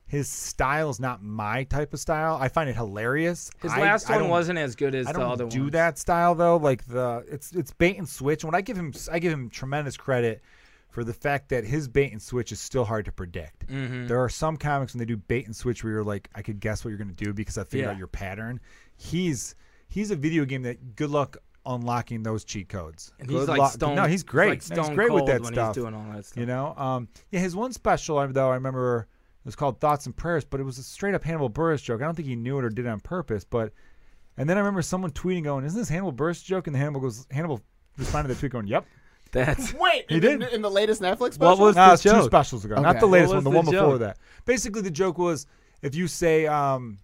S2: His style's not my type of style. I find it hilarious.
S3: His
S2: I-
S3: last
S2: I
S3: one
S2: don't-
S3: wasn't as good as
S2: I
S3: the
S2: don't
S3: other
S2: do
S3: ones.
S2: that style though. Like the it's it's bait and switch. When I give him I give him tremendous credit for the fact that his bait and switch is still hard to predict.
S3: Mm-hmm.
S2: There are some comics when they do bait and switch where you're like, I could guess what you're gonna do because I figured
S3: Yeah.
S2: out your pattern. He's he's a video game that good luck unlocking those cheat codes.
S3: And he's
S2: Good
S3: like
S2: luck-
S3: stone.
S2: No, he's great. No, he's great with that stuff.
S3: He's doing all that stuff.
S2: You know, um, yeah, his one special I- though I remember it was called Thoughts and Prayers, but it was a straight up Hannibal Burris joke. I don't think he knew it or did it on purpose, but and then I remember someone tweeting going, "Isn't this Hannibal Burris joke?" And the Hannibal goes, Hannibal responded to the tweet going, "Yep."
S3: [laughs] That's
S1: Wait,
S2: He
S1: in,
S2: did?
S1: The, in the latest Netflix special?
S3: What was-
S2: No,
S3: the
S2: it's two
S3: joke?
S2: specials ago, not
S1: Okay.
S2: the latest one,
S3: What was
S2: the,
S3: the
S2: one before
S3: joke?
S2: that. Basically, the joke was if you say, um,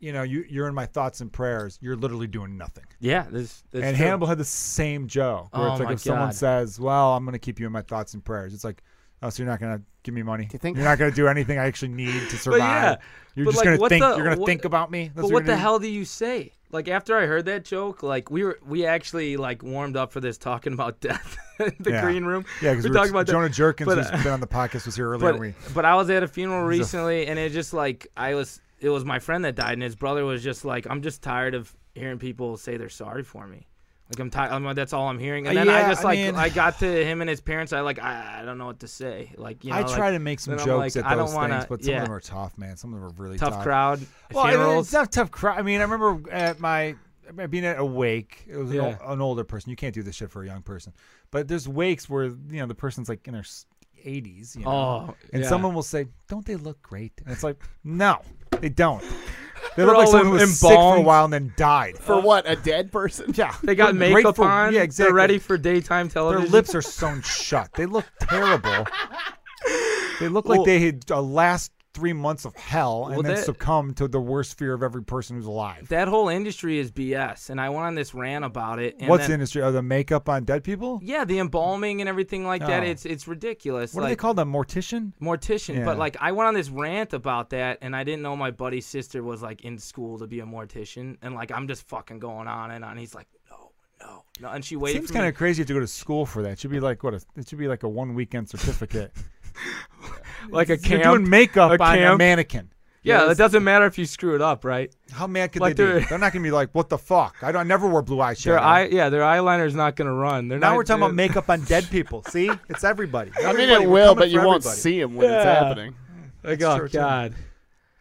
S2: you know, you, you're in my thoughts and prayers, you're literally doing nothing.
S3: yeah. This, this
S2: and
S3: true.
S2: Hannibal had the same Joe, where
S3: Oh
S2: it's like
S3: my
S2: if someone
S3: God.
S2: says, "Well, I'm going to keep you in my thoughts and prayers," it's like, "Oh, so you're not going to give me money?
S1: you think-
S2: are not going to do anything I actually need to survive?
S3: yeah,
S2: You're
S3: [laughs] but
S2: just
S3: like,
S2: going to
S3: what
S2: think
S3: the-
S2: you're going to
S3: what-
S2: think about me? That's
S3: But
S2: you're
S3: what the
S2: gonna do?
S3: hell do you say? Like after I heard that joke, like we were we actually like warmed up for this talking about [laughs] death in the
S2: Yeah.
S3: green room.
S2: Yeah, because we
S3: we are
S2: were-
S3: talking about
S2: Jonah Jerkins,
S3: but,
S2: who's
S3: uh,
S2: been on the podcast, was here earlier.
S3: But,
S2: and we,
S3: but I was at a funeral
S2: He's a-
S3: recently, and it just like I was. It was my friend that died, and his brother was just like, "I'm just tired of hearing people say they're sorry for me. Like I'm tired. I'm, like, that's all I'm hearing." And
S2: Uh,
S3: then
S2: yeah,
S3: I just
S2: I
S3: like
S2: mean-
S3: I got to him and his parents. I like I, I don't know what to say. Like you know,
S2: I
S3: like,
S2: try to make some
S3: then I'm
S2: jokes
S3: like,
S2: at
S3: I
S2: those
S3: don't wanna-
S2: things, but some
S3: yeah.
S2: of them are tough, man. Some of them are really
S3: tough
S2: tough
S3: crowd.
S2: Well, I mean,
S3: funerals.
S2: it's not tough crowd. I mean, I remember at my I mean, being at a wake. It was an,
S3: Yeah.
S2: ol- an older person. You can't do this shit for a young person. But there's wakes where you know the person's like in their s- 80s. You know?
S3: Oh,
S2: and
S3: yeah.
S2: someone will say, "Don't they look great?" And it's like, no, they
S3: [laughs]
S2: don't. They
S3: They're
S2: look like
S3: all
S2: someone who was sick for a
S3: embalmed.
S2: while and then died.
S1: For what? A dead person?
S2: Yeah,
S3: They got
S2: They're great
S3: makeup
S2: for-
S3: on.
S2: Yeah, exactly.
S3: They're ready for daytime
S2: Their
S3: television. [laughs]
S2: lips are sewn shut. They look terrible. They look like they had a last three months of hell and
S3: Well,
S2: then
S3: that-
S2: succumbed to the worst fear of every person who's alive.
S3: That whole industry is BS, and I went on this rant about it. And
S2: What's
S3: then,
S2: the industry? Oh, the makeup on dead people?
S3: Yeah, the embalming and everything like that.
S2: Oh.
S3: It's it's ridiculous.
S2: What do
S3: like,
S2: they call them? Mortician?
S3: mortician.
S2: Yeah.
S3: But like I went on this rant about that and I didn't know my buddy's sister was like in school to be a mortician and like I'm just fucking going on and on. he's like, No, no, no and she waited
S2: Seems
S3: for
S2: kind
S3: me.
S2: of crazy you have to go to school for that. It should be like what? A, it should be like a one weekend certificate.
S3: [laughs] like [laughs] a
S2: You're doing makeup
S3: A
S2: on a
S3: camp?
S2: mannequin.
S3: yeah, it doesn't matter if you screw it up, right?
S2: How mad could
S3: Like
S2: they be?
S3: they're-
S2: They're not gonna be like, what the fuck? I, don't, I never wore blue eyeshadow.
S3: Their eye yeah, their eyeliner's not gonna run. They're
S2: now
S3: not,
S2: we're talking about
S3: they're-
S2: makeup on
S3: [laughs]
S2: dead people. See, it's everybody.
S1: I mean,
S2: Everybody.
S1: it
S2: We're
S1: will,
S2: coming
S1: but you
S2: for
S1: won't
S2: everybody.
S1: see him when it's
S3: Yeah.
S1: happening.
S3: like,
S2: That's
S3: oh
S2: true, too.
S3: god.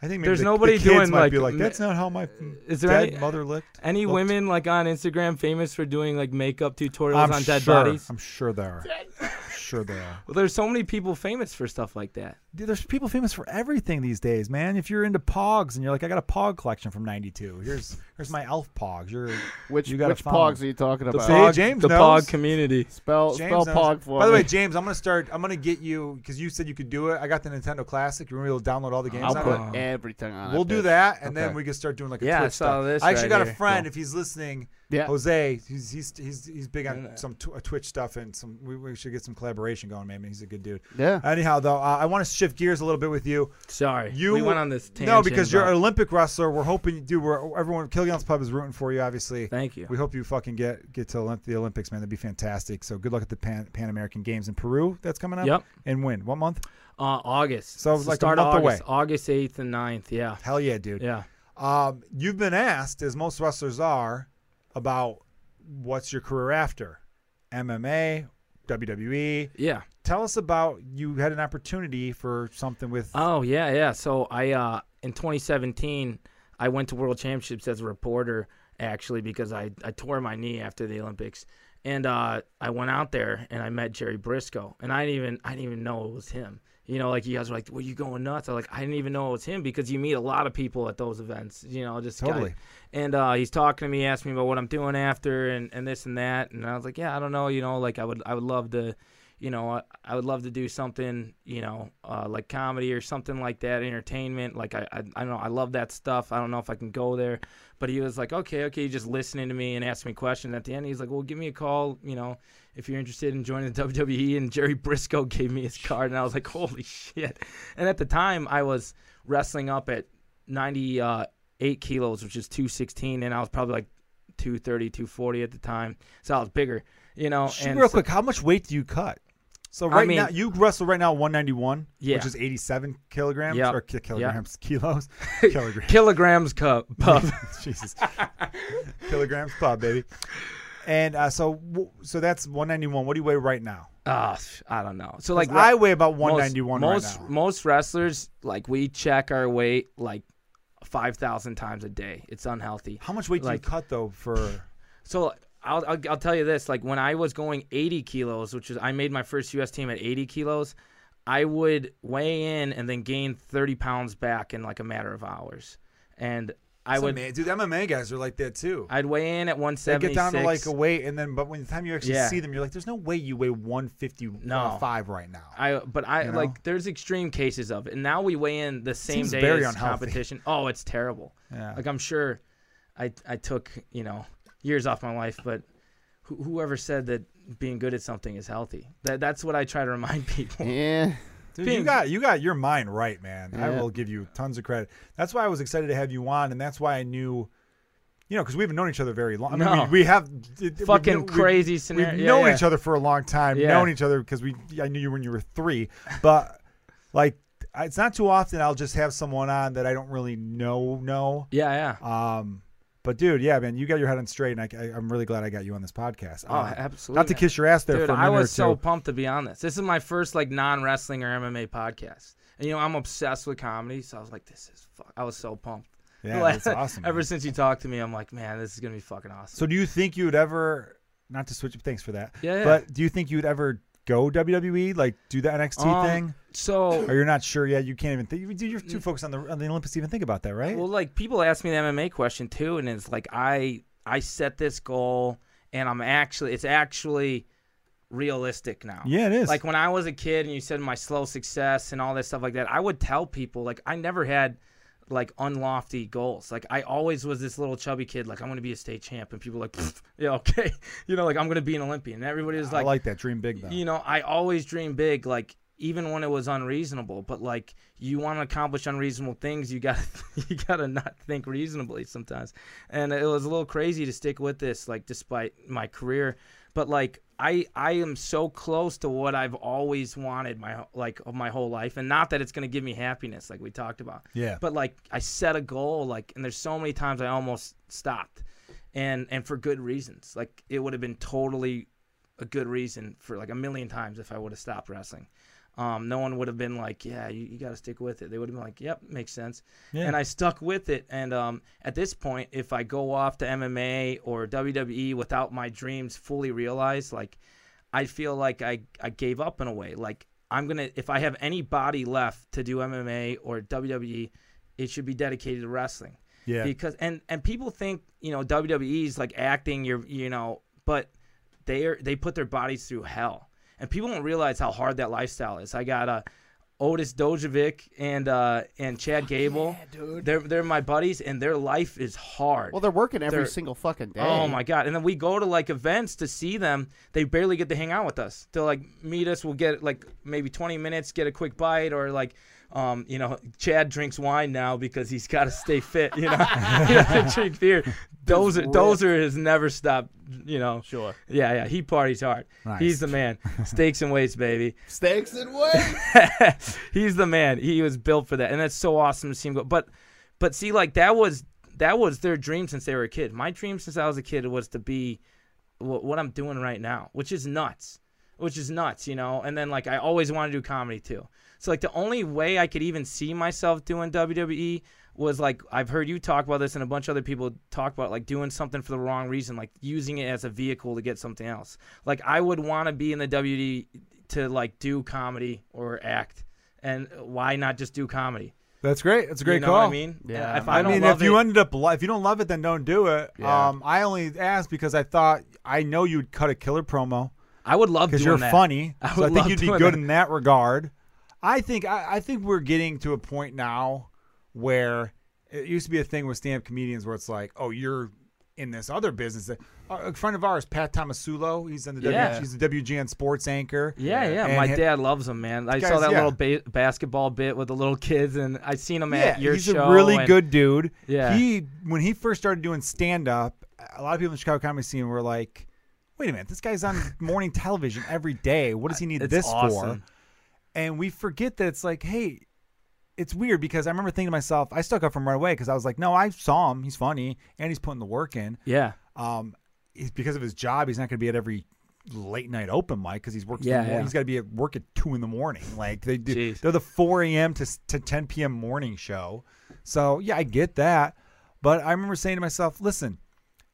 S2: I think maybe
S3: There's
S2: the- the
S3: nobody
S2: kids
S3: doing,
S2: might be
S3: like,
S2: like that's not how my
S3: Is there
S2: dead
S3: any-
S2: mother looked.
S3: Any
S2: Looked.
S3: women like on Instagram famous for doing like makeup tutorials
S2: I'm
S3: on
S2: sure.
S3: dead bodies?
S2: I'm sure they are. I'm sure they are.
S3: Well, there's so many people famous for stuff like that.
S2: Dude, there's people famous for everything these days, man. If you're into pogs and you're like, I got a pog collection from '92. Here's here's my elf pogs. You're
S1: Which,
S2: you gotta
S1: which
S2: follow.
S1: pogs are you talking
S2: The
S1: about?
S2: pog- James
S3: the
S2: knows.
S3: pog community.
S1: Spell,
S2: James
S1: spell
S2: knows.
S1: pog for
S2: By the
S1: me.
S2: way, James, I'm gonna start. I'm gonna get you because you said you could do it. I got the Nintendo Classic. You're gonna be able to download all the games.
S1: I'll
S2: on
S1: put
S2: it.
S1: everything on
S2: We'll
S1: it,
S2: do
S1: bitch.
S2: that, and then
S1: Okay.
S2: we can start doing like a
S3: Yeah, I
S2: Twitch
S3: saw
S2: stuff.
S3: this
S2: I actually
S3: right
S2: got a
S3: here.
S2: friend.
S3: Cool.
S2: If he's listening,
S1: Yeah.
S2: Jose, he's he's he's, he's big on
S3: Yeah.
S2: some tw- uh, Twitch stuff, and some we, we should get some collaboration going, man. He's a good dude.
S1: Yeah.
S2: Anyhow, though, uh, I want to shift gears a little bit with you.
S3: Sorry,
S2: You
S3: we went on this tangent.
S2: No, because you're
S3: about-
S2: an Olympic wrestler. We're hoping you do. We're everyone. Kilgallen's Pub is rooting for you, obviously.
S3: Thank you.
S2: We hope you fucking get get to Olymp- the Olympics, man. That'd be fantastic. So good luck at the Pan, Pan American Games in Peru. That's coming up.
S3: Yep.
S2: And when? What month?
S3: Uh, August.
S2: So,
S3: It's the
S2: like, a
S3: start of
S2: month away.
S3: August, August eighth and 9th, Yeah,
S2: Hell yeah, dude.
S3: yeah.
S2: Um, you've been asked, as most wrestlers are, about what's your career after? MMA, WWE.
S3: Yeah.
S2: E. Tell us about you had an opportunity for something with
S3: Oh yeah, yeah. So I uh, in 2017, I went to World Championships as a reporter actually because I I tore my knee after the Olympics, and uh, I went out there and I met Jerry Briscoe, and I didn't even I didn't even know it was him. You know, like you guys were like, "Were you going nuts?" I like I didn't even know it was him because you meet a lot of people at those events. You know, just guys-
S2: Totally.
S3: and uh, he's talking to me, asking me about what I'm doing after and, and this and that. And I was like, yeah, I don't know. You know, like I would I would love to, you know, I, I would love to do something, you know, uh, like comedy or something like that, entertainment. Like I, I I don't know. I love that stuff. I don't know if I can go there. But he was like, okay, okay, just listening to me and asking me questions. At the end, he's like, well, give me a call. You know, if you're interested in joining the [laughs] WWE. And Jerry Briscoe gave me his card, and I was like, holy shit. And at the time, I was wrestling up at 90. Uh, eight kilos, which is 216, and I was probably like 230, 240 at the time. So I was bigger, you know.
S2: Sh-
S3: And
S2: real
S3: so-
S2: quick, how much weight do you cut? So
S3: I
S2: right
S3: mean-
S2: now you wrestle right now 191,
S3: Yeah.
S2: which is 87 kilograms
S3: Yep.
S2: or ki- kilograms, [laughs]
S3: [laughs]
S2: kilos, kilograms. [laughs]
S3: kilograms cup puff.
S2: Jesus, kilograms pop, baby. And uh, so, w- so that's 191. What do you weigh right now?
S3: Ah, I don't know. So like
S2: Like I weigh about 191
S3: most, most,
S2: right now.
S3: most wrestlers like we check our weight like 5,000 times a day. It's unhealthy.
S2: How much weight
S3: like-
S2: do you cut though? For
S3: So I'll, I'll, I'll tell you this: like when I was going 80 kilos, which is I made my first U.S. team at 80 kilos, I would weigh in and then gain 30 pounds back in like a matter of hours, and I would
S2: dude, MMA guys are like that too.
S3: I'd weigh in at
S2: They
S3: 176.
S2: get down to like a weight, and then but when the time you actually
S3: Yeah.
S2: see them, you're like, there's no way you weigh 155 right now.
S3: I but I
S2: You know?
S3: like there's extreme cases of it, and now we weigh in the same
S2: Seems
S3: day
S2: very
S3: as
S2: unhealthy. [laughs]
S3: competition. Oh, it's terrible.
S2: Yeah.
S3: Like I'm sure, I I took you know years off my life, but who whoever said that being good at something is healthy, that that's what I try to remind [laughs] people.
S1: Yeah.
S2: Dude, you
S3: Being-
S2: got you got your mind right, man. I
S1: Yeah.
S2: will give you tons of credit. That's why I was excited to have you on, and that's why I knew, you know, because we haven't known each other very long. I mean,
S3: No.
S2: we, we have it- we've
S3: Fucking
S2: kn- we've-
S3: crazy
S2: We've,
S3: scenario. Yeah,
S2: known
S3: yeah.
S2: each other for a long time.
S3: Yeah.
S2: Known each other because we I knew you when you were three, but like I- it's not too often I'll just have someone on that I don't really know know.
S3: Yeah, yeah.
S2: Um, but dude, yeah, man, you got your head on straight, and I, I, am really glad I got you on this podcast.
S3: Oh,
S2: Uh,
S3: absolutely.
S2: Not to
S3: man.
S2: kiss your ass there
S3: Dude,
S2: for a
S3: I
S2: minute
S3: was
S2: or
S3: so
S2: two.
S3: pumped to be on this. This is my first like non wrestling or MMA podcast, and you know I'm obsessed with comedy, so I was like, this is fuck. I was so pumped.
S2: Yeah,
S3: [laughs] Like,
S2: that's awesome. man.
S3: Ever since you talked to me, I'm like, man, this is gonna be fucking awesome.
S2: So do you think you would ever not to switch thanks for that.
S3: Yeah, yeah.
S2: But do you think you would ever go WWE, like do the NXT
S3: Um,
S2: thing?
S3: So,
S2: Or you're not sure yet, you can't even think dude, you're too focused on the on the Olympics to even think about that, right?
S3: well, like people ask me the MMA question too, and it's like I I set this goal, and I'm actually it's actually realistic now.
S2: yeah, it is.
S3: Like when I was a kid, and you said my slow success and all that stuff like that, I would tell people like I never had like unlofty goals. Like I always was this little chubby kid. Like I'm gonna be a state champ, and people were like, [laughs] "Pfft, yeah, okay, you know, like I'm gonna be an Olympian. And everybody was
S2: I
S3: like,
S2: like that dream big though.
S3: you know, I always dream big, like even when it was unreasonable. But like, you want to accomplish unreasonable things, you got [laughs] you got to not think reasonably sometimes. And it was a little crazy to stick with this, like despite my career. But like, I I am so close to what I've always wanted my wh- like of my whole life, and not that it's gonna give me happiness, like we talked about.
S2: Yeah.
S3: But like, I set a goal, like, and there's so many times I almost stopped. And, and for good reasons. Like it would have been totally a good reason for like a million times if I would have stopped wrestling. Um, no one would have been like, yeah, you, you got to stick with it. They would have been like, yep, makes sense.
S2: Yeah.
S3: And I stuck with it. And um, at this point, if I go off to MMA or WWE without my dreams fully realized, like I feel like I, I gave up in a way. Like I'm going to, if I have any body left to do MMA or WWE, it should be dedicated to wrestling
S2: yeah.
S3: because and and people think you know WWE's like acting you're you know but they are they put their bodies through hell and people don't realize how hard that lifestyle is. I got uh, Otis Dojovic and uh, and Chad Gable. They're they're my buddies and their life is hard.
S1: Well, they're working every
S3: They're-
S1: single fucking day.
S3: Oh my god! And then we go to like events to see them. They barely get to hang out with us. They'll like meet us. We'll get like maybe 20 minutes, get a quick bite, or like, um, you know, Chad drinks wine now because he's got to stay fit. You know, [laughs] he doesn't drink beer. Dozer Dozer has never stopped. You know,
S1: Sure.
S3: yeah, yeah, he parties hard.
S2: Nice.
S3: He's the man. Steaks and weights, baby.
S1: Steaks and weight.
S3: he's the man. He was built for that, and that's so awesome to see him go. But, but see, like that was that was their dream since they were a kid. My dream since I was a kid was to be wh- what I'm doing right now, which is nuts, which is nuts, you know. And then like I always want to do comedy too. So like the only way I could even see myself doing WWE was like I've heard you talk about this and a bunch of other people talk about like doing something for the wrong reason, like using it as a vehicle to get something else. Like I would want to be in the WWE to like do comedy or act, and why not just do comedy?
S2: [laughs] That's great. That's a great
S3: you know
S2: call.
S3: what I mean?
S1: Yeah.
S3: If I,
S2: I,
S3: don't
S2: mean,
S3: love
S2: if you
S3: it,
S2: ended up li- if you don't love it, then don't do it.
S1: Yeah.
S2: Um, I only asked because I thought I know you'd cut a killer promo
S3: I would love
S2: because
S3: doing
S2: you're
S3: that.
S2: funny.
S3: [laughs] I
S2: so
S3: would
S2: I think
S3: love
S2: you'd be
S3: doing
S2: good
S3: that.
S2: in that regard. I think I, I think we're getting to a point now where it used to be a thing with stand-up comedians where it's like, oh, you're in this other business. Uh, A friend of ours, Pat Tomasulo, he's in the w,
S3: Yeah.
S2: he's the WGN sports anchor.
S3: Yeah, yeah.
S2: And
S3: My
S2: ha-
S3: dad loves him, man. I saw
S2: guy's-
S3: that
S2: yeah.
S3: little ba- basketball bit with the little kids, and I seen him at your
S2: he's
S3: show.
S2: a really
S3: and-
S2: good dude.
S3: Yeah.
S2: He when he first started doing stand up, a lot of people in the Chicago comedy scene were like, "Wait a minute, this guy's on morning television every day. What does he need
S3: It's
S2: this
S3: awesome.
S2: for?" And we forget that it's like, "Hey, it's weird because I remember thinking to myself, I stuck up for him right away because I was like, "No, I saw him. He's funny and he's putting the work in."
S3: Yeah,
S2: Um, he's, because of his job, he's not going to be at every late night open mic because he's working.
S3: Yeah,
S2: Yeah,
S3: yeah.
S2: he's got to be at work at two in the morning. [laughs] Like they do,
S3: Jeez.
S2: they're the four a.m. to s- to ten p.m. morning show. So yeah, I get that, but I remember saying to myself, listen.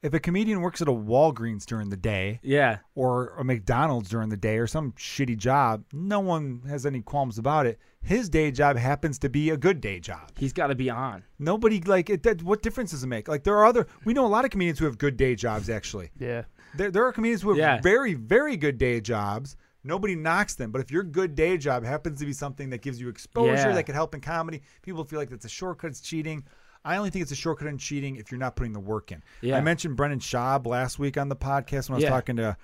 S2: If a comedian works at a Walgreens during the day
S3: yeah.
S2: or a McDonald's during the day or some shitty job, no one has any qualms about it. His day job happens to be a good day job.
S3: He's got to be on.
S2: Nobody like it. That, what difference does it make? Like there are other. We know a lot of comedians who have good day jobs. Actually,
S1: Yeah.
S2: there, there are comedians who have
S3: Yeah.
S2: very, very good day jobs. Nobody knocks them, but if your good day job happens to be something that gives you exposure,
S3: Yeah.
S2: that could help in comedy, people feel like that's a shortcut. It's cheating. I only think it's a shortcut in cheating if you're not putting the work in.
S3: Yeah.
S2: I mentioned Brendan Schaub last week on the podcast when I was
S3: Yeah.
S2: talking to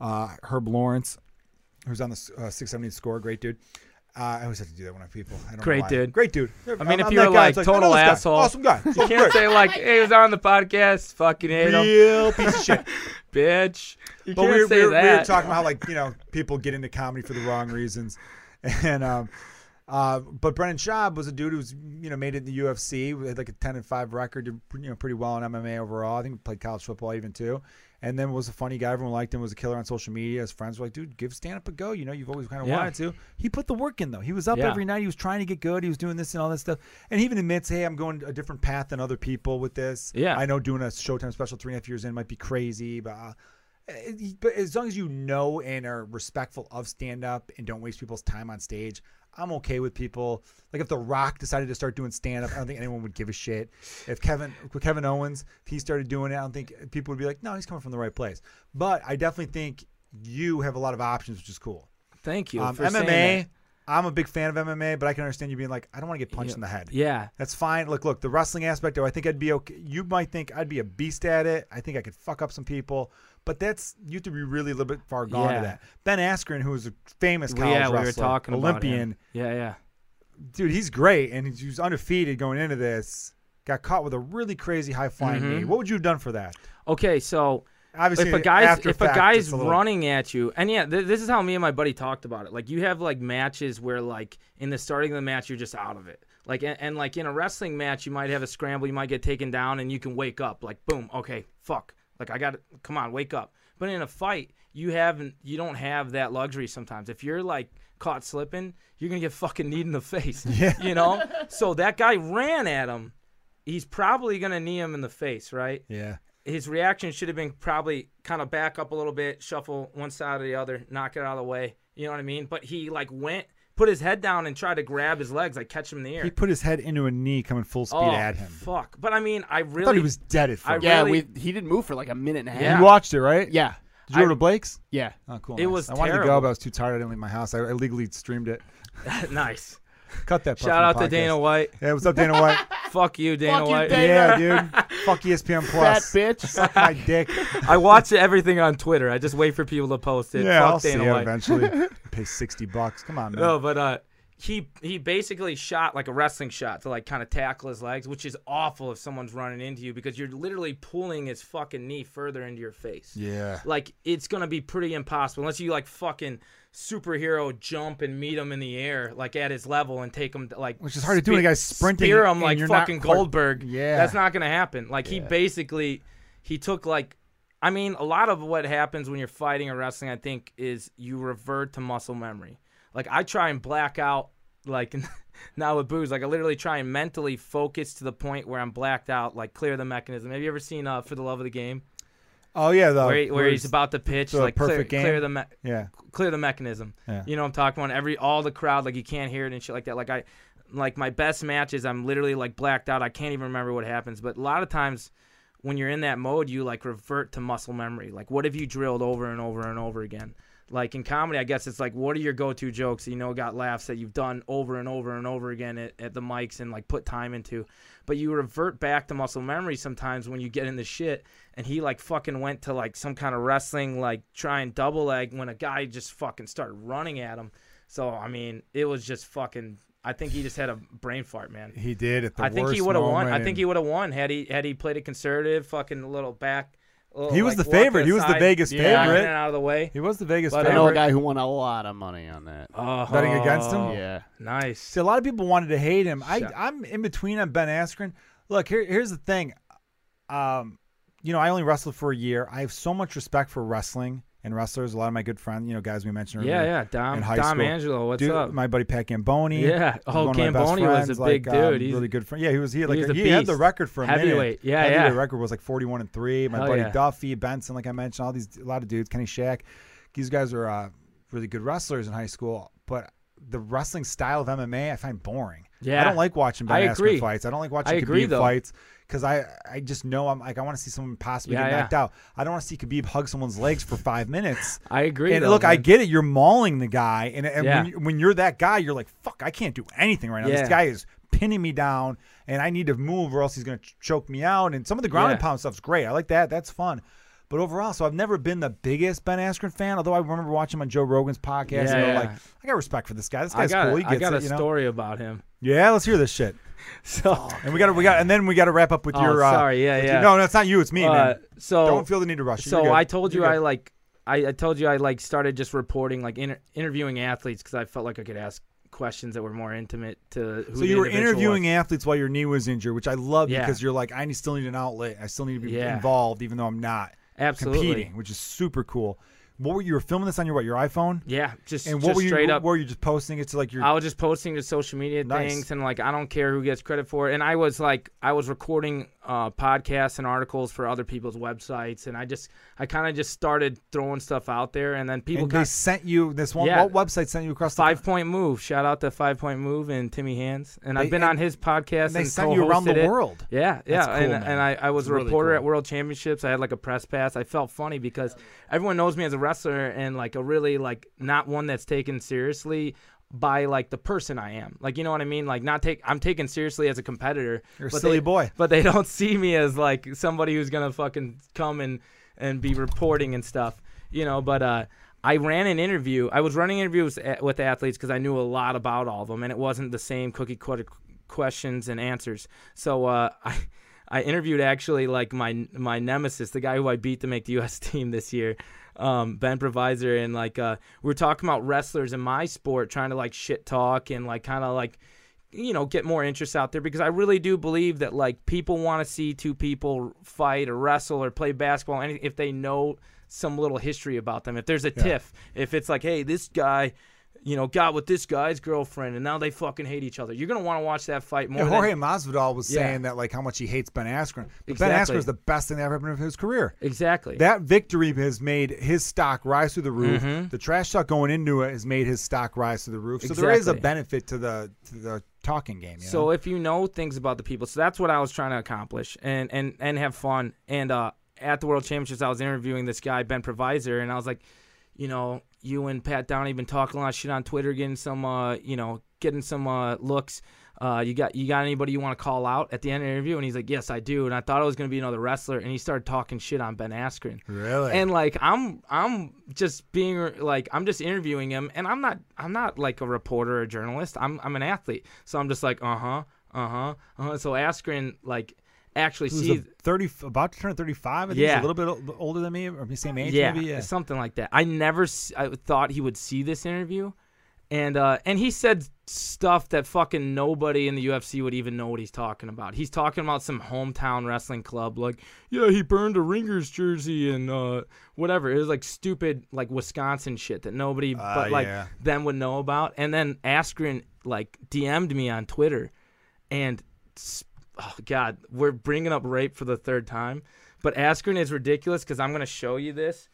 S2: uh, Herb Lawrence, who's on the uh, 670 score. Great dude. Uh, I always have to do that when I people. I don't
S3: Great
S2: know why.
S3: dude.
S2: Great dude.
S3: I mean,
S2: I'm-
S3: if
S2: I'm
S3: you
S2: that
S3: were
S2: guy.
S3: like
S2: It's
S3: total
S2: I know this guy.
S3: asshole,
S2: awesome guy.
S3: You
S2: Awesome,
S3: can't
S2: great.
S3: say like he was on the podcast. Fucking [laughs] hate him,
S2: real piece of shit.
S3: bitch. You
S2: But
S3: can't
S2: we were,
S3: say
S2: we, were,
S3: that.
S2: we were talking about how like you know people get into comedy for the wrong reasons, [laughs] and um, uh, but Brennan Schaub was a dude who's you know made it in the UFC with like a ten and five record, did you know pretty well in MMA overall. I think he played college football even too, and then was a funny guy. Everyone liked him. Was a killer on social media. His friends were like, dude, give stand up a go. You know, you've always kind of
S3: Yeah.
S2: wanted to. He put the work in though. He was up
S3: Yeah.
S2: every night. He was trying to get good. He was doing this and all that stuff. And he even admits, hey, I'm going a different path than other people with this.
S3: Yeah.
S2: I know doing a Showtime special three and a half years in might be crazy, but. Uh, it- but as long as you know and are respectful of stand up and don't waste people's time on stage, I'm okay with people. Like if The Rock decided to start doing stand up, I don't think anyone would give a shit. If Kevin Kevin Owens, if he started doing it, I don't think people would be like, "No, he's coming from the right place." But I definitely think you have a lot of options, which is cool.
S3: Thank you
S2: Um,
S3: for saying
S2: MMA,
S3: that.
S2: I'm a big fan of MMA, but I can understand you being like, "I don't want to get punched
S3: Yeah.
S2: in the head."
S3: Yeah,
S2: That's fine. Look, look, the wrestling aspect, though, I think I'd be okay. You might think I'd be a beast at it. I think I could fuck up some people, but that's you have to be really a little bit far gone
S3: Yeah.
S2: to that. Ben Askren, who was a famous
S3: Well,
S2: college
S3: yeah.
S2: wrestler,
S3: We were talking
S2: Olympian,
S3: about him. Yeah, yeah.
S2: dude, he's great and he's- he was undefeated going into this. Got caught with a really crazy high flying knee. What would you have done for that?
S3: Okay, so
S2: Obviously,
S3: Mm-hmm. if a guy's
S2: after
S3: if
S2: fact,
S3: a guy's
S2: it's little-
S3: running at you, and yeah, th- this is how me and my buddy talked about it. Like you have like matches where like in the starting of the match you're just out of it. Like and, and like in a wrestling match you might have a scramble, you might get taken down, and you can wake up. Like boom, okay, fuck. Like I got to come on, wake up. But in a fight you haven't you don't have that luxury sometimes. If you're like caught slipping, you're gonna get fucking kneed in
S2: [laughs]
S3: the face. You know. so that guy ran at him. He's probably gonna knee him in the face, right?
S2: yeah,
S3: his reaction should have been probably kind of back up a little bit, shuffle one side or the other, knock it out of the way. You know what I mean? But he like went, put his head down and tried to grab his legs, like catch him in the air.
S2: he put his head into a knee coming full speed
S3: oh,
S2: at him.
S3: fuck! But I mean, I
S2: I
S3: really
S2: thought he was dead at
S3: I
S2: first.
S1: Yeah,
S3: Really?
S1: we he didn't move for like a minute and a half.
S3: Yeah.
S2: You watched it, right?
S1: Yeah.
S2: Did you go
S3: I-
S2: to Blake's?
S1: Yeah.
S2: Oh, cool.
S3: It
S2: nice.
S3: was
S2: I wanted to go,
S3: terrible.
S2: but I was too tired. I didn't leave my house. I I illegally streamed it. [laughs]
S3: [laughs] nice.
S2: Cut that. part
S3: Shout out
S2: from the
S3: to Dana
S2: podcast.
S3: White.
S2: Yeah, what's up, Dana White?
S3: Fuck you, [laughs] Dana
S1: Fuck you,
S3: White.
S1: Dana.
S2: yeah, dude. Fuck E ESPN
S1: Fat
S2: Plus.
S1: bitch.
S2: Suck my
S3: [laughs]
S2: dick.
S3: I watch everything on Twitter. I just wait for people to post it.
S2: yeah,
S3: Fuck
S2: I'll see
S3: Dana
S2: it
S3: White. [laughs]
S2: eventually. Pay sixty bucks. Come on, man.
S3: No, but uh, he he basically shot like a wrestling shot to like kind of tackle his legs, which is awful if someone's running into you because you're literally pulling his fucking knee further into your face.
S2: Yeah.
S3: Like it's gonna be pretty impossible unless you like fucking superhero jump and meet him in the air like at his level and take him to, like
S2: Which is hard to do when a guy's sprinting
S3: spear him
S2: and
S3: like
S2: you're not
S3: fucking
S2: quite-
S3: Goldberg.
S2: Yeah.
S3: that's not gonna happen. Like he basically he took like I mean, a lot of what happens when you're fighting or wrestling, I think, is you revert to muscle memory. Like I try and black out, like [laughs] now with booze, like I literally try and mentally focus to the point where I'm blacked out, like clear the mechanism. Have you ever seen uh, For the Love of the Game,
S2: Oh yeah, the,
S3: where, he- where he's about to pitch,
S2: the
S3: like clear,
S2: perfect game?
S3: clear the me-
S2: yeah.
S3: clear the mechanism.
S2: Yeah.
S3: You know, what I'm talking about every all the crowd, like you can't hear it and shit like that. Like I, like my best matches, I'm literally like blacked out. I can't even remember what happens. But a lot of times, when you're in that mode, you like revert to muscle memory. Like what have you drilled over and over and over again? Like in comedy, I guess it's like what are your go-to jokes? that You know, got laughs that you've done over and over and over again at, at the mics and like put time into. But you revert back to muscle memory sometimes when you get in the shit. And he like fucking went to like some kind of wrestling like try and double leg when a guy just fucking started running at him. So I mean, it was just fucking. I think he just had a brain fart, man.
S2: He did at the
S3: I think he
S2: worst
S3: would have won.
S2: moment
S3: I think
S2: and-
S3: he would have won had he had he played a conservative, fucking little back. little,
S2: He was
S3: like,
S2: the
S3: walk to
S2: favorite. He was the
S3: side,
S2: Vegas
S3: knocking it
S2: favorite.
S3: out of the way.
S2: He was the Vegas
S1: [laughs]
S3: But
S1: I know a
S2: favorite.
S1: guy who won a lot of money on that.
S3: Oh,
S2: Betting against him?
S1: Yeah.
S3: Nice.
S2: See, a lot of people wanted to hate him. I,
S3: Shut.
S2: I'm in between on Ben Askren. Look, here, here's the thing. Um, you know, I only wrestled for a year. I have so much respect for wrestling and wrestlers. A lot of my good friends, you know, guys we mentioned earlier.
S3: Yeah, yeah.
S2: in
S3: Dom
S2: high
S3: Dom
S2: school.
S3: Angelo, what's
S2: Dude,
S3: up?
S2: My buddy Pat Gamboni.
S3: Yeah.
S2: was
S3: Oh,
S2: one of my best
S3: Gamboni was a
S2: friends,
S3: big
S2: like,
S3: dude.
S2: Um,
S3: He's-
S2: really good friend. Yeah, he was. He had, like
S3: was
S2: a,
S3: a
S2: he had the
S3: beast.
S2: record for a minute.
S3: Heavyweight. Yeah,
S2: Heavyweight
S3: yeah.
S2: record was like forty-one and three. My
S3: Hell
S2: buddy
S3: yeah.
S2: Duffy Benson, like I mentioned, all these a lot of dudes. Kenny Shack. These guys are uh, really good wrestlers in high school, but the wrestling style of MMA I find boring. I
S3: Yeah.
S2: don't like watching Ben
S3: I
S2: Askren
S3: agree.
S2: fights. I don't like watching
S3: I
S2: Khabib
S3: agree, though.
S2: fights because I I just know I'm like I want to see someone possibly
S3: Yeah,
S2: get
S3: yeah.
S2: knocked out. I don't want to see Khabib hug someone's legs for five minutes.
S3: I agree.
S2: And
S3: though,
S2: look, I
S3: man.
S2: get it. You're mauling the guy, and, and
S3: Yeah.
S2: when, you, when you're that guy, you're like, "Fuck, I can't do anything right now.
S3: Yeah.
S2: This guy is pinning me down, and I need to move, or else he's gonna ch- choke me out." And some of the ground and
S3: Yeah.
S2: pound stuff's great. I like that. That's fun. But overall, so I've never been the biggest Ben Askren fan. Although I remember watching him on Joe Rogan's podcast, and
S3: Yeah,
S2: they're
S3: yeah.
S2: like, "I got respect for this guy. This
S3: I
S2: guy's
S3: got,
S2: cool.
S3: a-
S2: He
S3: I
S2: gets
S3: got
S2: it."
S3: a
S2: You know?
S3: story
S2: [laughs]
S3: about him. Oh,
S2: Yeah, let's hear this shit.
S3: So
S2: And we got to we got and then we got to wrap up with
S3: Oh,
S2: your. Uh,
S3: sorry. Yeah,
S2: with your-
S3: yeah.
S2: no, that's not you. It's me,
S3: uh,
S2: man.
S3: so
S2: Don't feel the need to rush. You're
S3: So
S2: good.
S3: I told you
S2: You're good.
S3: I like I, I told you I like started just reporting like inter- interviewing athletes because I felt like I could ask questions that were more intimate to who
S2: So
S3: the
S2: you were
S3: individual
S2: interviewing
S3: was.
S2: athletes while your knee was injured, which I love
S3: Yeah.
S2: because you're like, I need- still need an outlet. I still need to be
S3: Yeah.
S2: involved, even though I'm not
S3: absolutely
S2: competing, which is super cool. What were you were filming this on your what your iPhone?
S3: yeah just
S2: And what
S3: just
S2: were you?
S3: straight up
S2: Were you just posting it to like your?
S3: I was just posting to social media
S2: Nice.
S3: things and like I don't care who gets credit for it. And I was like I was recording uh, podcasts and articles for other people's websites and I just I kind of just started throwing stuff out there and then people
S2: and they
S3: kind
S2: sent you this one.
S3: Yeah.
S2: What website sent you across the?
S3: Five Point Move. Shout out to Five Point Move and Timmy Hands. And
S2: They-
S3: I've been
S2: and-
S3: on his
S2: And
S3: podcast and
S2: they sent you around
S3: co-hosted
S2: the
S3: it.
S2: world.
S3: Yeah, yeah,
S2: That's cool,
S3: and,
S2: man.
S3: and I, I was
S1: It's
S3: a
S1: really
S3: reporter
S1: cool.
S3: at World Championships. I had like a press pass. I felt funny because everyone knows me as a wrestler and like a really like not one that's taken seriously by like the person I am. Like you know what I mean? Like not take I'm taken seriously as a competitor.
S2: You're a
S3: but
S2: silly
S3: they-
S2: boy.
S3: [laughs] But they don't see me as like somebody who's gonna fucking come and and be reporting and stuff. You know, but uh. I ran an interview. I was running interviews a- with athletes because I knew a lot about all of them, and it wasn't the same cookie cutter questions and answers. So uh, [laughs] I I interviewed actually like my my nemesis, the guy who I beat to make the [laughs] U.S. team this year, um, Ben Provisor, and like uh, we were talking about wrestlers in my sport trying to like shit talk and like kind of like you know get more interest out there because I really do believe that like people want to see two people fight or wrestle or play basketball and if they know some little history about them if there's a tiff if it's like hey this guy you know got with this guy's girlfriend and now they fucking hate each other you're gonna want to watch that fight more
S2: Yeah,
S3: than-
S2: Jorge Masvidal was
S3: Yeah.
S2: saying that like how much he hates Ben Askren. But Ben
S3: Exactly.
S2: Askren is the best thing that ever happened in his career.
S3: exactly
S2: That victory has made his stock rise through the roof.
S3: Mm-hmm.
S2: The trash talk going into it has made his stock rise through the roof. So there is a
S3: Exactly.
S2: benefit to the to the talking game. You
S3: so
S2: know?
S3: if you know things about the people so that's what i was trying to accomplish and and and have fun and uh at the world championships i was interviewing this guy ben provisor and i was like you know you and pat downey been talking a lot of shit on twitter getting some uh you know getting some uh looks uh, you got you got anybody you want to call out at the end of the interview? And he's like, "Yes, I do." And I thought it was gonna be another wrestler, and he started talking shit on Ben Askren.
S2: really,
S3: And like I'm I'm just being like I'm just interviewing him and I'm not I'm not like a reporter or journalist. I'm I'm an athlete. So I'm just like, uh-huh, uh-huh. uh-huh. So Askren like actually
S2: who's
S3: sees
S2: a thirty about to turn thirty five. I think
S3: Yeah.
S2: he's a little bit o- older than me, or the same age.
S3: yeah,
S2: maybe. Yeah.
S3: something like that. I never s- I thought he would see this interview, and uh, and he said stuff that fucking nobody in the UFC would even know what he's talking about. He's talking about some hometown wrestling club, like, yeah, he burned a Ringers jersey and uh, whatever. It was like stupid, like Wisconsin shit that nobody
S2: Ah,
S3: but like
S2: yeah.
S3: them would know about. And then Askren like DM'd me on Twitter, and s- oh god, we're bringing up rape for the third time. But Askren is ridiculous because I'm gonna show you this.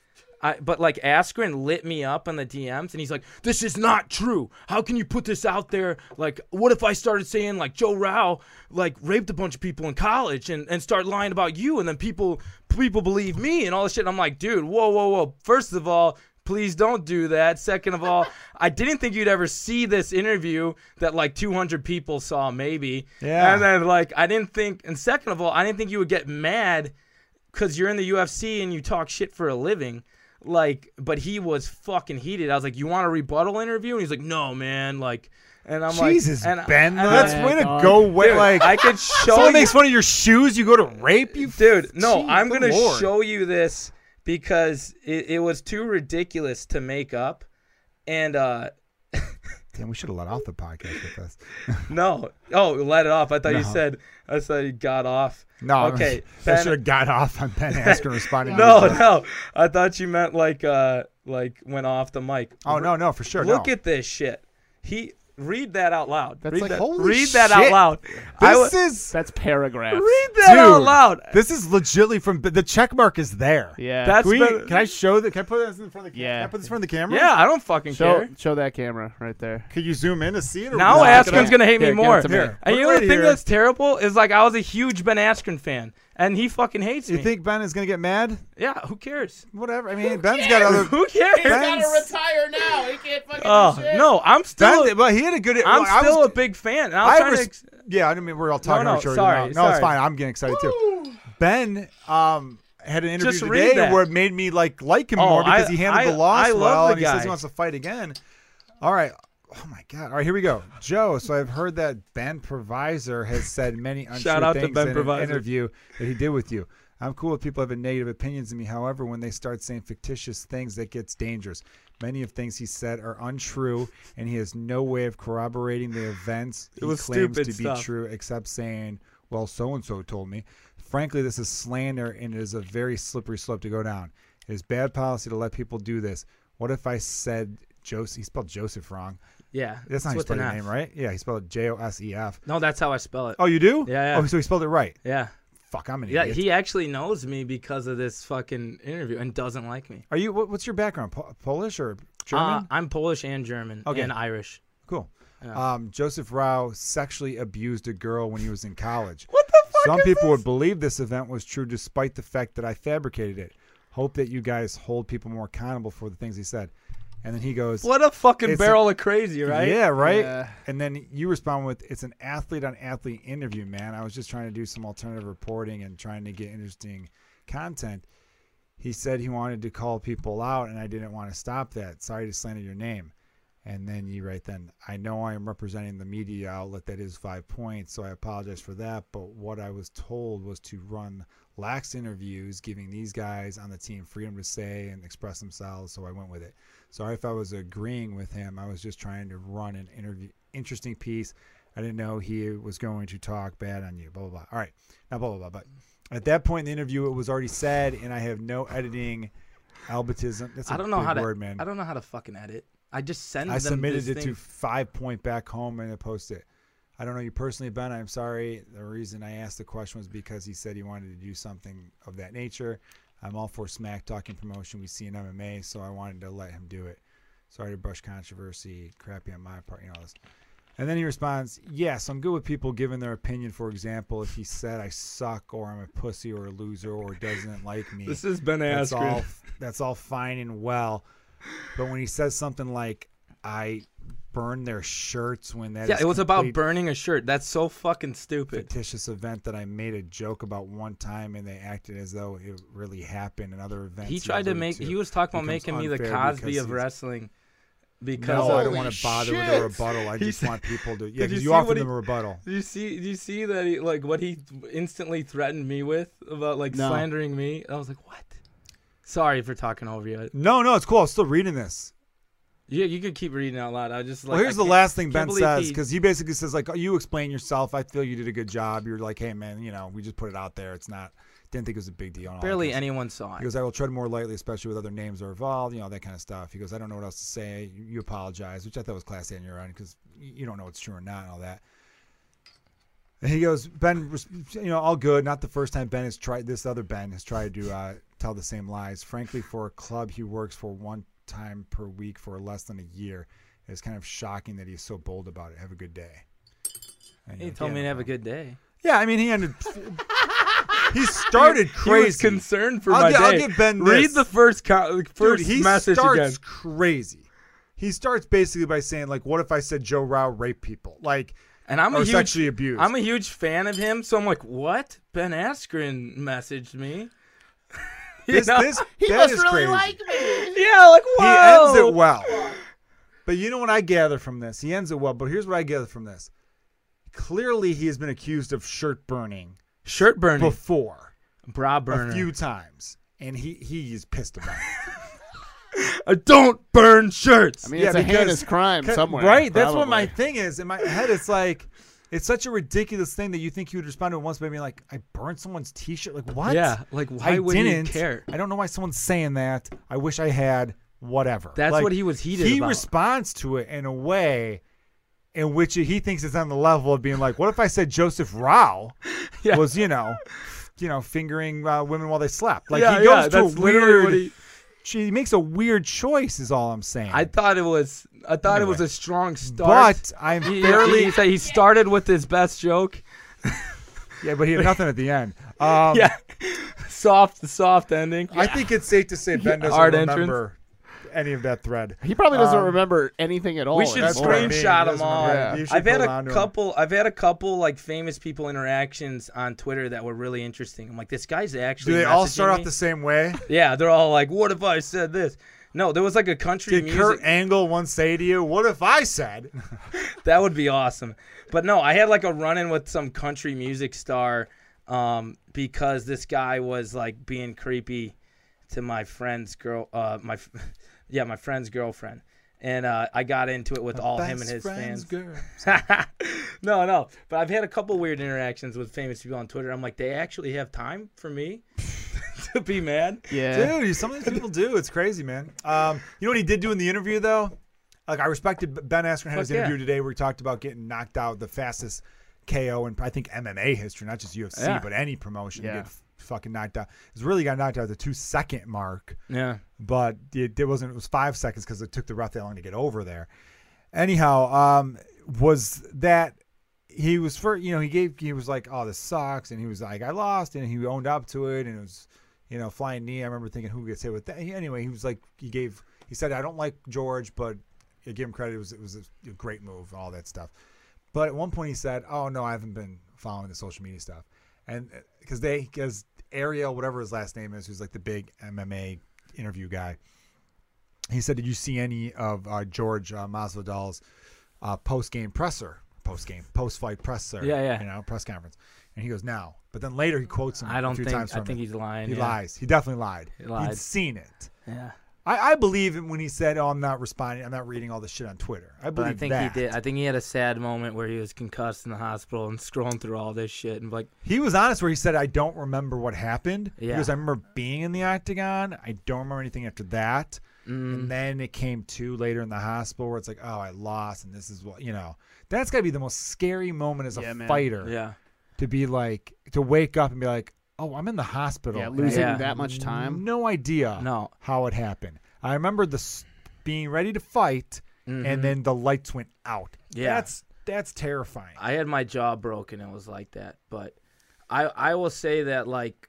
S3: I, but like Askren lit me up on the DMs and he's like, "This is not true. How can you put this out there? Like, what if I started saying like Joe Rao like raped a bunch of people in college and, and start lying about you and then people people believe me and all this shit?" And I'm like, "Dude, whoa, whoa, whoa! First of all, please don't do that. Second of all, I didn't think you'd ever see this interview that like 200 people saw maybe.
S2: Yeah.
S3: And then like I didn't think, and second of all, I didn't think you would get mad." because you're in the UFC and you talk shit for a living. Like, but he was fucking heated. I was like, "You want a rebuttal interview?" And he's like, "No, man." Like, and I'm
S2: Jesus,
S3: like, and I-
S2: Ben,
S3: and
S2: that's
S1: I-
S2: way to
S1: Dog.
S2: go. Way,
S3: Dude,
S2: like [laughs]
S3: I could show
S2: someone
S3: you,
S2: makes fun of your shoes, you go to rape you,
S3: dude. No,
S2: Gee,
S3: I'm
S2: good
S3: gonna
S2: Lord.
S3: show you this because it, it was too ridiculous to make up, and uh,
S2: Damn, we should have let off the podcast with this.
S3: no, oh, let it off. I thought you
S2: No.
S3: said I thought you got off.
S2: No,
S3: Okay,
S2: [laughs] I
S3: Ben-
S2: should have got off on
S3: [laughs]
S2: Ben Askren responding. to
S3: No,
S2: this.
S3: no, I thought you meant like uh, like went off the mic.
S2: Oh no, no, for sure.
S3: Look
S2: no.
S3: at this shit. He read that out loud.
S1: That's
S3: read
S1: like-
S3: that,
S2: holy
S3: read that out
S2: shit.
S3: loud. I
S2: this
S3: wa-
S2: is
S1: That's paragraphs.
S3: read that out
S2: Dude.
S3: loud.
S2: this is legitly from the check mark is there.
S1: Yeah.
S3: That's
S2: Can, we,
S3: better-
S2: can I show that? Can I put this in front of the?
S1: Yeah.
S2: Can I put this in front of the camera?
S3: yeah, I don't fucking
S1: show
S3: care.
S1: show that camera right there.
S2: Could you zoom in to see it? Or
S3: Now
S2: we just pick it
S3: Askren's
S2: up?
S3: gonna
S1: Here,
S3: hate me
S1: give it
S3: more.
S1: to me.
S2: Here.
S3: And you
S2: Look
S3: know the
S2: right
S3: thing
S2: here.
S3: that's terrible is like I was a huge Ben Askren fan, and he fucking hates
S2: You
S3: me.
S2: think Ben is gonna get mad?
S3: yeah, who cares?
S2: Whatever. I mean, Ben's got other.
S3: [laughs] Who cares?
S2: Ben-
S4: gotta retire now. He can't fucking
S3: Oh
S4: do shit.
S3: no, I'm still,
S2: Ben, but he had a good.
S3: I'm
S2: well, I was-
S3: still a big fan. And I was
S2: I
S3: trying to
S2: res-
S3: ex-
S2: yeah, I mean, we're all talking about
S3: No, no,
S2: each other
S3: sorry,
S2: now. No, it's
S3: sorry.
S2: fine. I'm getting excited too. Ben um, had an interview
S3: Just read
S2: today
S3: that.
S2: where it made me like like him
S3: Oh,
S2: more because
S3: I-
S2: he handled
S3: I-
S2: the loss
S3: I love
S2: well,
S3: the
S2: and he says
S3: guy.
S2: he wants to fight again. All right. Oh my God! All right, here we go, Joe. So I've heard that Ben Provisor has said many untrue
S3: Shout out to
S2: things
S3: Ben
S2: in
S3: Provisor.
S2: an interview that he did with you. I'm cool with people having negative opinions of me. However, when they start saying fictitious things, that gets dangerous. Many of things he said are untrue, and he has no way of corroborating the events he
S3: was
S2: claims to
S3: stupid
S2: be
S3: stuff.
S2: true, except saying, "Well, so and so told me." Frankly, this is slander, and it is a very slippery slope to go down. It is bad policy to let people do this. What if I said Joseph? He spelled Joseph wrong.
S3: yeah,
S2: That's not how you
S3: with
S2: spell
S3: an
S2: your
S3: F.
S2: name, right? Yeah, he spelled it J O S E F.
S3: No, that's how I spell it.
S2: Oh, you do?
S3: Yeah, yeah.
S2: Oh, so he spelled it right.
S3: Yeah,
S2: Fuck, I'm an
S3: yeah.
S2: idiot.
S3: He actually knows me because of this fucking interview and doesn't like me.
S2: Are you? What, what's your background? Po- Polish or German?
S3: Uh, I'm Polish and German
S2: Okay.
S3: and Irish.
S2: cool.
S3: yeah.
S2: Um, Joseph Rao sexually abused a girl when he was in college.
S3: [laughs] What the fuck?
S2: Some people would believe this event was true despite the fact that I fabricated it. Hope that you guys hold people more accountable for the things he said. And then he goes,
S3: What a fucking
S2: It's a-
S3: barrel of crazy, right?
S2: Yeah, right.
S1: Yeah.
S2: And then you respond with, "It's an athlete on athlete interview, man. I was just trying to do some alternative reporting and trying to get interesting content." He said he wanted to call people out, and I didn't want to stop that. Sorry to slander your name. And then you write, "Then I know I am representing the media outlet that is Five Points, so I apologize for that. But what I was told was to run lax interviews, giving these guys on the team freedom to say and express themselves. So I went with it." Sorry if I was agreeing with him. I was just trying to run an interview, interesting piece. I didn't know he was going to talk bad on you. Blah blah blah. All right, now blah blah blah. But at that point in the interview, it was already said, and I have no editing. Albertism. That's a
S3: I don't know
S2: big
S3: how to.
S2: word, man.
S3: I don't know how to fucking edit. I just send.
S2: I
S3: them
S2: submitted
S3: this
S2: it
S3: thing.
S2: to Five Point back home and I posted it. I don't know you personally, Ben. I'm sorry. The reason I asked the question was because he said he wanted to do something of that nature. I'm all for smack talking promotion. We see in MMA, so I wanted to let him do it. Sorry to brush controversy, crappy on my part, you know this. And then he responds, "Yes, I'm good with people giving their opinion. For example, if he said I suck or I'm a pussy or a loser or doesn't like me,
S3: [laughs] This is Ben
S2: that's all
S3: Askren.
S2: that's all fine and well but when he says something like i burn their shirts when [laughs] that
S3: Yeah,
S2: is
S3: it was about
S2: complete
S3: burning a shirt. That's so fucking stupid.
S2: fictitious event that i made a joke about one time and they acted as though it really happened and other events
S3: He tried to
S2: alluded
S3: make. He was talking about
S2: becomes
S3: making me the
S2: unfair
S3: Cosby
S2: because he's-
S3: of wrestling. Because
S2: no, I
S3: of,
S2: don't want to bother with a
S4: shit.
S2: rebuttal. I
S3: [laughs] He
S2: just
S3: said-
S2: want people to. Yeah,
S3: Did you
S2: because
S3: see
S2: you offered
S3: what he-
S2: them a rebuttal.
S3: Do you see? Do you see that? He, like what he instantly threatened me with about like
S1: No.
S3: slandering me. I was like, what? Sorry for talking over you.
S2: No, no, it's cool. I'm still reading this.
S3: Yeah, you could keep reading out loud. I just like.
S2: well, here's
S3: I
S2: the
S3: can't-
S2: last thing
S3: can't
S2: Ben
S3: believe
S2: says
S3: he-
S2: because he basically says like, oh, "You explain yourself. I feel you did a good job. You're like, hey man, you know, we just put it out there. It's not. Didn't think it was a big deal. and all that
S3: Barely
S2: kind of
S3: anyone saw
S2: He
S3: it.
S2: goes, I will tread more lightly, especially with other names that are involved, you know, that kind of stuff. He goes, I don't know what else to say. You, you apologize, which I thought was classy on your end because you don't know what's true or not and all that. And he goes, Ben, was- you know, all good. Not the first time Ben has tried, this other Ben has tried to uh, tell the same lies. Frankly, for a club he works for one time per week for less than a year, it's kind of shocking that he's so bold about it. Have a good day. And
S3: He
S2: you're like,
S3: told
S2: "Yeah,
S3: me to
S2: no
S3: have a
S2: problem."
S3: good day.
S2: Yeah, I mean, he
S3: [laughs]
S2: ended. he started crazy.
S3: He was concerned for
S2: I'll
S3: my
S2: gi- I'll
S3: day.
S2: give Ben
S3: Read
S2: this.
S3: the first co- first
S2: Dude, he
S3: message
S2: starts
S3: again.
S2: crazy. He starts basically by saying like, "What if I said Joe Rao raped people? Like,
S3: And I'm
S2: or
S3: a huge
S2: sexually abused?"
S3: I'm a huge fan of him, so I'm like, what? Ben Askren messaged me. [laughs] You
S2: this,
S3: [laughs] know?
S2: this
S1: He
S2: that
S1: must
S2: is
S1: really
S2: crazy.
S1: like me.
S3: yeah, like
S2: he
S3: whoa.
S2: ends it well. But you know what I gather from this? He ends it well. But here's what I gather from this: clearly, he has been accused of shirt burning
S3: Shirt burning,
S2: before
S3: bra burner.
S2: a few times, and he he is pissed about it.
S3: I don't burn shirts.
S1: I mean,
S2: Yeah,
S1: it's a
S2: because-
S1: heinous crime
S2: Ca-
S1: somewhere.
S2: Right. That's what my
S1: probably.
S2: thing is. In my head, it's like, it's such a ridiculous thing that you think you would respond to it once by being like, I burned someone's t shirt. Like, what?
S3: Yeah, like, why
S2: I
S3: would you
S2: didn't.
S3: care?
S2: I don't know why someone's saying that. I wish I had. Whatever.
S3: That's
S2: Like,
S3: what he was heated
S2: He
S3: about.
S2: responds to it in a way in which he thinks it's on the level of being like, what if I said Joseph Rao
S3: [laughs] Yeah.
S2: was, you know, you know, fingering uh, women while they slept? Like,
S3: yeah,
S2: he
S3: yeah,
S2: goes to a
S3: that's literally
S2: weird.
S3: what he-
S2: he makes a weird choice, is all I'm saying.
S3: I thought it was. I thought it was
S2: Anyway.
S3: a strong start.
S2: but I'm
S3: he,
S2: fairly
S3: he, he said he started with his best joke.
S2: Yeah, but he
S3: [laughs]
S2: had nothing at the end. Um,
S3: Yeah, soft, soft ending.
S2: I think it's safe to
S3: [laughs]
S2: say Ben doesn't
S3: Hard entrance.
S2: remember any of that thread.
S1: He probably doesn't
S2: Um,
S1: remember anything at all.
S3: we should
S1: at
S2: that's what I mean.
S1: all.
S3: screenshot
S2: He
S3: them
S2: doesn't
S3: all.
S2: remember.
S1: Yeah.
S2: You should
S3: I've had
S2: hold on to
S3: a
S2: 'em.
S3: couple. I've had a couple like famous people interactions on Twitter that were really interesting. I'm like, this guy's actually.
S2: Do they all
S3: messaging
S2: start
S3: me.
S2: off the same way?
S3: [laughs] Yeah, they're all like, "What if I said this?" No, there was like a country
S2: Did
S3: music.
S2: Kurt Angle once say to you, "What if I said?"
S3: That would be awesome. But no, I had like a run in with some country music star um, because this guy was like being creepy to my friend's girl. Uh, my f- [laughs] yeah, my friend's girlfriend. And uh, I got into it with [laughs] all him and
S2: Best
S3: his
S2: friend's
S3: fans.
S2: girl.
S3: [laughs] no, no. But I've had a couple weird interactions with famous people on Twitter. I'm like, they actually have time for me [laughs] to be mad.
S1: Yeah.
S2: Dude, some of these people do. It's crazy, man. Um, you know what he did do in the interview though? Like I respected Ben Askren had his
S3: Fuck yeah.
S2: interview today where he talked about getting knocked out the fastest KO in I think MMA history, not just UFC,
S3: Yeah.
S2: but any promotion to
S1: Yeah.
S2: get f- fucking knocked out. He's really got knocked out at the two second mark,
S3: Yeah.
S2: but it, it wasn't. It was five seconds because it took the ref that long to get over there. Anyhow, um, was that he was for you know he gave he was like oh this sucks and he was like I lost and he owned up to it and it was you know flying knee I remember thinking who gets hit with that anyway he was like he gave he said I don't like George but I give him credit it was it was a great move and all that stuff but at one point he said oh no I haven't been following the social media stuff and because they because Ariel whatever his last name is who's like the big MMA interview guy he said did you see any of uh, George uh, Masvidal's uh, post game presser, post game, post fight presser.
S3: Yeah, yeah.
S2: You know, press conference. And he goes, "No," but then later he quotes him.
S3: I
S2: a
S3: don't
S2: few
S3: think.
S2: Times
S3: I
S2: from
S3: think
S2: it.
S3: he's lying.
S2: he
S3: yeah.
S2: lies. He definitely lied.
S3: He lied.
S2: He'd seen it.
S3: Yeah.
S2: I, I believe him when he said, "Oh, I'm not responding. I'm not reading all this shit on Twitter." I
S3: But
S2: believe
S3: I think
S2: that.
S3: he did. I think he had a sad moment where he was concussed in the hospital and scrolling through all this shit and like,
S2: He was honest where he said, "I don't remember what happened."
S3: Yeah.
S2: Because I remember being in the octagon. I don't remember anything after that.
S3: Mm.
S2: And then it came to later in the hospital where it's like, "Oh, I lost," and this is what you know. That's got to be the most scary moment as a
S1: Yeah, man.
S2: fighter.
S3: yeah,
S2: to be like to wake up and be like, oh, I'm in the hospital.
S1: Yeah,
S2: and I
S1: losing
S3: Yeah.
S1: that much
S2: have
S1: time.
S2: No idea.
S3: No.
S2: How it happened. I remember this being ready to fight, and then the lights went out.
S3: Mm-hmm. Yeah.
S2: That's that's terrifying.
S3: I had my jaw broken. It was like that. But I I will say that like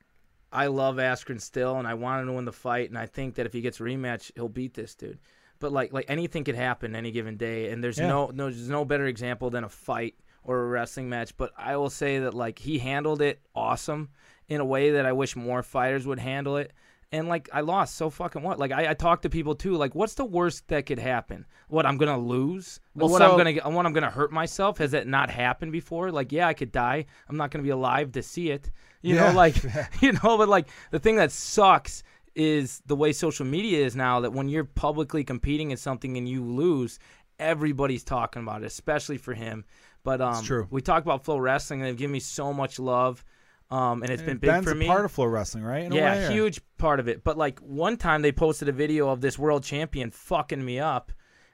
S3: I love Askren still, and I want him to win the fight, and I think that if he gets a rematch, he'll beat this dude. But like like anything could happen any given day, and there's
S2: Yeah.
S3: no no there's no better example than a fight or a wrestling match. But I will say that like he handled it awesome in a way that I wish more fighters would handle it. And like I lost, so fucking what? Like I, I talked to people too. Like, what's the worst that could happen? What I'm gonna lose?
S1: Well,
S3: what I'm
S1: so-
S3: gonna I want I'm gonna hurt myself. Has that not happened before? Like, yeah, I could die. I'm not gonna be alive to see it. You [laughs]
S2: Yeah. [laughs]
S3: know, like you know, but like the thing that sucks is the way social media is now that when you're publicly competing in something and you lose, everybody's talking about it, especially for him. But um,
S2: true.
S3: we talk about Flow Wrestling, and they've given me so much love, um, and it's been big
S2: Ben's
S3: for
S2: a
S3: me.
S2: part of floor wrestling, right? In a
S3: yeah,
S2: way, or-
S3: huge part of it. But like one time they posted a video of this world champion fucking me up,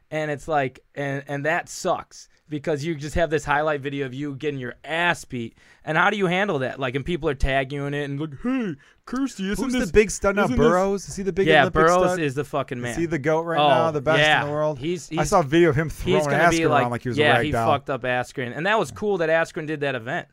S3: and it's like, and and that sucks because you just have this highlight video of you getting your ass beat. And how do you handle that? Like, and people are tagging you in it and like, hey, Kirsty, isn't
S2: Who's
S3: this
S2: the big stud now?
S3: isn't this-
S2: Burrows? Is he the big
S3: yeah,
S2: Olympic
S3: Burrows
S2: stud?
S3: is the fucking man.
S2: Is he the goat right
S3: Oh,
S2: now? The best
S3: yeah.
S2: in the world.
S3: He's-
S2: I
S3: he's-
S2: saw a video of him
S3: He's
S2: throwing
S3: gonna
S2: Askren
S3: be like,
S2: around like he was a
S3: yeah,
S2: rag
S3: he
S2: doll.
S3: fucked up Askren, and that was cool that Askren did that event.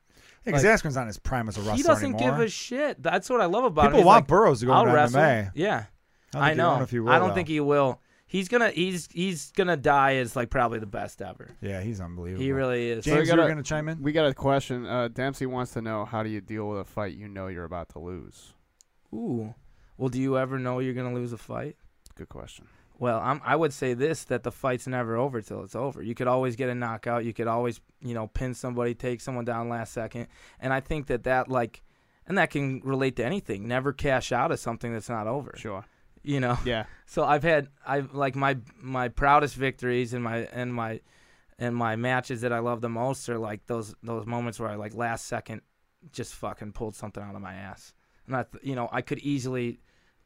S2: Because
S3: like-
S2: Askren's not in his prime as a wrestler
S3: He doesn't
S2: anymore.
S3: give a shit. That's what I love about
S2: People
S3: him. He's
S2: want
S3: like,
S2: Burrows to go
S3: I'll
S2: into
S3: wrestle.
S2: MMA.
S3: Yeah,
S2: don't think he- I
S3: know.
S2: don't know if he will,
S3: I don't
S2: though.
S3: think he will. He's gonna he's he's gonna die as like probably the best ever.
S2: Yeah, he's unbelievable.
S3: He really
S1: So
S3: is.
S2: James,
S1: we
S2: you were
S1: gotta-
S2: going to chime in?
S1: We got a question. Uh, Dempsey wants to know how do you deal with a fight you know you're about to lose?
S3: Ooh. Well, do you ever know you're gonna lose a fight?
S1: Good question.
S3: Well, I'm, I would say this that the fight's never over till it's over. You could always get a knockout. You could always, you know, pin somebody, take someone down last second. And I think that that, like, and that can relate to anything. Never cash out of something that's not over.
S1: Sure.
S3: You know?
S1: Yeah.
S3: So I've had I've like my my proudest victories and my and my and my matches that I love the most are like those those moments where I like last second just fucking pulled something out of my ass. And I th- you know, I could easily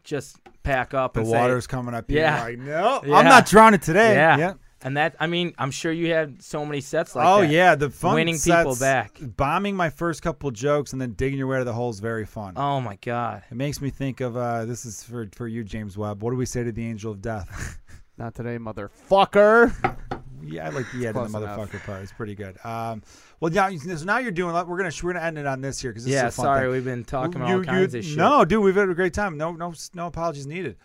S3: just pack up
S2: The
S3: and
S2: water's coming up. here.
S3: Yeah.
S2: Like, no,
S3: Yeah.
S2: I'm not drowning today.
S3: say yeah. And that I mean, I'm sure you had so many sets like
S2: oh
S3: that.
S2: yeah, the fun
S3: Winning
S2: sets,
S3: people back.
S2: Bombing my first couple jokes and then digging your way to the hole is very fun.
S3: Oh my god.
S2: It makes me think of uh, this is for for you, James Webb. What do we say to the angel of death? [laughs]
S1: Not today, motherfucker.
S2: yeah, I like the yeah to the
S1: close enough.
S2: motherfucker part. It's pretty good. Um, well, now you- so now you're doing. We're gonna we're gonna end it on this here because
S3: Yeah,
S2: is a fun
S3: sorry,
S2: thing.
S3: we've been talking about
S2: You-
S3: all
S2: you-
S3: kinds of shit.
S2: No, dude, we've had a great time. No, no, no apologies needed.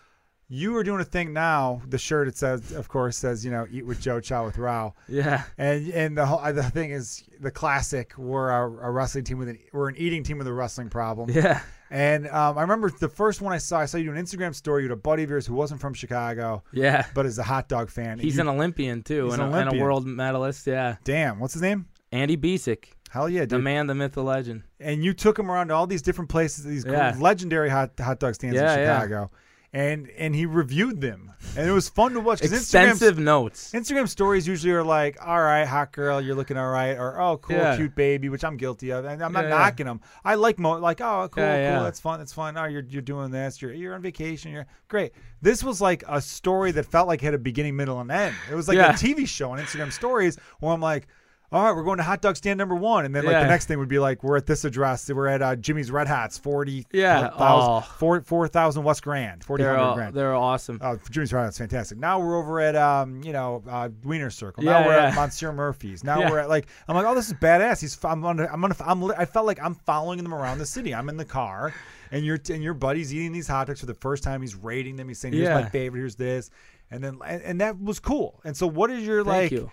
S2: You are doing a thing now. The shirt it says, of course, says you know, eat with Joe, chow with Rao.
S3: [laughs] Yeah.
S2: And and the whole the thing is the classic. We're a, a wrestling team with an we're an eating team with a wrestling problem.
S3: Yeah.
S2: And um, I remember the first one I saw. I saw you do an Instagram story. You had a buddy of yours who wasn't from Chicago,
S3: Yeah.
S2: but is a hot dog fan. And
S3: He's
S2: you-
S3: an Olympian too,
S2: He's
S3: and,
S2: an
S3: a, and a
S2: Olympian.
S3: world medalist. Yeah,
S2: damn. What's his name?
S3: Andy Besick,
S2: Hell yeah,
S3: the
S2: dude.
S3: man, the myth, the legend.
S2: And you took him around to all these different places, these
S3: Yeah.
S2: legendary hot hot dog stands
S3: Yeah,
S2: in
S3: yeah.
S2: Chicago, and and he reviewed them, and it was fun to watch. 'cause Instagram,
S3: Extensive notes.
S2: Instagram stories usually are like, "All right, hot girl, you're looking all right," or "Oh, cool,
S3: Yeah.
S2: cute baby," which I'm guilty of, and I'm not
S3: Yeah, yeah.
S2: knocking them. I like mo like, "Oh, cool,
S3: Yeah,
S2: cool,
S3: yeah.
S2: that's fun, that's fun." Oh, you're you're doing this, you're you're on vacation, you're great. This was like a story that felt like it had a beginning, middle, and end. It was like
S3: Yeah.
S2: a TV show on Instagram stories where I'm like. All right, we're going to hot dog stand number one, and then like the
S3: Yeah.
S2: next thing would be like we're at this address, we're at uh, Jimmy's Red Hats, forty,
S3: Yeah,
S2: thousand-
S3: oh.
S2: four four thousand West Grand, forty
S3: They're
S2: hundred
S3: all,
S2: Grand.
S3: they're awesome.
S2: Oh, Jimmy's right. That's fantastic. Now we're over at um, you know, uh, Wiener Circle. now
S3: Yeah,
S2: we're at
S3: yeah.
S2: Monsieur Murphy's. Now
S3: Yeah.
S2: we're at like I'm like, oh, this is badass. He's I'm on, I'm on, I'm li- I felt like I'm following them around the city. I'm in the car, and your and your buddy's eating these hot dogs for the first time. He's rating them. He's saying, here's my
S3: Yeah.
S2: favorite. Here's this, and then and, and that was cool. And so, what is your
S3: Thank
S2: like?
S3: you.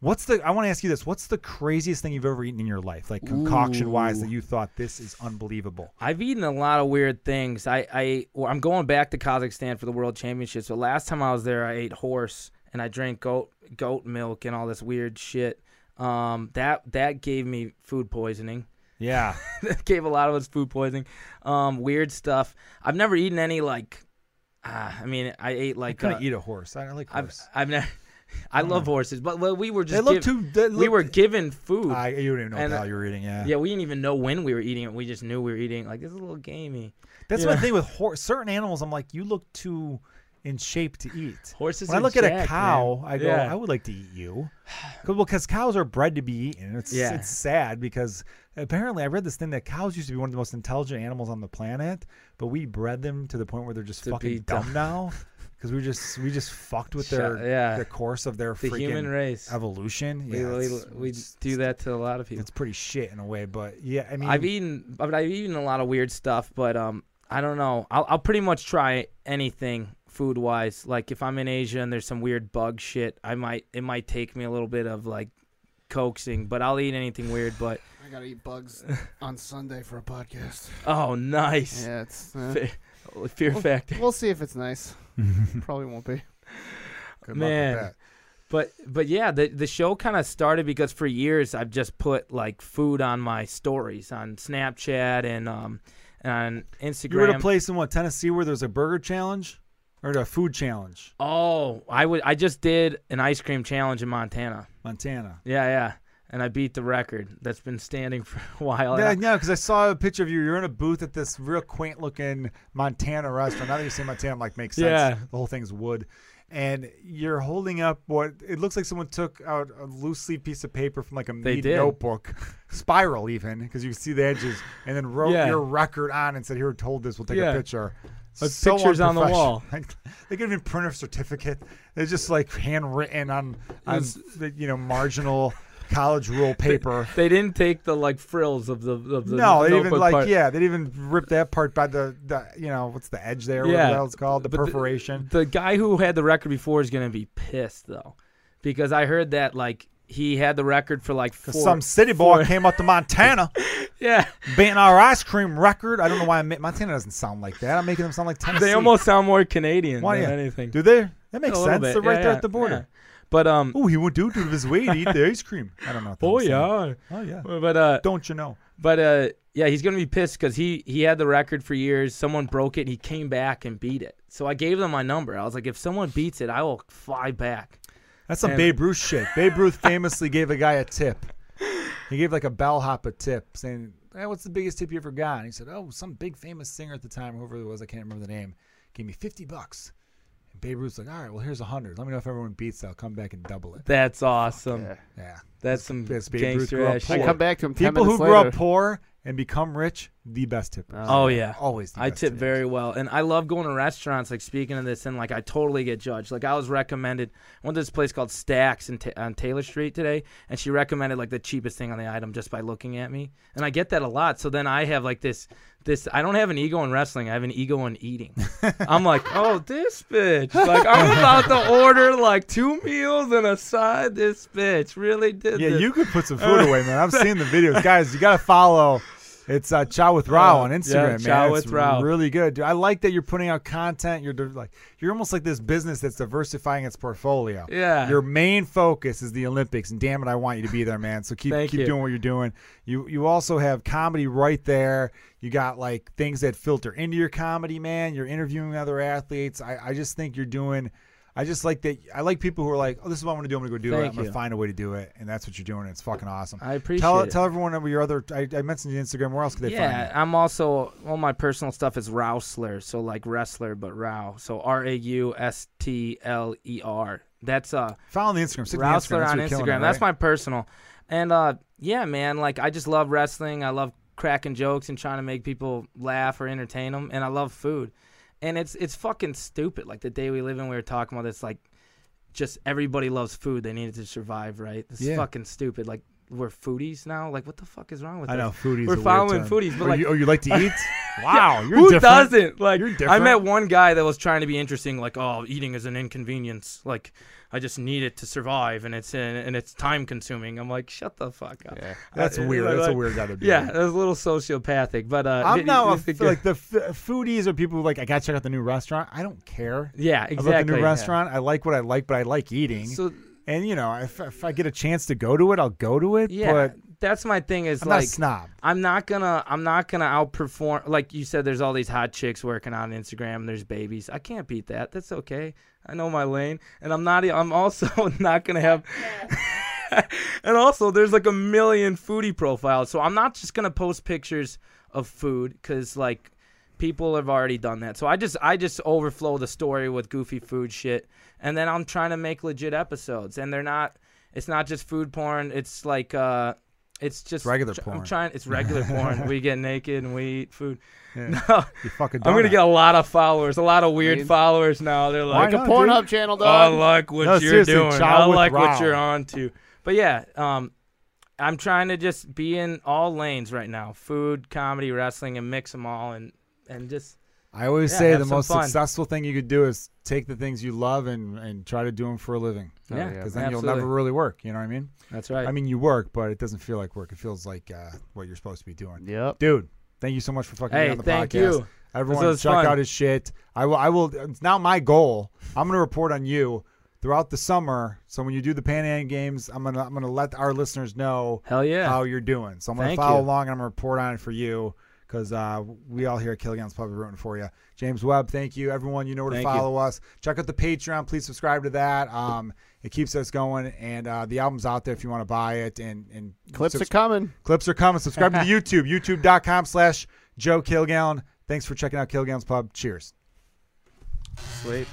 S2: What's the? I want to ask you this. What's the craziest thing you've ever eaten in your life, like concoction wise, that you thought this is unbelievable?
S3: I've eaten a lot of weird things. I I well, I'm going back to Kazakhstan for the World Championships. But last time I was there, I ate horse and I drank goat goat milk and all this weird shit. Um, that that gave me food poisoning. [laughs]
S2: Yeah,
S3: that gave a lot of us food poisoning. Um, weird stuff. I've never eaten any like. Uh, I mean, I ate
S2: I
S3: like. uh,
S2: couldn't eat a horse. I, I like
S3: I've
S2: horse.
S3: I've never. [laughs] I love horses, but well, we were just
S2: They look
S3: giv-
S2: too. They
S3: we
S2: look-
S3: were given food.
S2: I, you don't even know what
S3: And,
S2: the hell
S3: uh,
S2: you were eating. Yeah.
S3: yeah, we didn't even know when we were eating it. We just knew we were eating. Like this is a little gamey.
S2: That's
S3: Yeah.
S2: my thing with hor- certain animals. I'm like, you look too in shape to eat.
S3: Horses.
S2: When I
S3: are
S2: look at a
S3: jacked,
S2: cow,
S3: man.
S2: I go,
S3: Yeah.
S2: I would like to eat you. 'Cause- Well, because cows are bred to be eaten. It's
S3: Yeah.
S2: it's sad because apparently I read this thing that cows used to be one of the most intelligent animals on the planet, but we bred them to the point where they're just
S3: To be
S2: fucking dumb,
S3: dumb.
S2: now. Because we just we just fucked with
S3: Shut-
S2: their
S3: yeah.
S2: the course of their
S3: the
S2: freaking
S3: human race.
S2: evolution.
S3: We,
S2: yeah,
S3: we,
S2: it's-
S3: we
S2: it's-
S3: do that to a lot of people.
S2: It's pretty shit in a way, but yeah, I mean,
S3: I've eaten, but I've eaten a lot of weird stuff. But um, I don't know. I'll, I'll pretty much try anything food wise. Like if I'm in Asia and there's some weird bug shit, I might it might take me a little bit of like coaxing, but I'll eat anything weird. But
S1: I gotta eat [laughs] bugs on Sunday for a podcast.
S3: oh, nice.
S1: Yeah, it's. uh,
S3: Fe- Fear factor,
S1: we'll see if it's [laughs] nice. Probably won't be.
S2: good luck with
S3: man.
S2: that.
S3: but but yeah, the the show kind of started because for years I've just put like food on my stories on Snapchat and um and Instagram.
S2: You were at a place in what Tennessee where there's a burger challenge or a food challenge,
S3: oh, I would. I just did an ice cream challenge in Montana.
S2: Montana.
S3: Yeah, yeah. And I beat the record that's been standing [laughs] for a while. And
S2: Yeah,
S3: I-
S2: no, because I saw a picture of you. You're in a booth at this real quaint looking Montana restaurant. Now that you say Montana, I'm like, makes sense.
S3: Yeah.
S2: The whole thing's wood. And you're holding up what it looks like someone took out a loosely piece of paper from like a
S3: They
S2: mead
S3: did.
S2: notebook, spiral even, because you can see the edges, and then wrote
S3: Yeah.
S2: your record on and said, Here, told this, we'll take
S3: Yeah.
S2: a picture.
S3: A picture's on the
S2: unprofessional.
S3: wall.
S2: [laughs] Like, they could even print a certificate. It's just like handwritten on, on the, you know, marginal college rule paper.
S3: [laughs] They didn't take the like frills of the of the
S2: No, they even
S3: notebook
S2: like
S3: part.
S2: yeah, they even ripped that part by the, the you know what's the edge there?
S3: Yeah.
S2: whatever the hell it's called, the
S3: But the-
S2: perforation.
S3: The guy who had the record before is gonna be pissed though, because I heard that like he had the record for like four,
S2: Some city boy
S3: four-
S2: came up to Montana,
S3: [laughs]
S2: [laughs]
S3: yeah,
S2: beating our ice cream record. I don't know why I'm, Montana doesn't sound like that. I'm making them sound like Tennessee.
S3: they almost sound more Canadian
S2: why
S3: than
S2: yeah.
S3: anything.
S2: Do they? That makes
S3: A little
S2: sense.
S3: bit.
S2: They're right
S3: Yeah,
S2: there
S3: yeah,
S2: at the border.
S3: yeah. But um,
S2: Oh, he went dude out of his way to eat the ice cream. I don't know. what
S3: oh
S2: I'm saying.
S3: yeah,
S2: Oh yeah.
S3: but uh,
S2: Don't you know?
S3: But uh, yeah, he's gonna be pissed because he he had the record for years. Someone broke it. and He came back and beat it. So I gave them my number. I was like, if someone beats it, I will fly back.
S2: That's some
S3: And-
S2: Babe Ruth shit. Babe Ruth famously gave a guy a tip. He gave like a bellhop a tip, saying, hey, "What's the biggest tip you ever got?" And he said, "Oh, some big famous singer at the time, whoever it was, I can't remember the name, gave me fifty bucks." And Babe Ruth's like, "All right, well, here's a hundred. Let me know if everyone beats. It. I'll come back and double it."
S3: That's awesome.
S1: yeah.
S2: Yeah.
S3: That's some
S2: That's Babe Ruth
S3: gangster
S2: grew up
S3: ass
S1: I
S2: poor.
S3: shit.
S1: come back to him. 10
S2: People who
S1: minutes
S2: grew
S1: later.
S2: up poor and become rich, the best tippers.
S1: Oh.
S3: Oh yeah.
S2: Always. The
S3: I
S2: best
S3: tip
S2: tippers.
S3: very well, and I love going to restaurants. Like speaking of this, and like I totally get judged. Like I was recommended. I went to this place called Stacks in Ta- on Taylor Street today, and she recommended like the cheapest thing on the item just by looking at me, and I get that a lot. So then I have like this, this. I don't have an ego in wrestling. I have an ego in
S2: [laughs]
S3: eating. I'm like, oh, this bitch. Like I'm about to order like two meals and a side. This bitch really did.
S2: Yeah,
S3: this.
S2: you could put
S3: [laughs]
S2: some food away, man. I've seen the videos, guys. You gotta follow. It's uh, Chow with Rao
S3: Uh,
S2: on
S3: yeah,
S2: Instagram, man.
S3: Chow
S2: It's
S3: with Rao.
S2: really good. Dude, I like that you're putting out content. You're div- like you're almost like this business that's diversifying its portfolio.
S3: Yeah.
S2: Your main focus is the Olympics, and damn it, I want you to be there, man. So keep
S3: Thank
S2: keep
S3: you.
S2: doing what you're doing. You you also have comedy right there. You got like things that filter into your comedy, man. You're interviewing other athletes. I, I just think you're doing. I just like that. I like people who are like, "Oh, this is what I'm going to do. I'm going to go do it.
S3: Thank
S2: I'm going to
S3: you.
S2: find a way to do it," and that's what you're doing. and It's fucking awesome.
S3: I appreciate
S2: tell,
S3: it.
S2: Tell everyone over your other. I, I mentioned your Instagram. Where else could they
S3: Yeah,
S2: find
S3: I'm also all my personal stuff is Rousler, so like wrestler, but Rou. So R A U S T L E R. That's uh
S2: you? Follow the Instagram. Stick to the
S3: Rousler
S2: Instagram. That's what
S3: on
S2: you're killing
S3: Instagram.
S2: it,
S3: That's
S2: right?
S3: my personal. And uh yeah, man, like I just love wrestling. I love cracking jokes and trying to make people laugh or entertain them, and I love food. And it's it's fucking stupid. Like the day we live in, we were talking about this. Like, just everybody loves food. They needed to survive, right? It's
S2: Yeah.
S3: fucking stupid. Like we're foodies now. Like what the fuck is wrong with
S2: I
S3: us?
S2: know foodies.
S3: We're
S2: a weird
S3: following
S2: term.
S3: foodies, but
S2: oh,
S3: like-
S2: you, oh, you like
S3: [laughs]
S2: to eat? wow, you're
S3: Who
S2: different.
S3: doesn't? Like,
S2: You're
S3: I
S2: different.
S3: met one guy that was trying to be interesting. Like, oh, eating is an inconvenience. Like, I just need it to survive, and it's and it's time consuming. I'm like, shut the fuck up.
S1: Yeah.
S2: That's
S3: [laughs] I-
S2: weird.
S3: like-
S2: That's a weird guy to do.
S3: Yeah, that's a little sociopathic, but uh,
S2: I'm
S3: it-
S2: now a,
S3: it's a
S2: f-
S3: good-
S2: like the f- foodies are people who like I gotta check out the new restaurant. I don't care
S3: yeah, exactly.
S2: about the new
S3: yeah.
S2: restaurant. I like what I like, but I like eating.
S3: So
S2: and you know, if, if I get a chance to go to it, I'll go to it.
S3: yeah,
S2: but
S3: that's my thing. Is
S2: I'm not a
S3: like,
S2: snob.
S3: I'm not gonna I'm not gonna outperform like you said there's all these hot chicks working on Instagram there's babies I can't beat that that's okay I know my lane and I'm not e, I'm also [laughs] not gonna have [laughs] and also there's like a million foodie profiles so I'm not just gonna post pictures of food because like people have already done that so I just I just overflow the story with goofy food shit and then I'm trying to make legit episodes and they're not it's not just food porn it's like uh it's just
S2: regular
S3: tr-
S2: porn.
S3: I'm trying. It's regular porn. we get naked and we eat food.
S2: Yeah.
S3: [laughs] No,
S2: You fucking.
S3: I'm gonna
S2: donut.
S3: get a lot of followers. A lot of weird
S1: Dude.
S3: followers now. They're
S2: Why
S3: like,
S1: The
S2: not,
S1: Pornhub channel,
S3: I
S1: dog.
S3: like what
S2: No,
S3: you're
S2: seriously,
S3: doing.
S2: child
S3: I
S2: with
S3: like what
S2: Rob.
S3: you're on to. But yeah, um, I'm trying to just be in all lanes right now: food, comedy, wrestling, and mix them all, and and just
S2: I always
S3: Yeah,
S2: say
S3: have
S2: the
S3: some
S2: most
S3: fun.
S2: successful thing you could do is take the things you love and and try to do them for a living.
S1: Oh,
S3: yeah,
S1: yeah.
S2: Because then you'll
S3: Absolutely.
S2: never really work. You know what I mean?
S3: that's right.
S2: I mean, you work, but it doesn't feel like work. It feels like uh, what you're supposed to be doing.
S1: Yep.
S2: Dude, thank you so much for fucking being
S3: hey,
S2: on the
S3: thank
S2: podcast.
S3: you.
S2: Everyone,
S3: This was
S2: check
S3: fun.
S2: out his shit. I will. I will. It's now my goal. I'm gonna report on you throughout the summer. So when you do the Pan Am Games, I'm gonna I'm gonna let our listeners know
S3: Hell yeah.
S2: how you're doing. So I'm gonna
S3: Thank
S2: follow
S3: you.
S2: along and I'm gonna report on it for you because uh, we all here at Killigan's Pub are rooting for you. James Webb, thank you. Everyone, you know where to
S3: Thank you.
S2: follow us. Check out the Patreon. Please subscribe to that. Um, it keeps us going, and uh, the album's out there if you want to buy it. And, and
S1: Clips
S2: subs-
S1: are coming.
S2: clips are coming. Subscribe to the YouTube, youtube.com slash Joe Kilgallen. Thanks for checking out Kilgallen's Pub. Cheers.
S1: Sweet.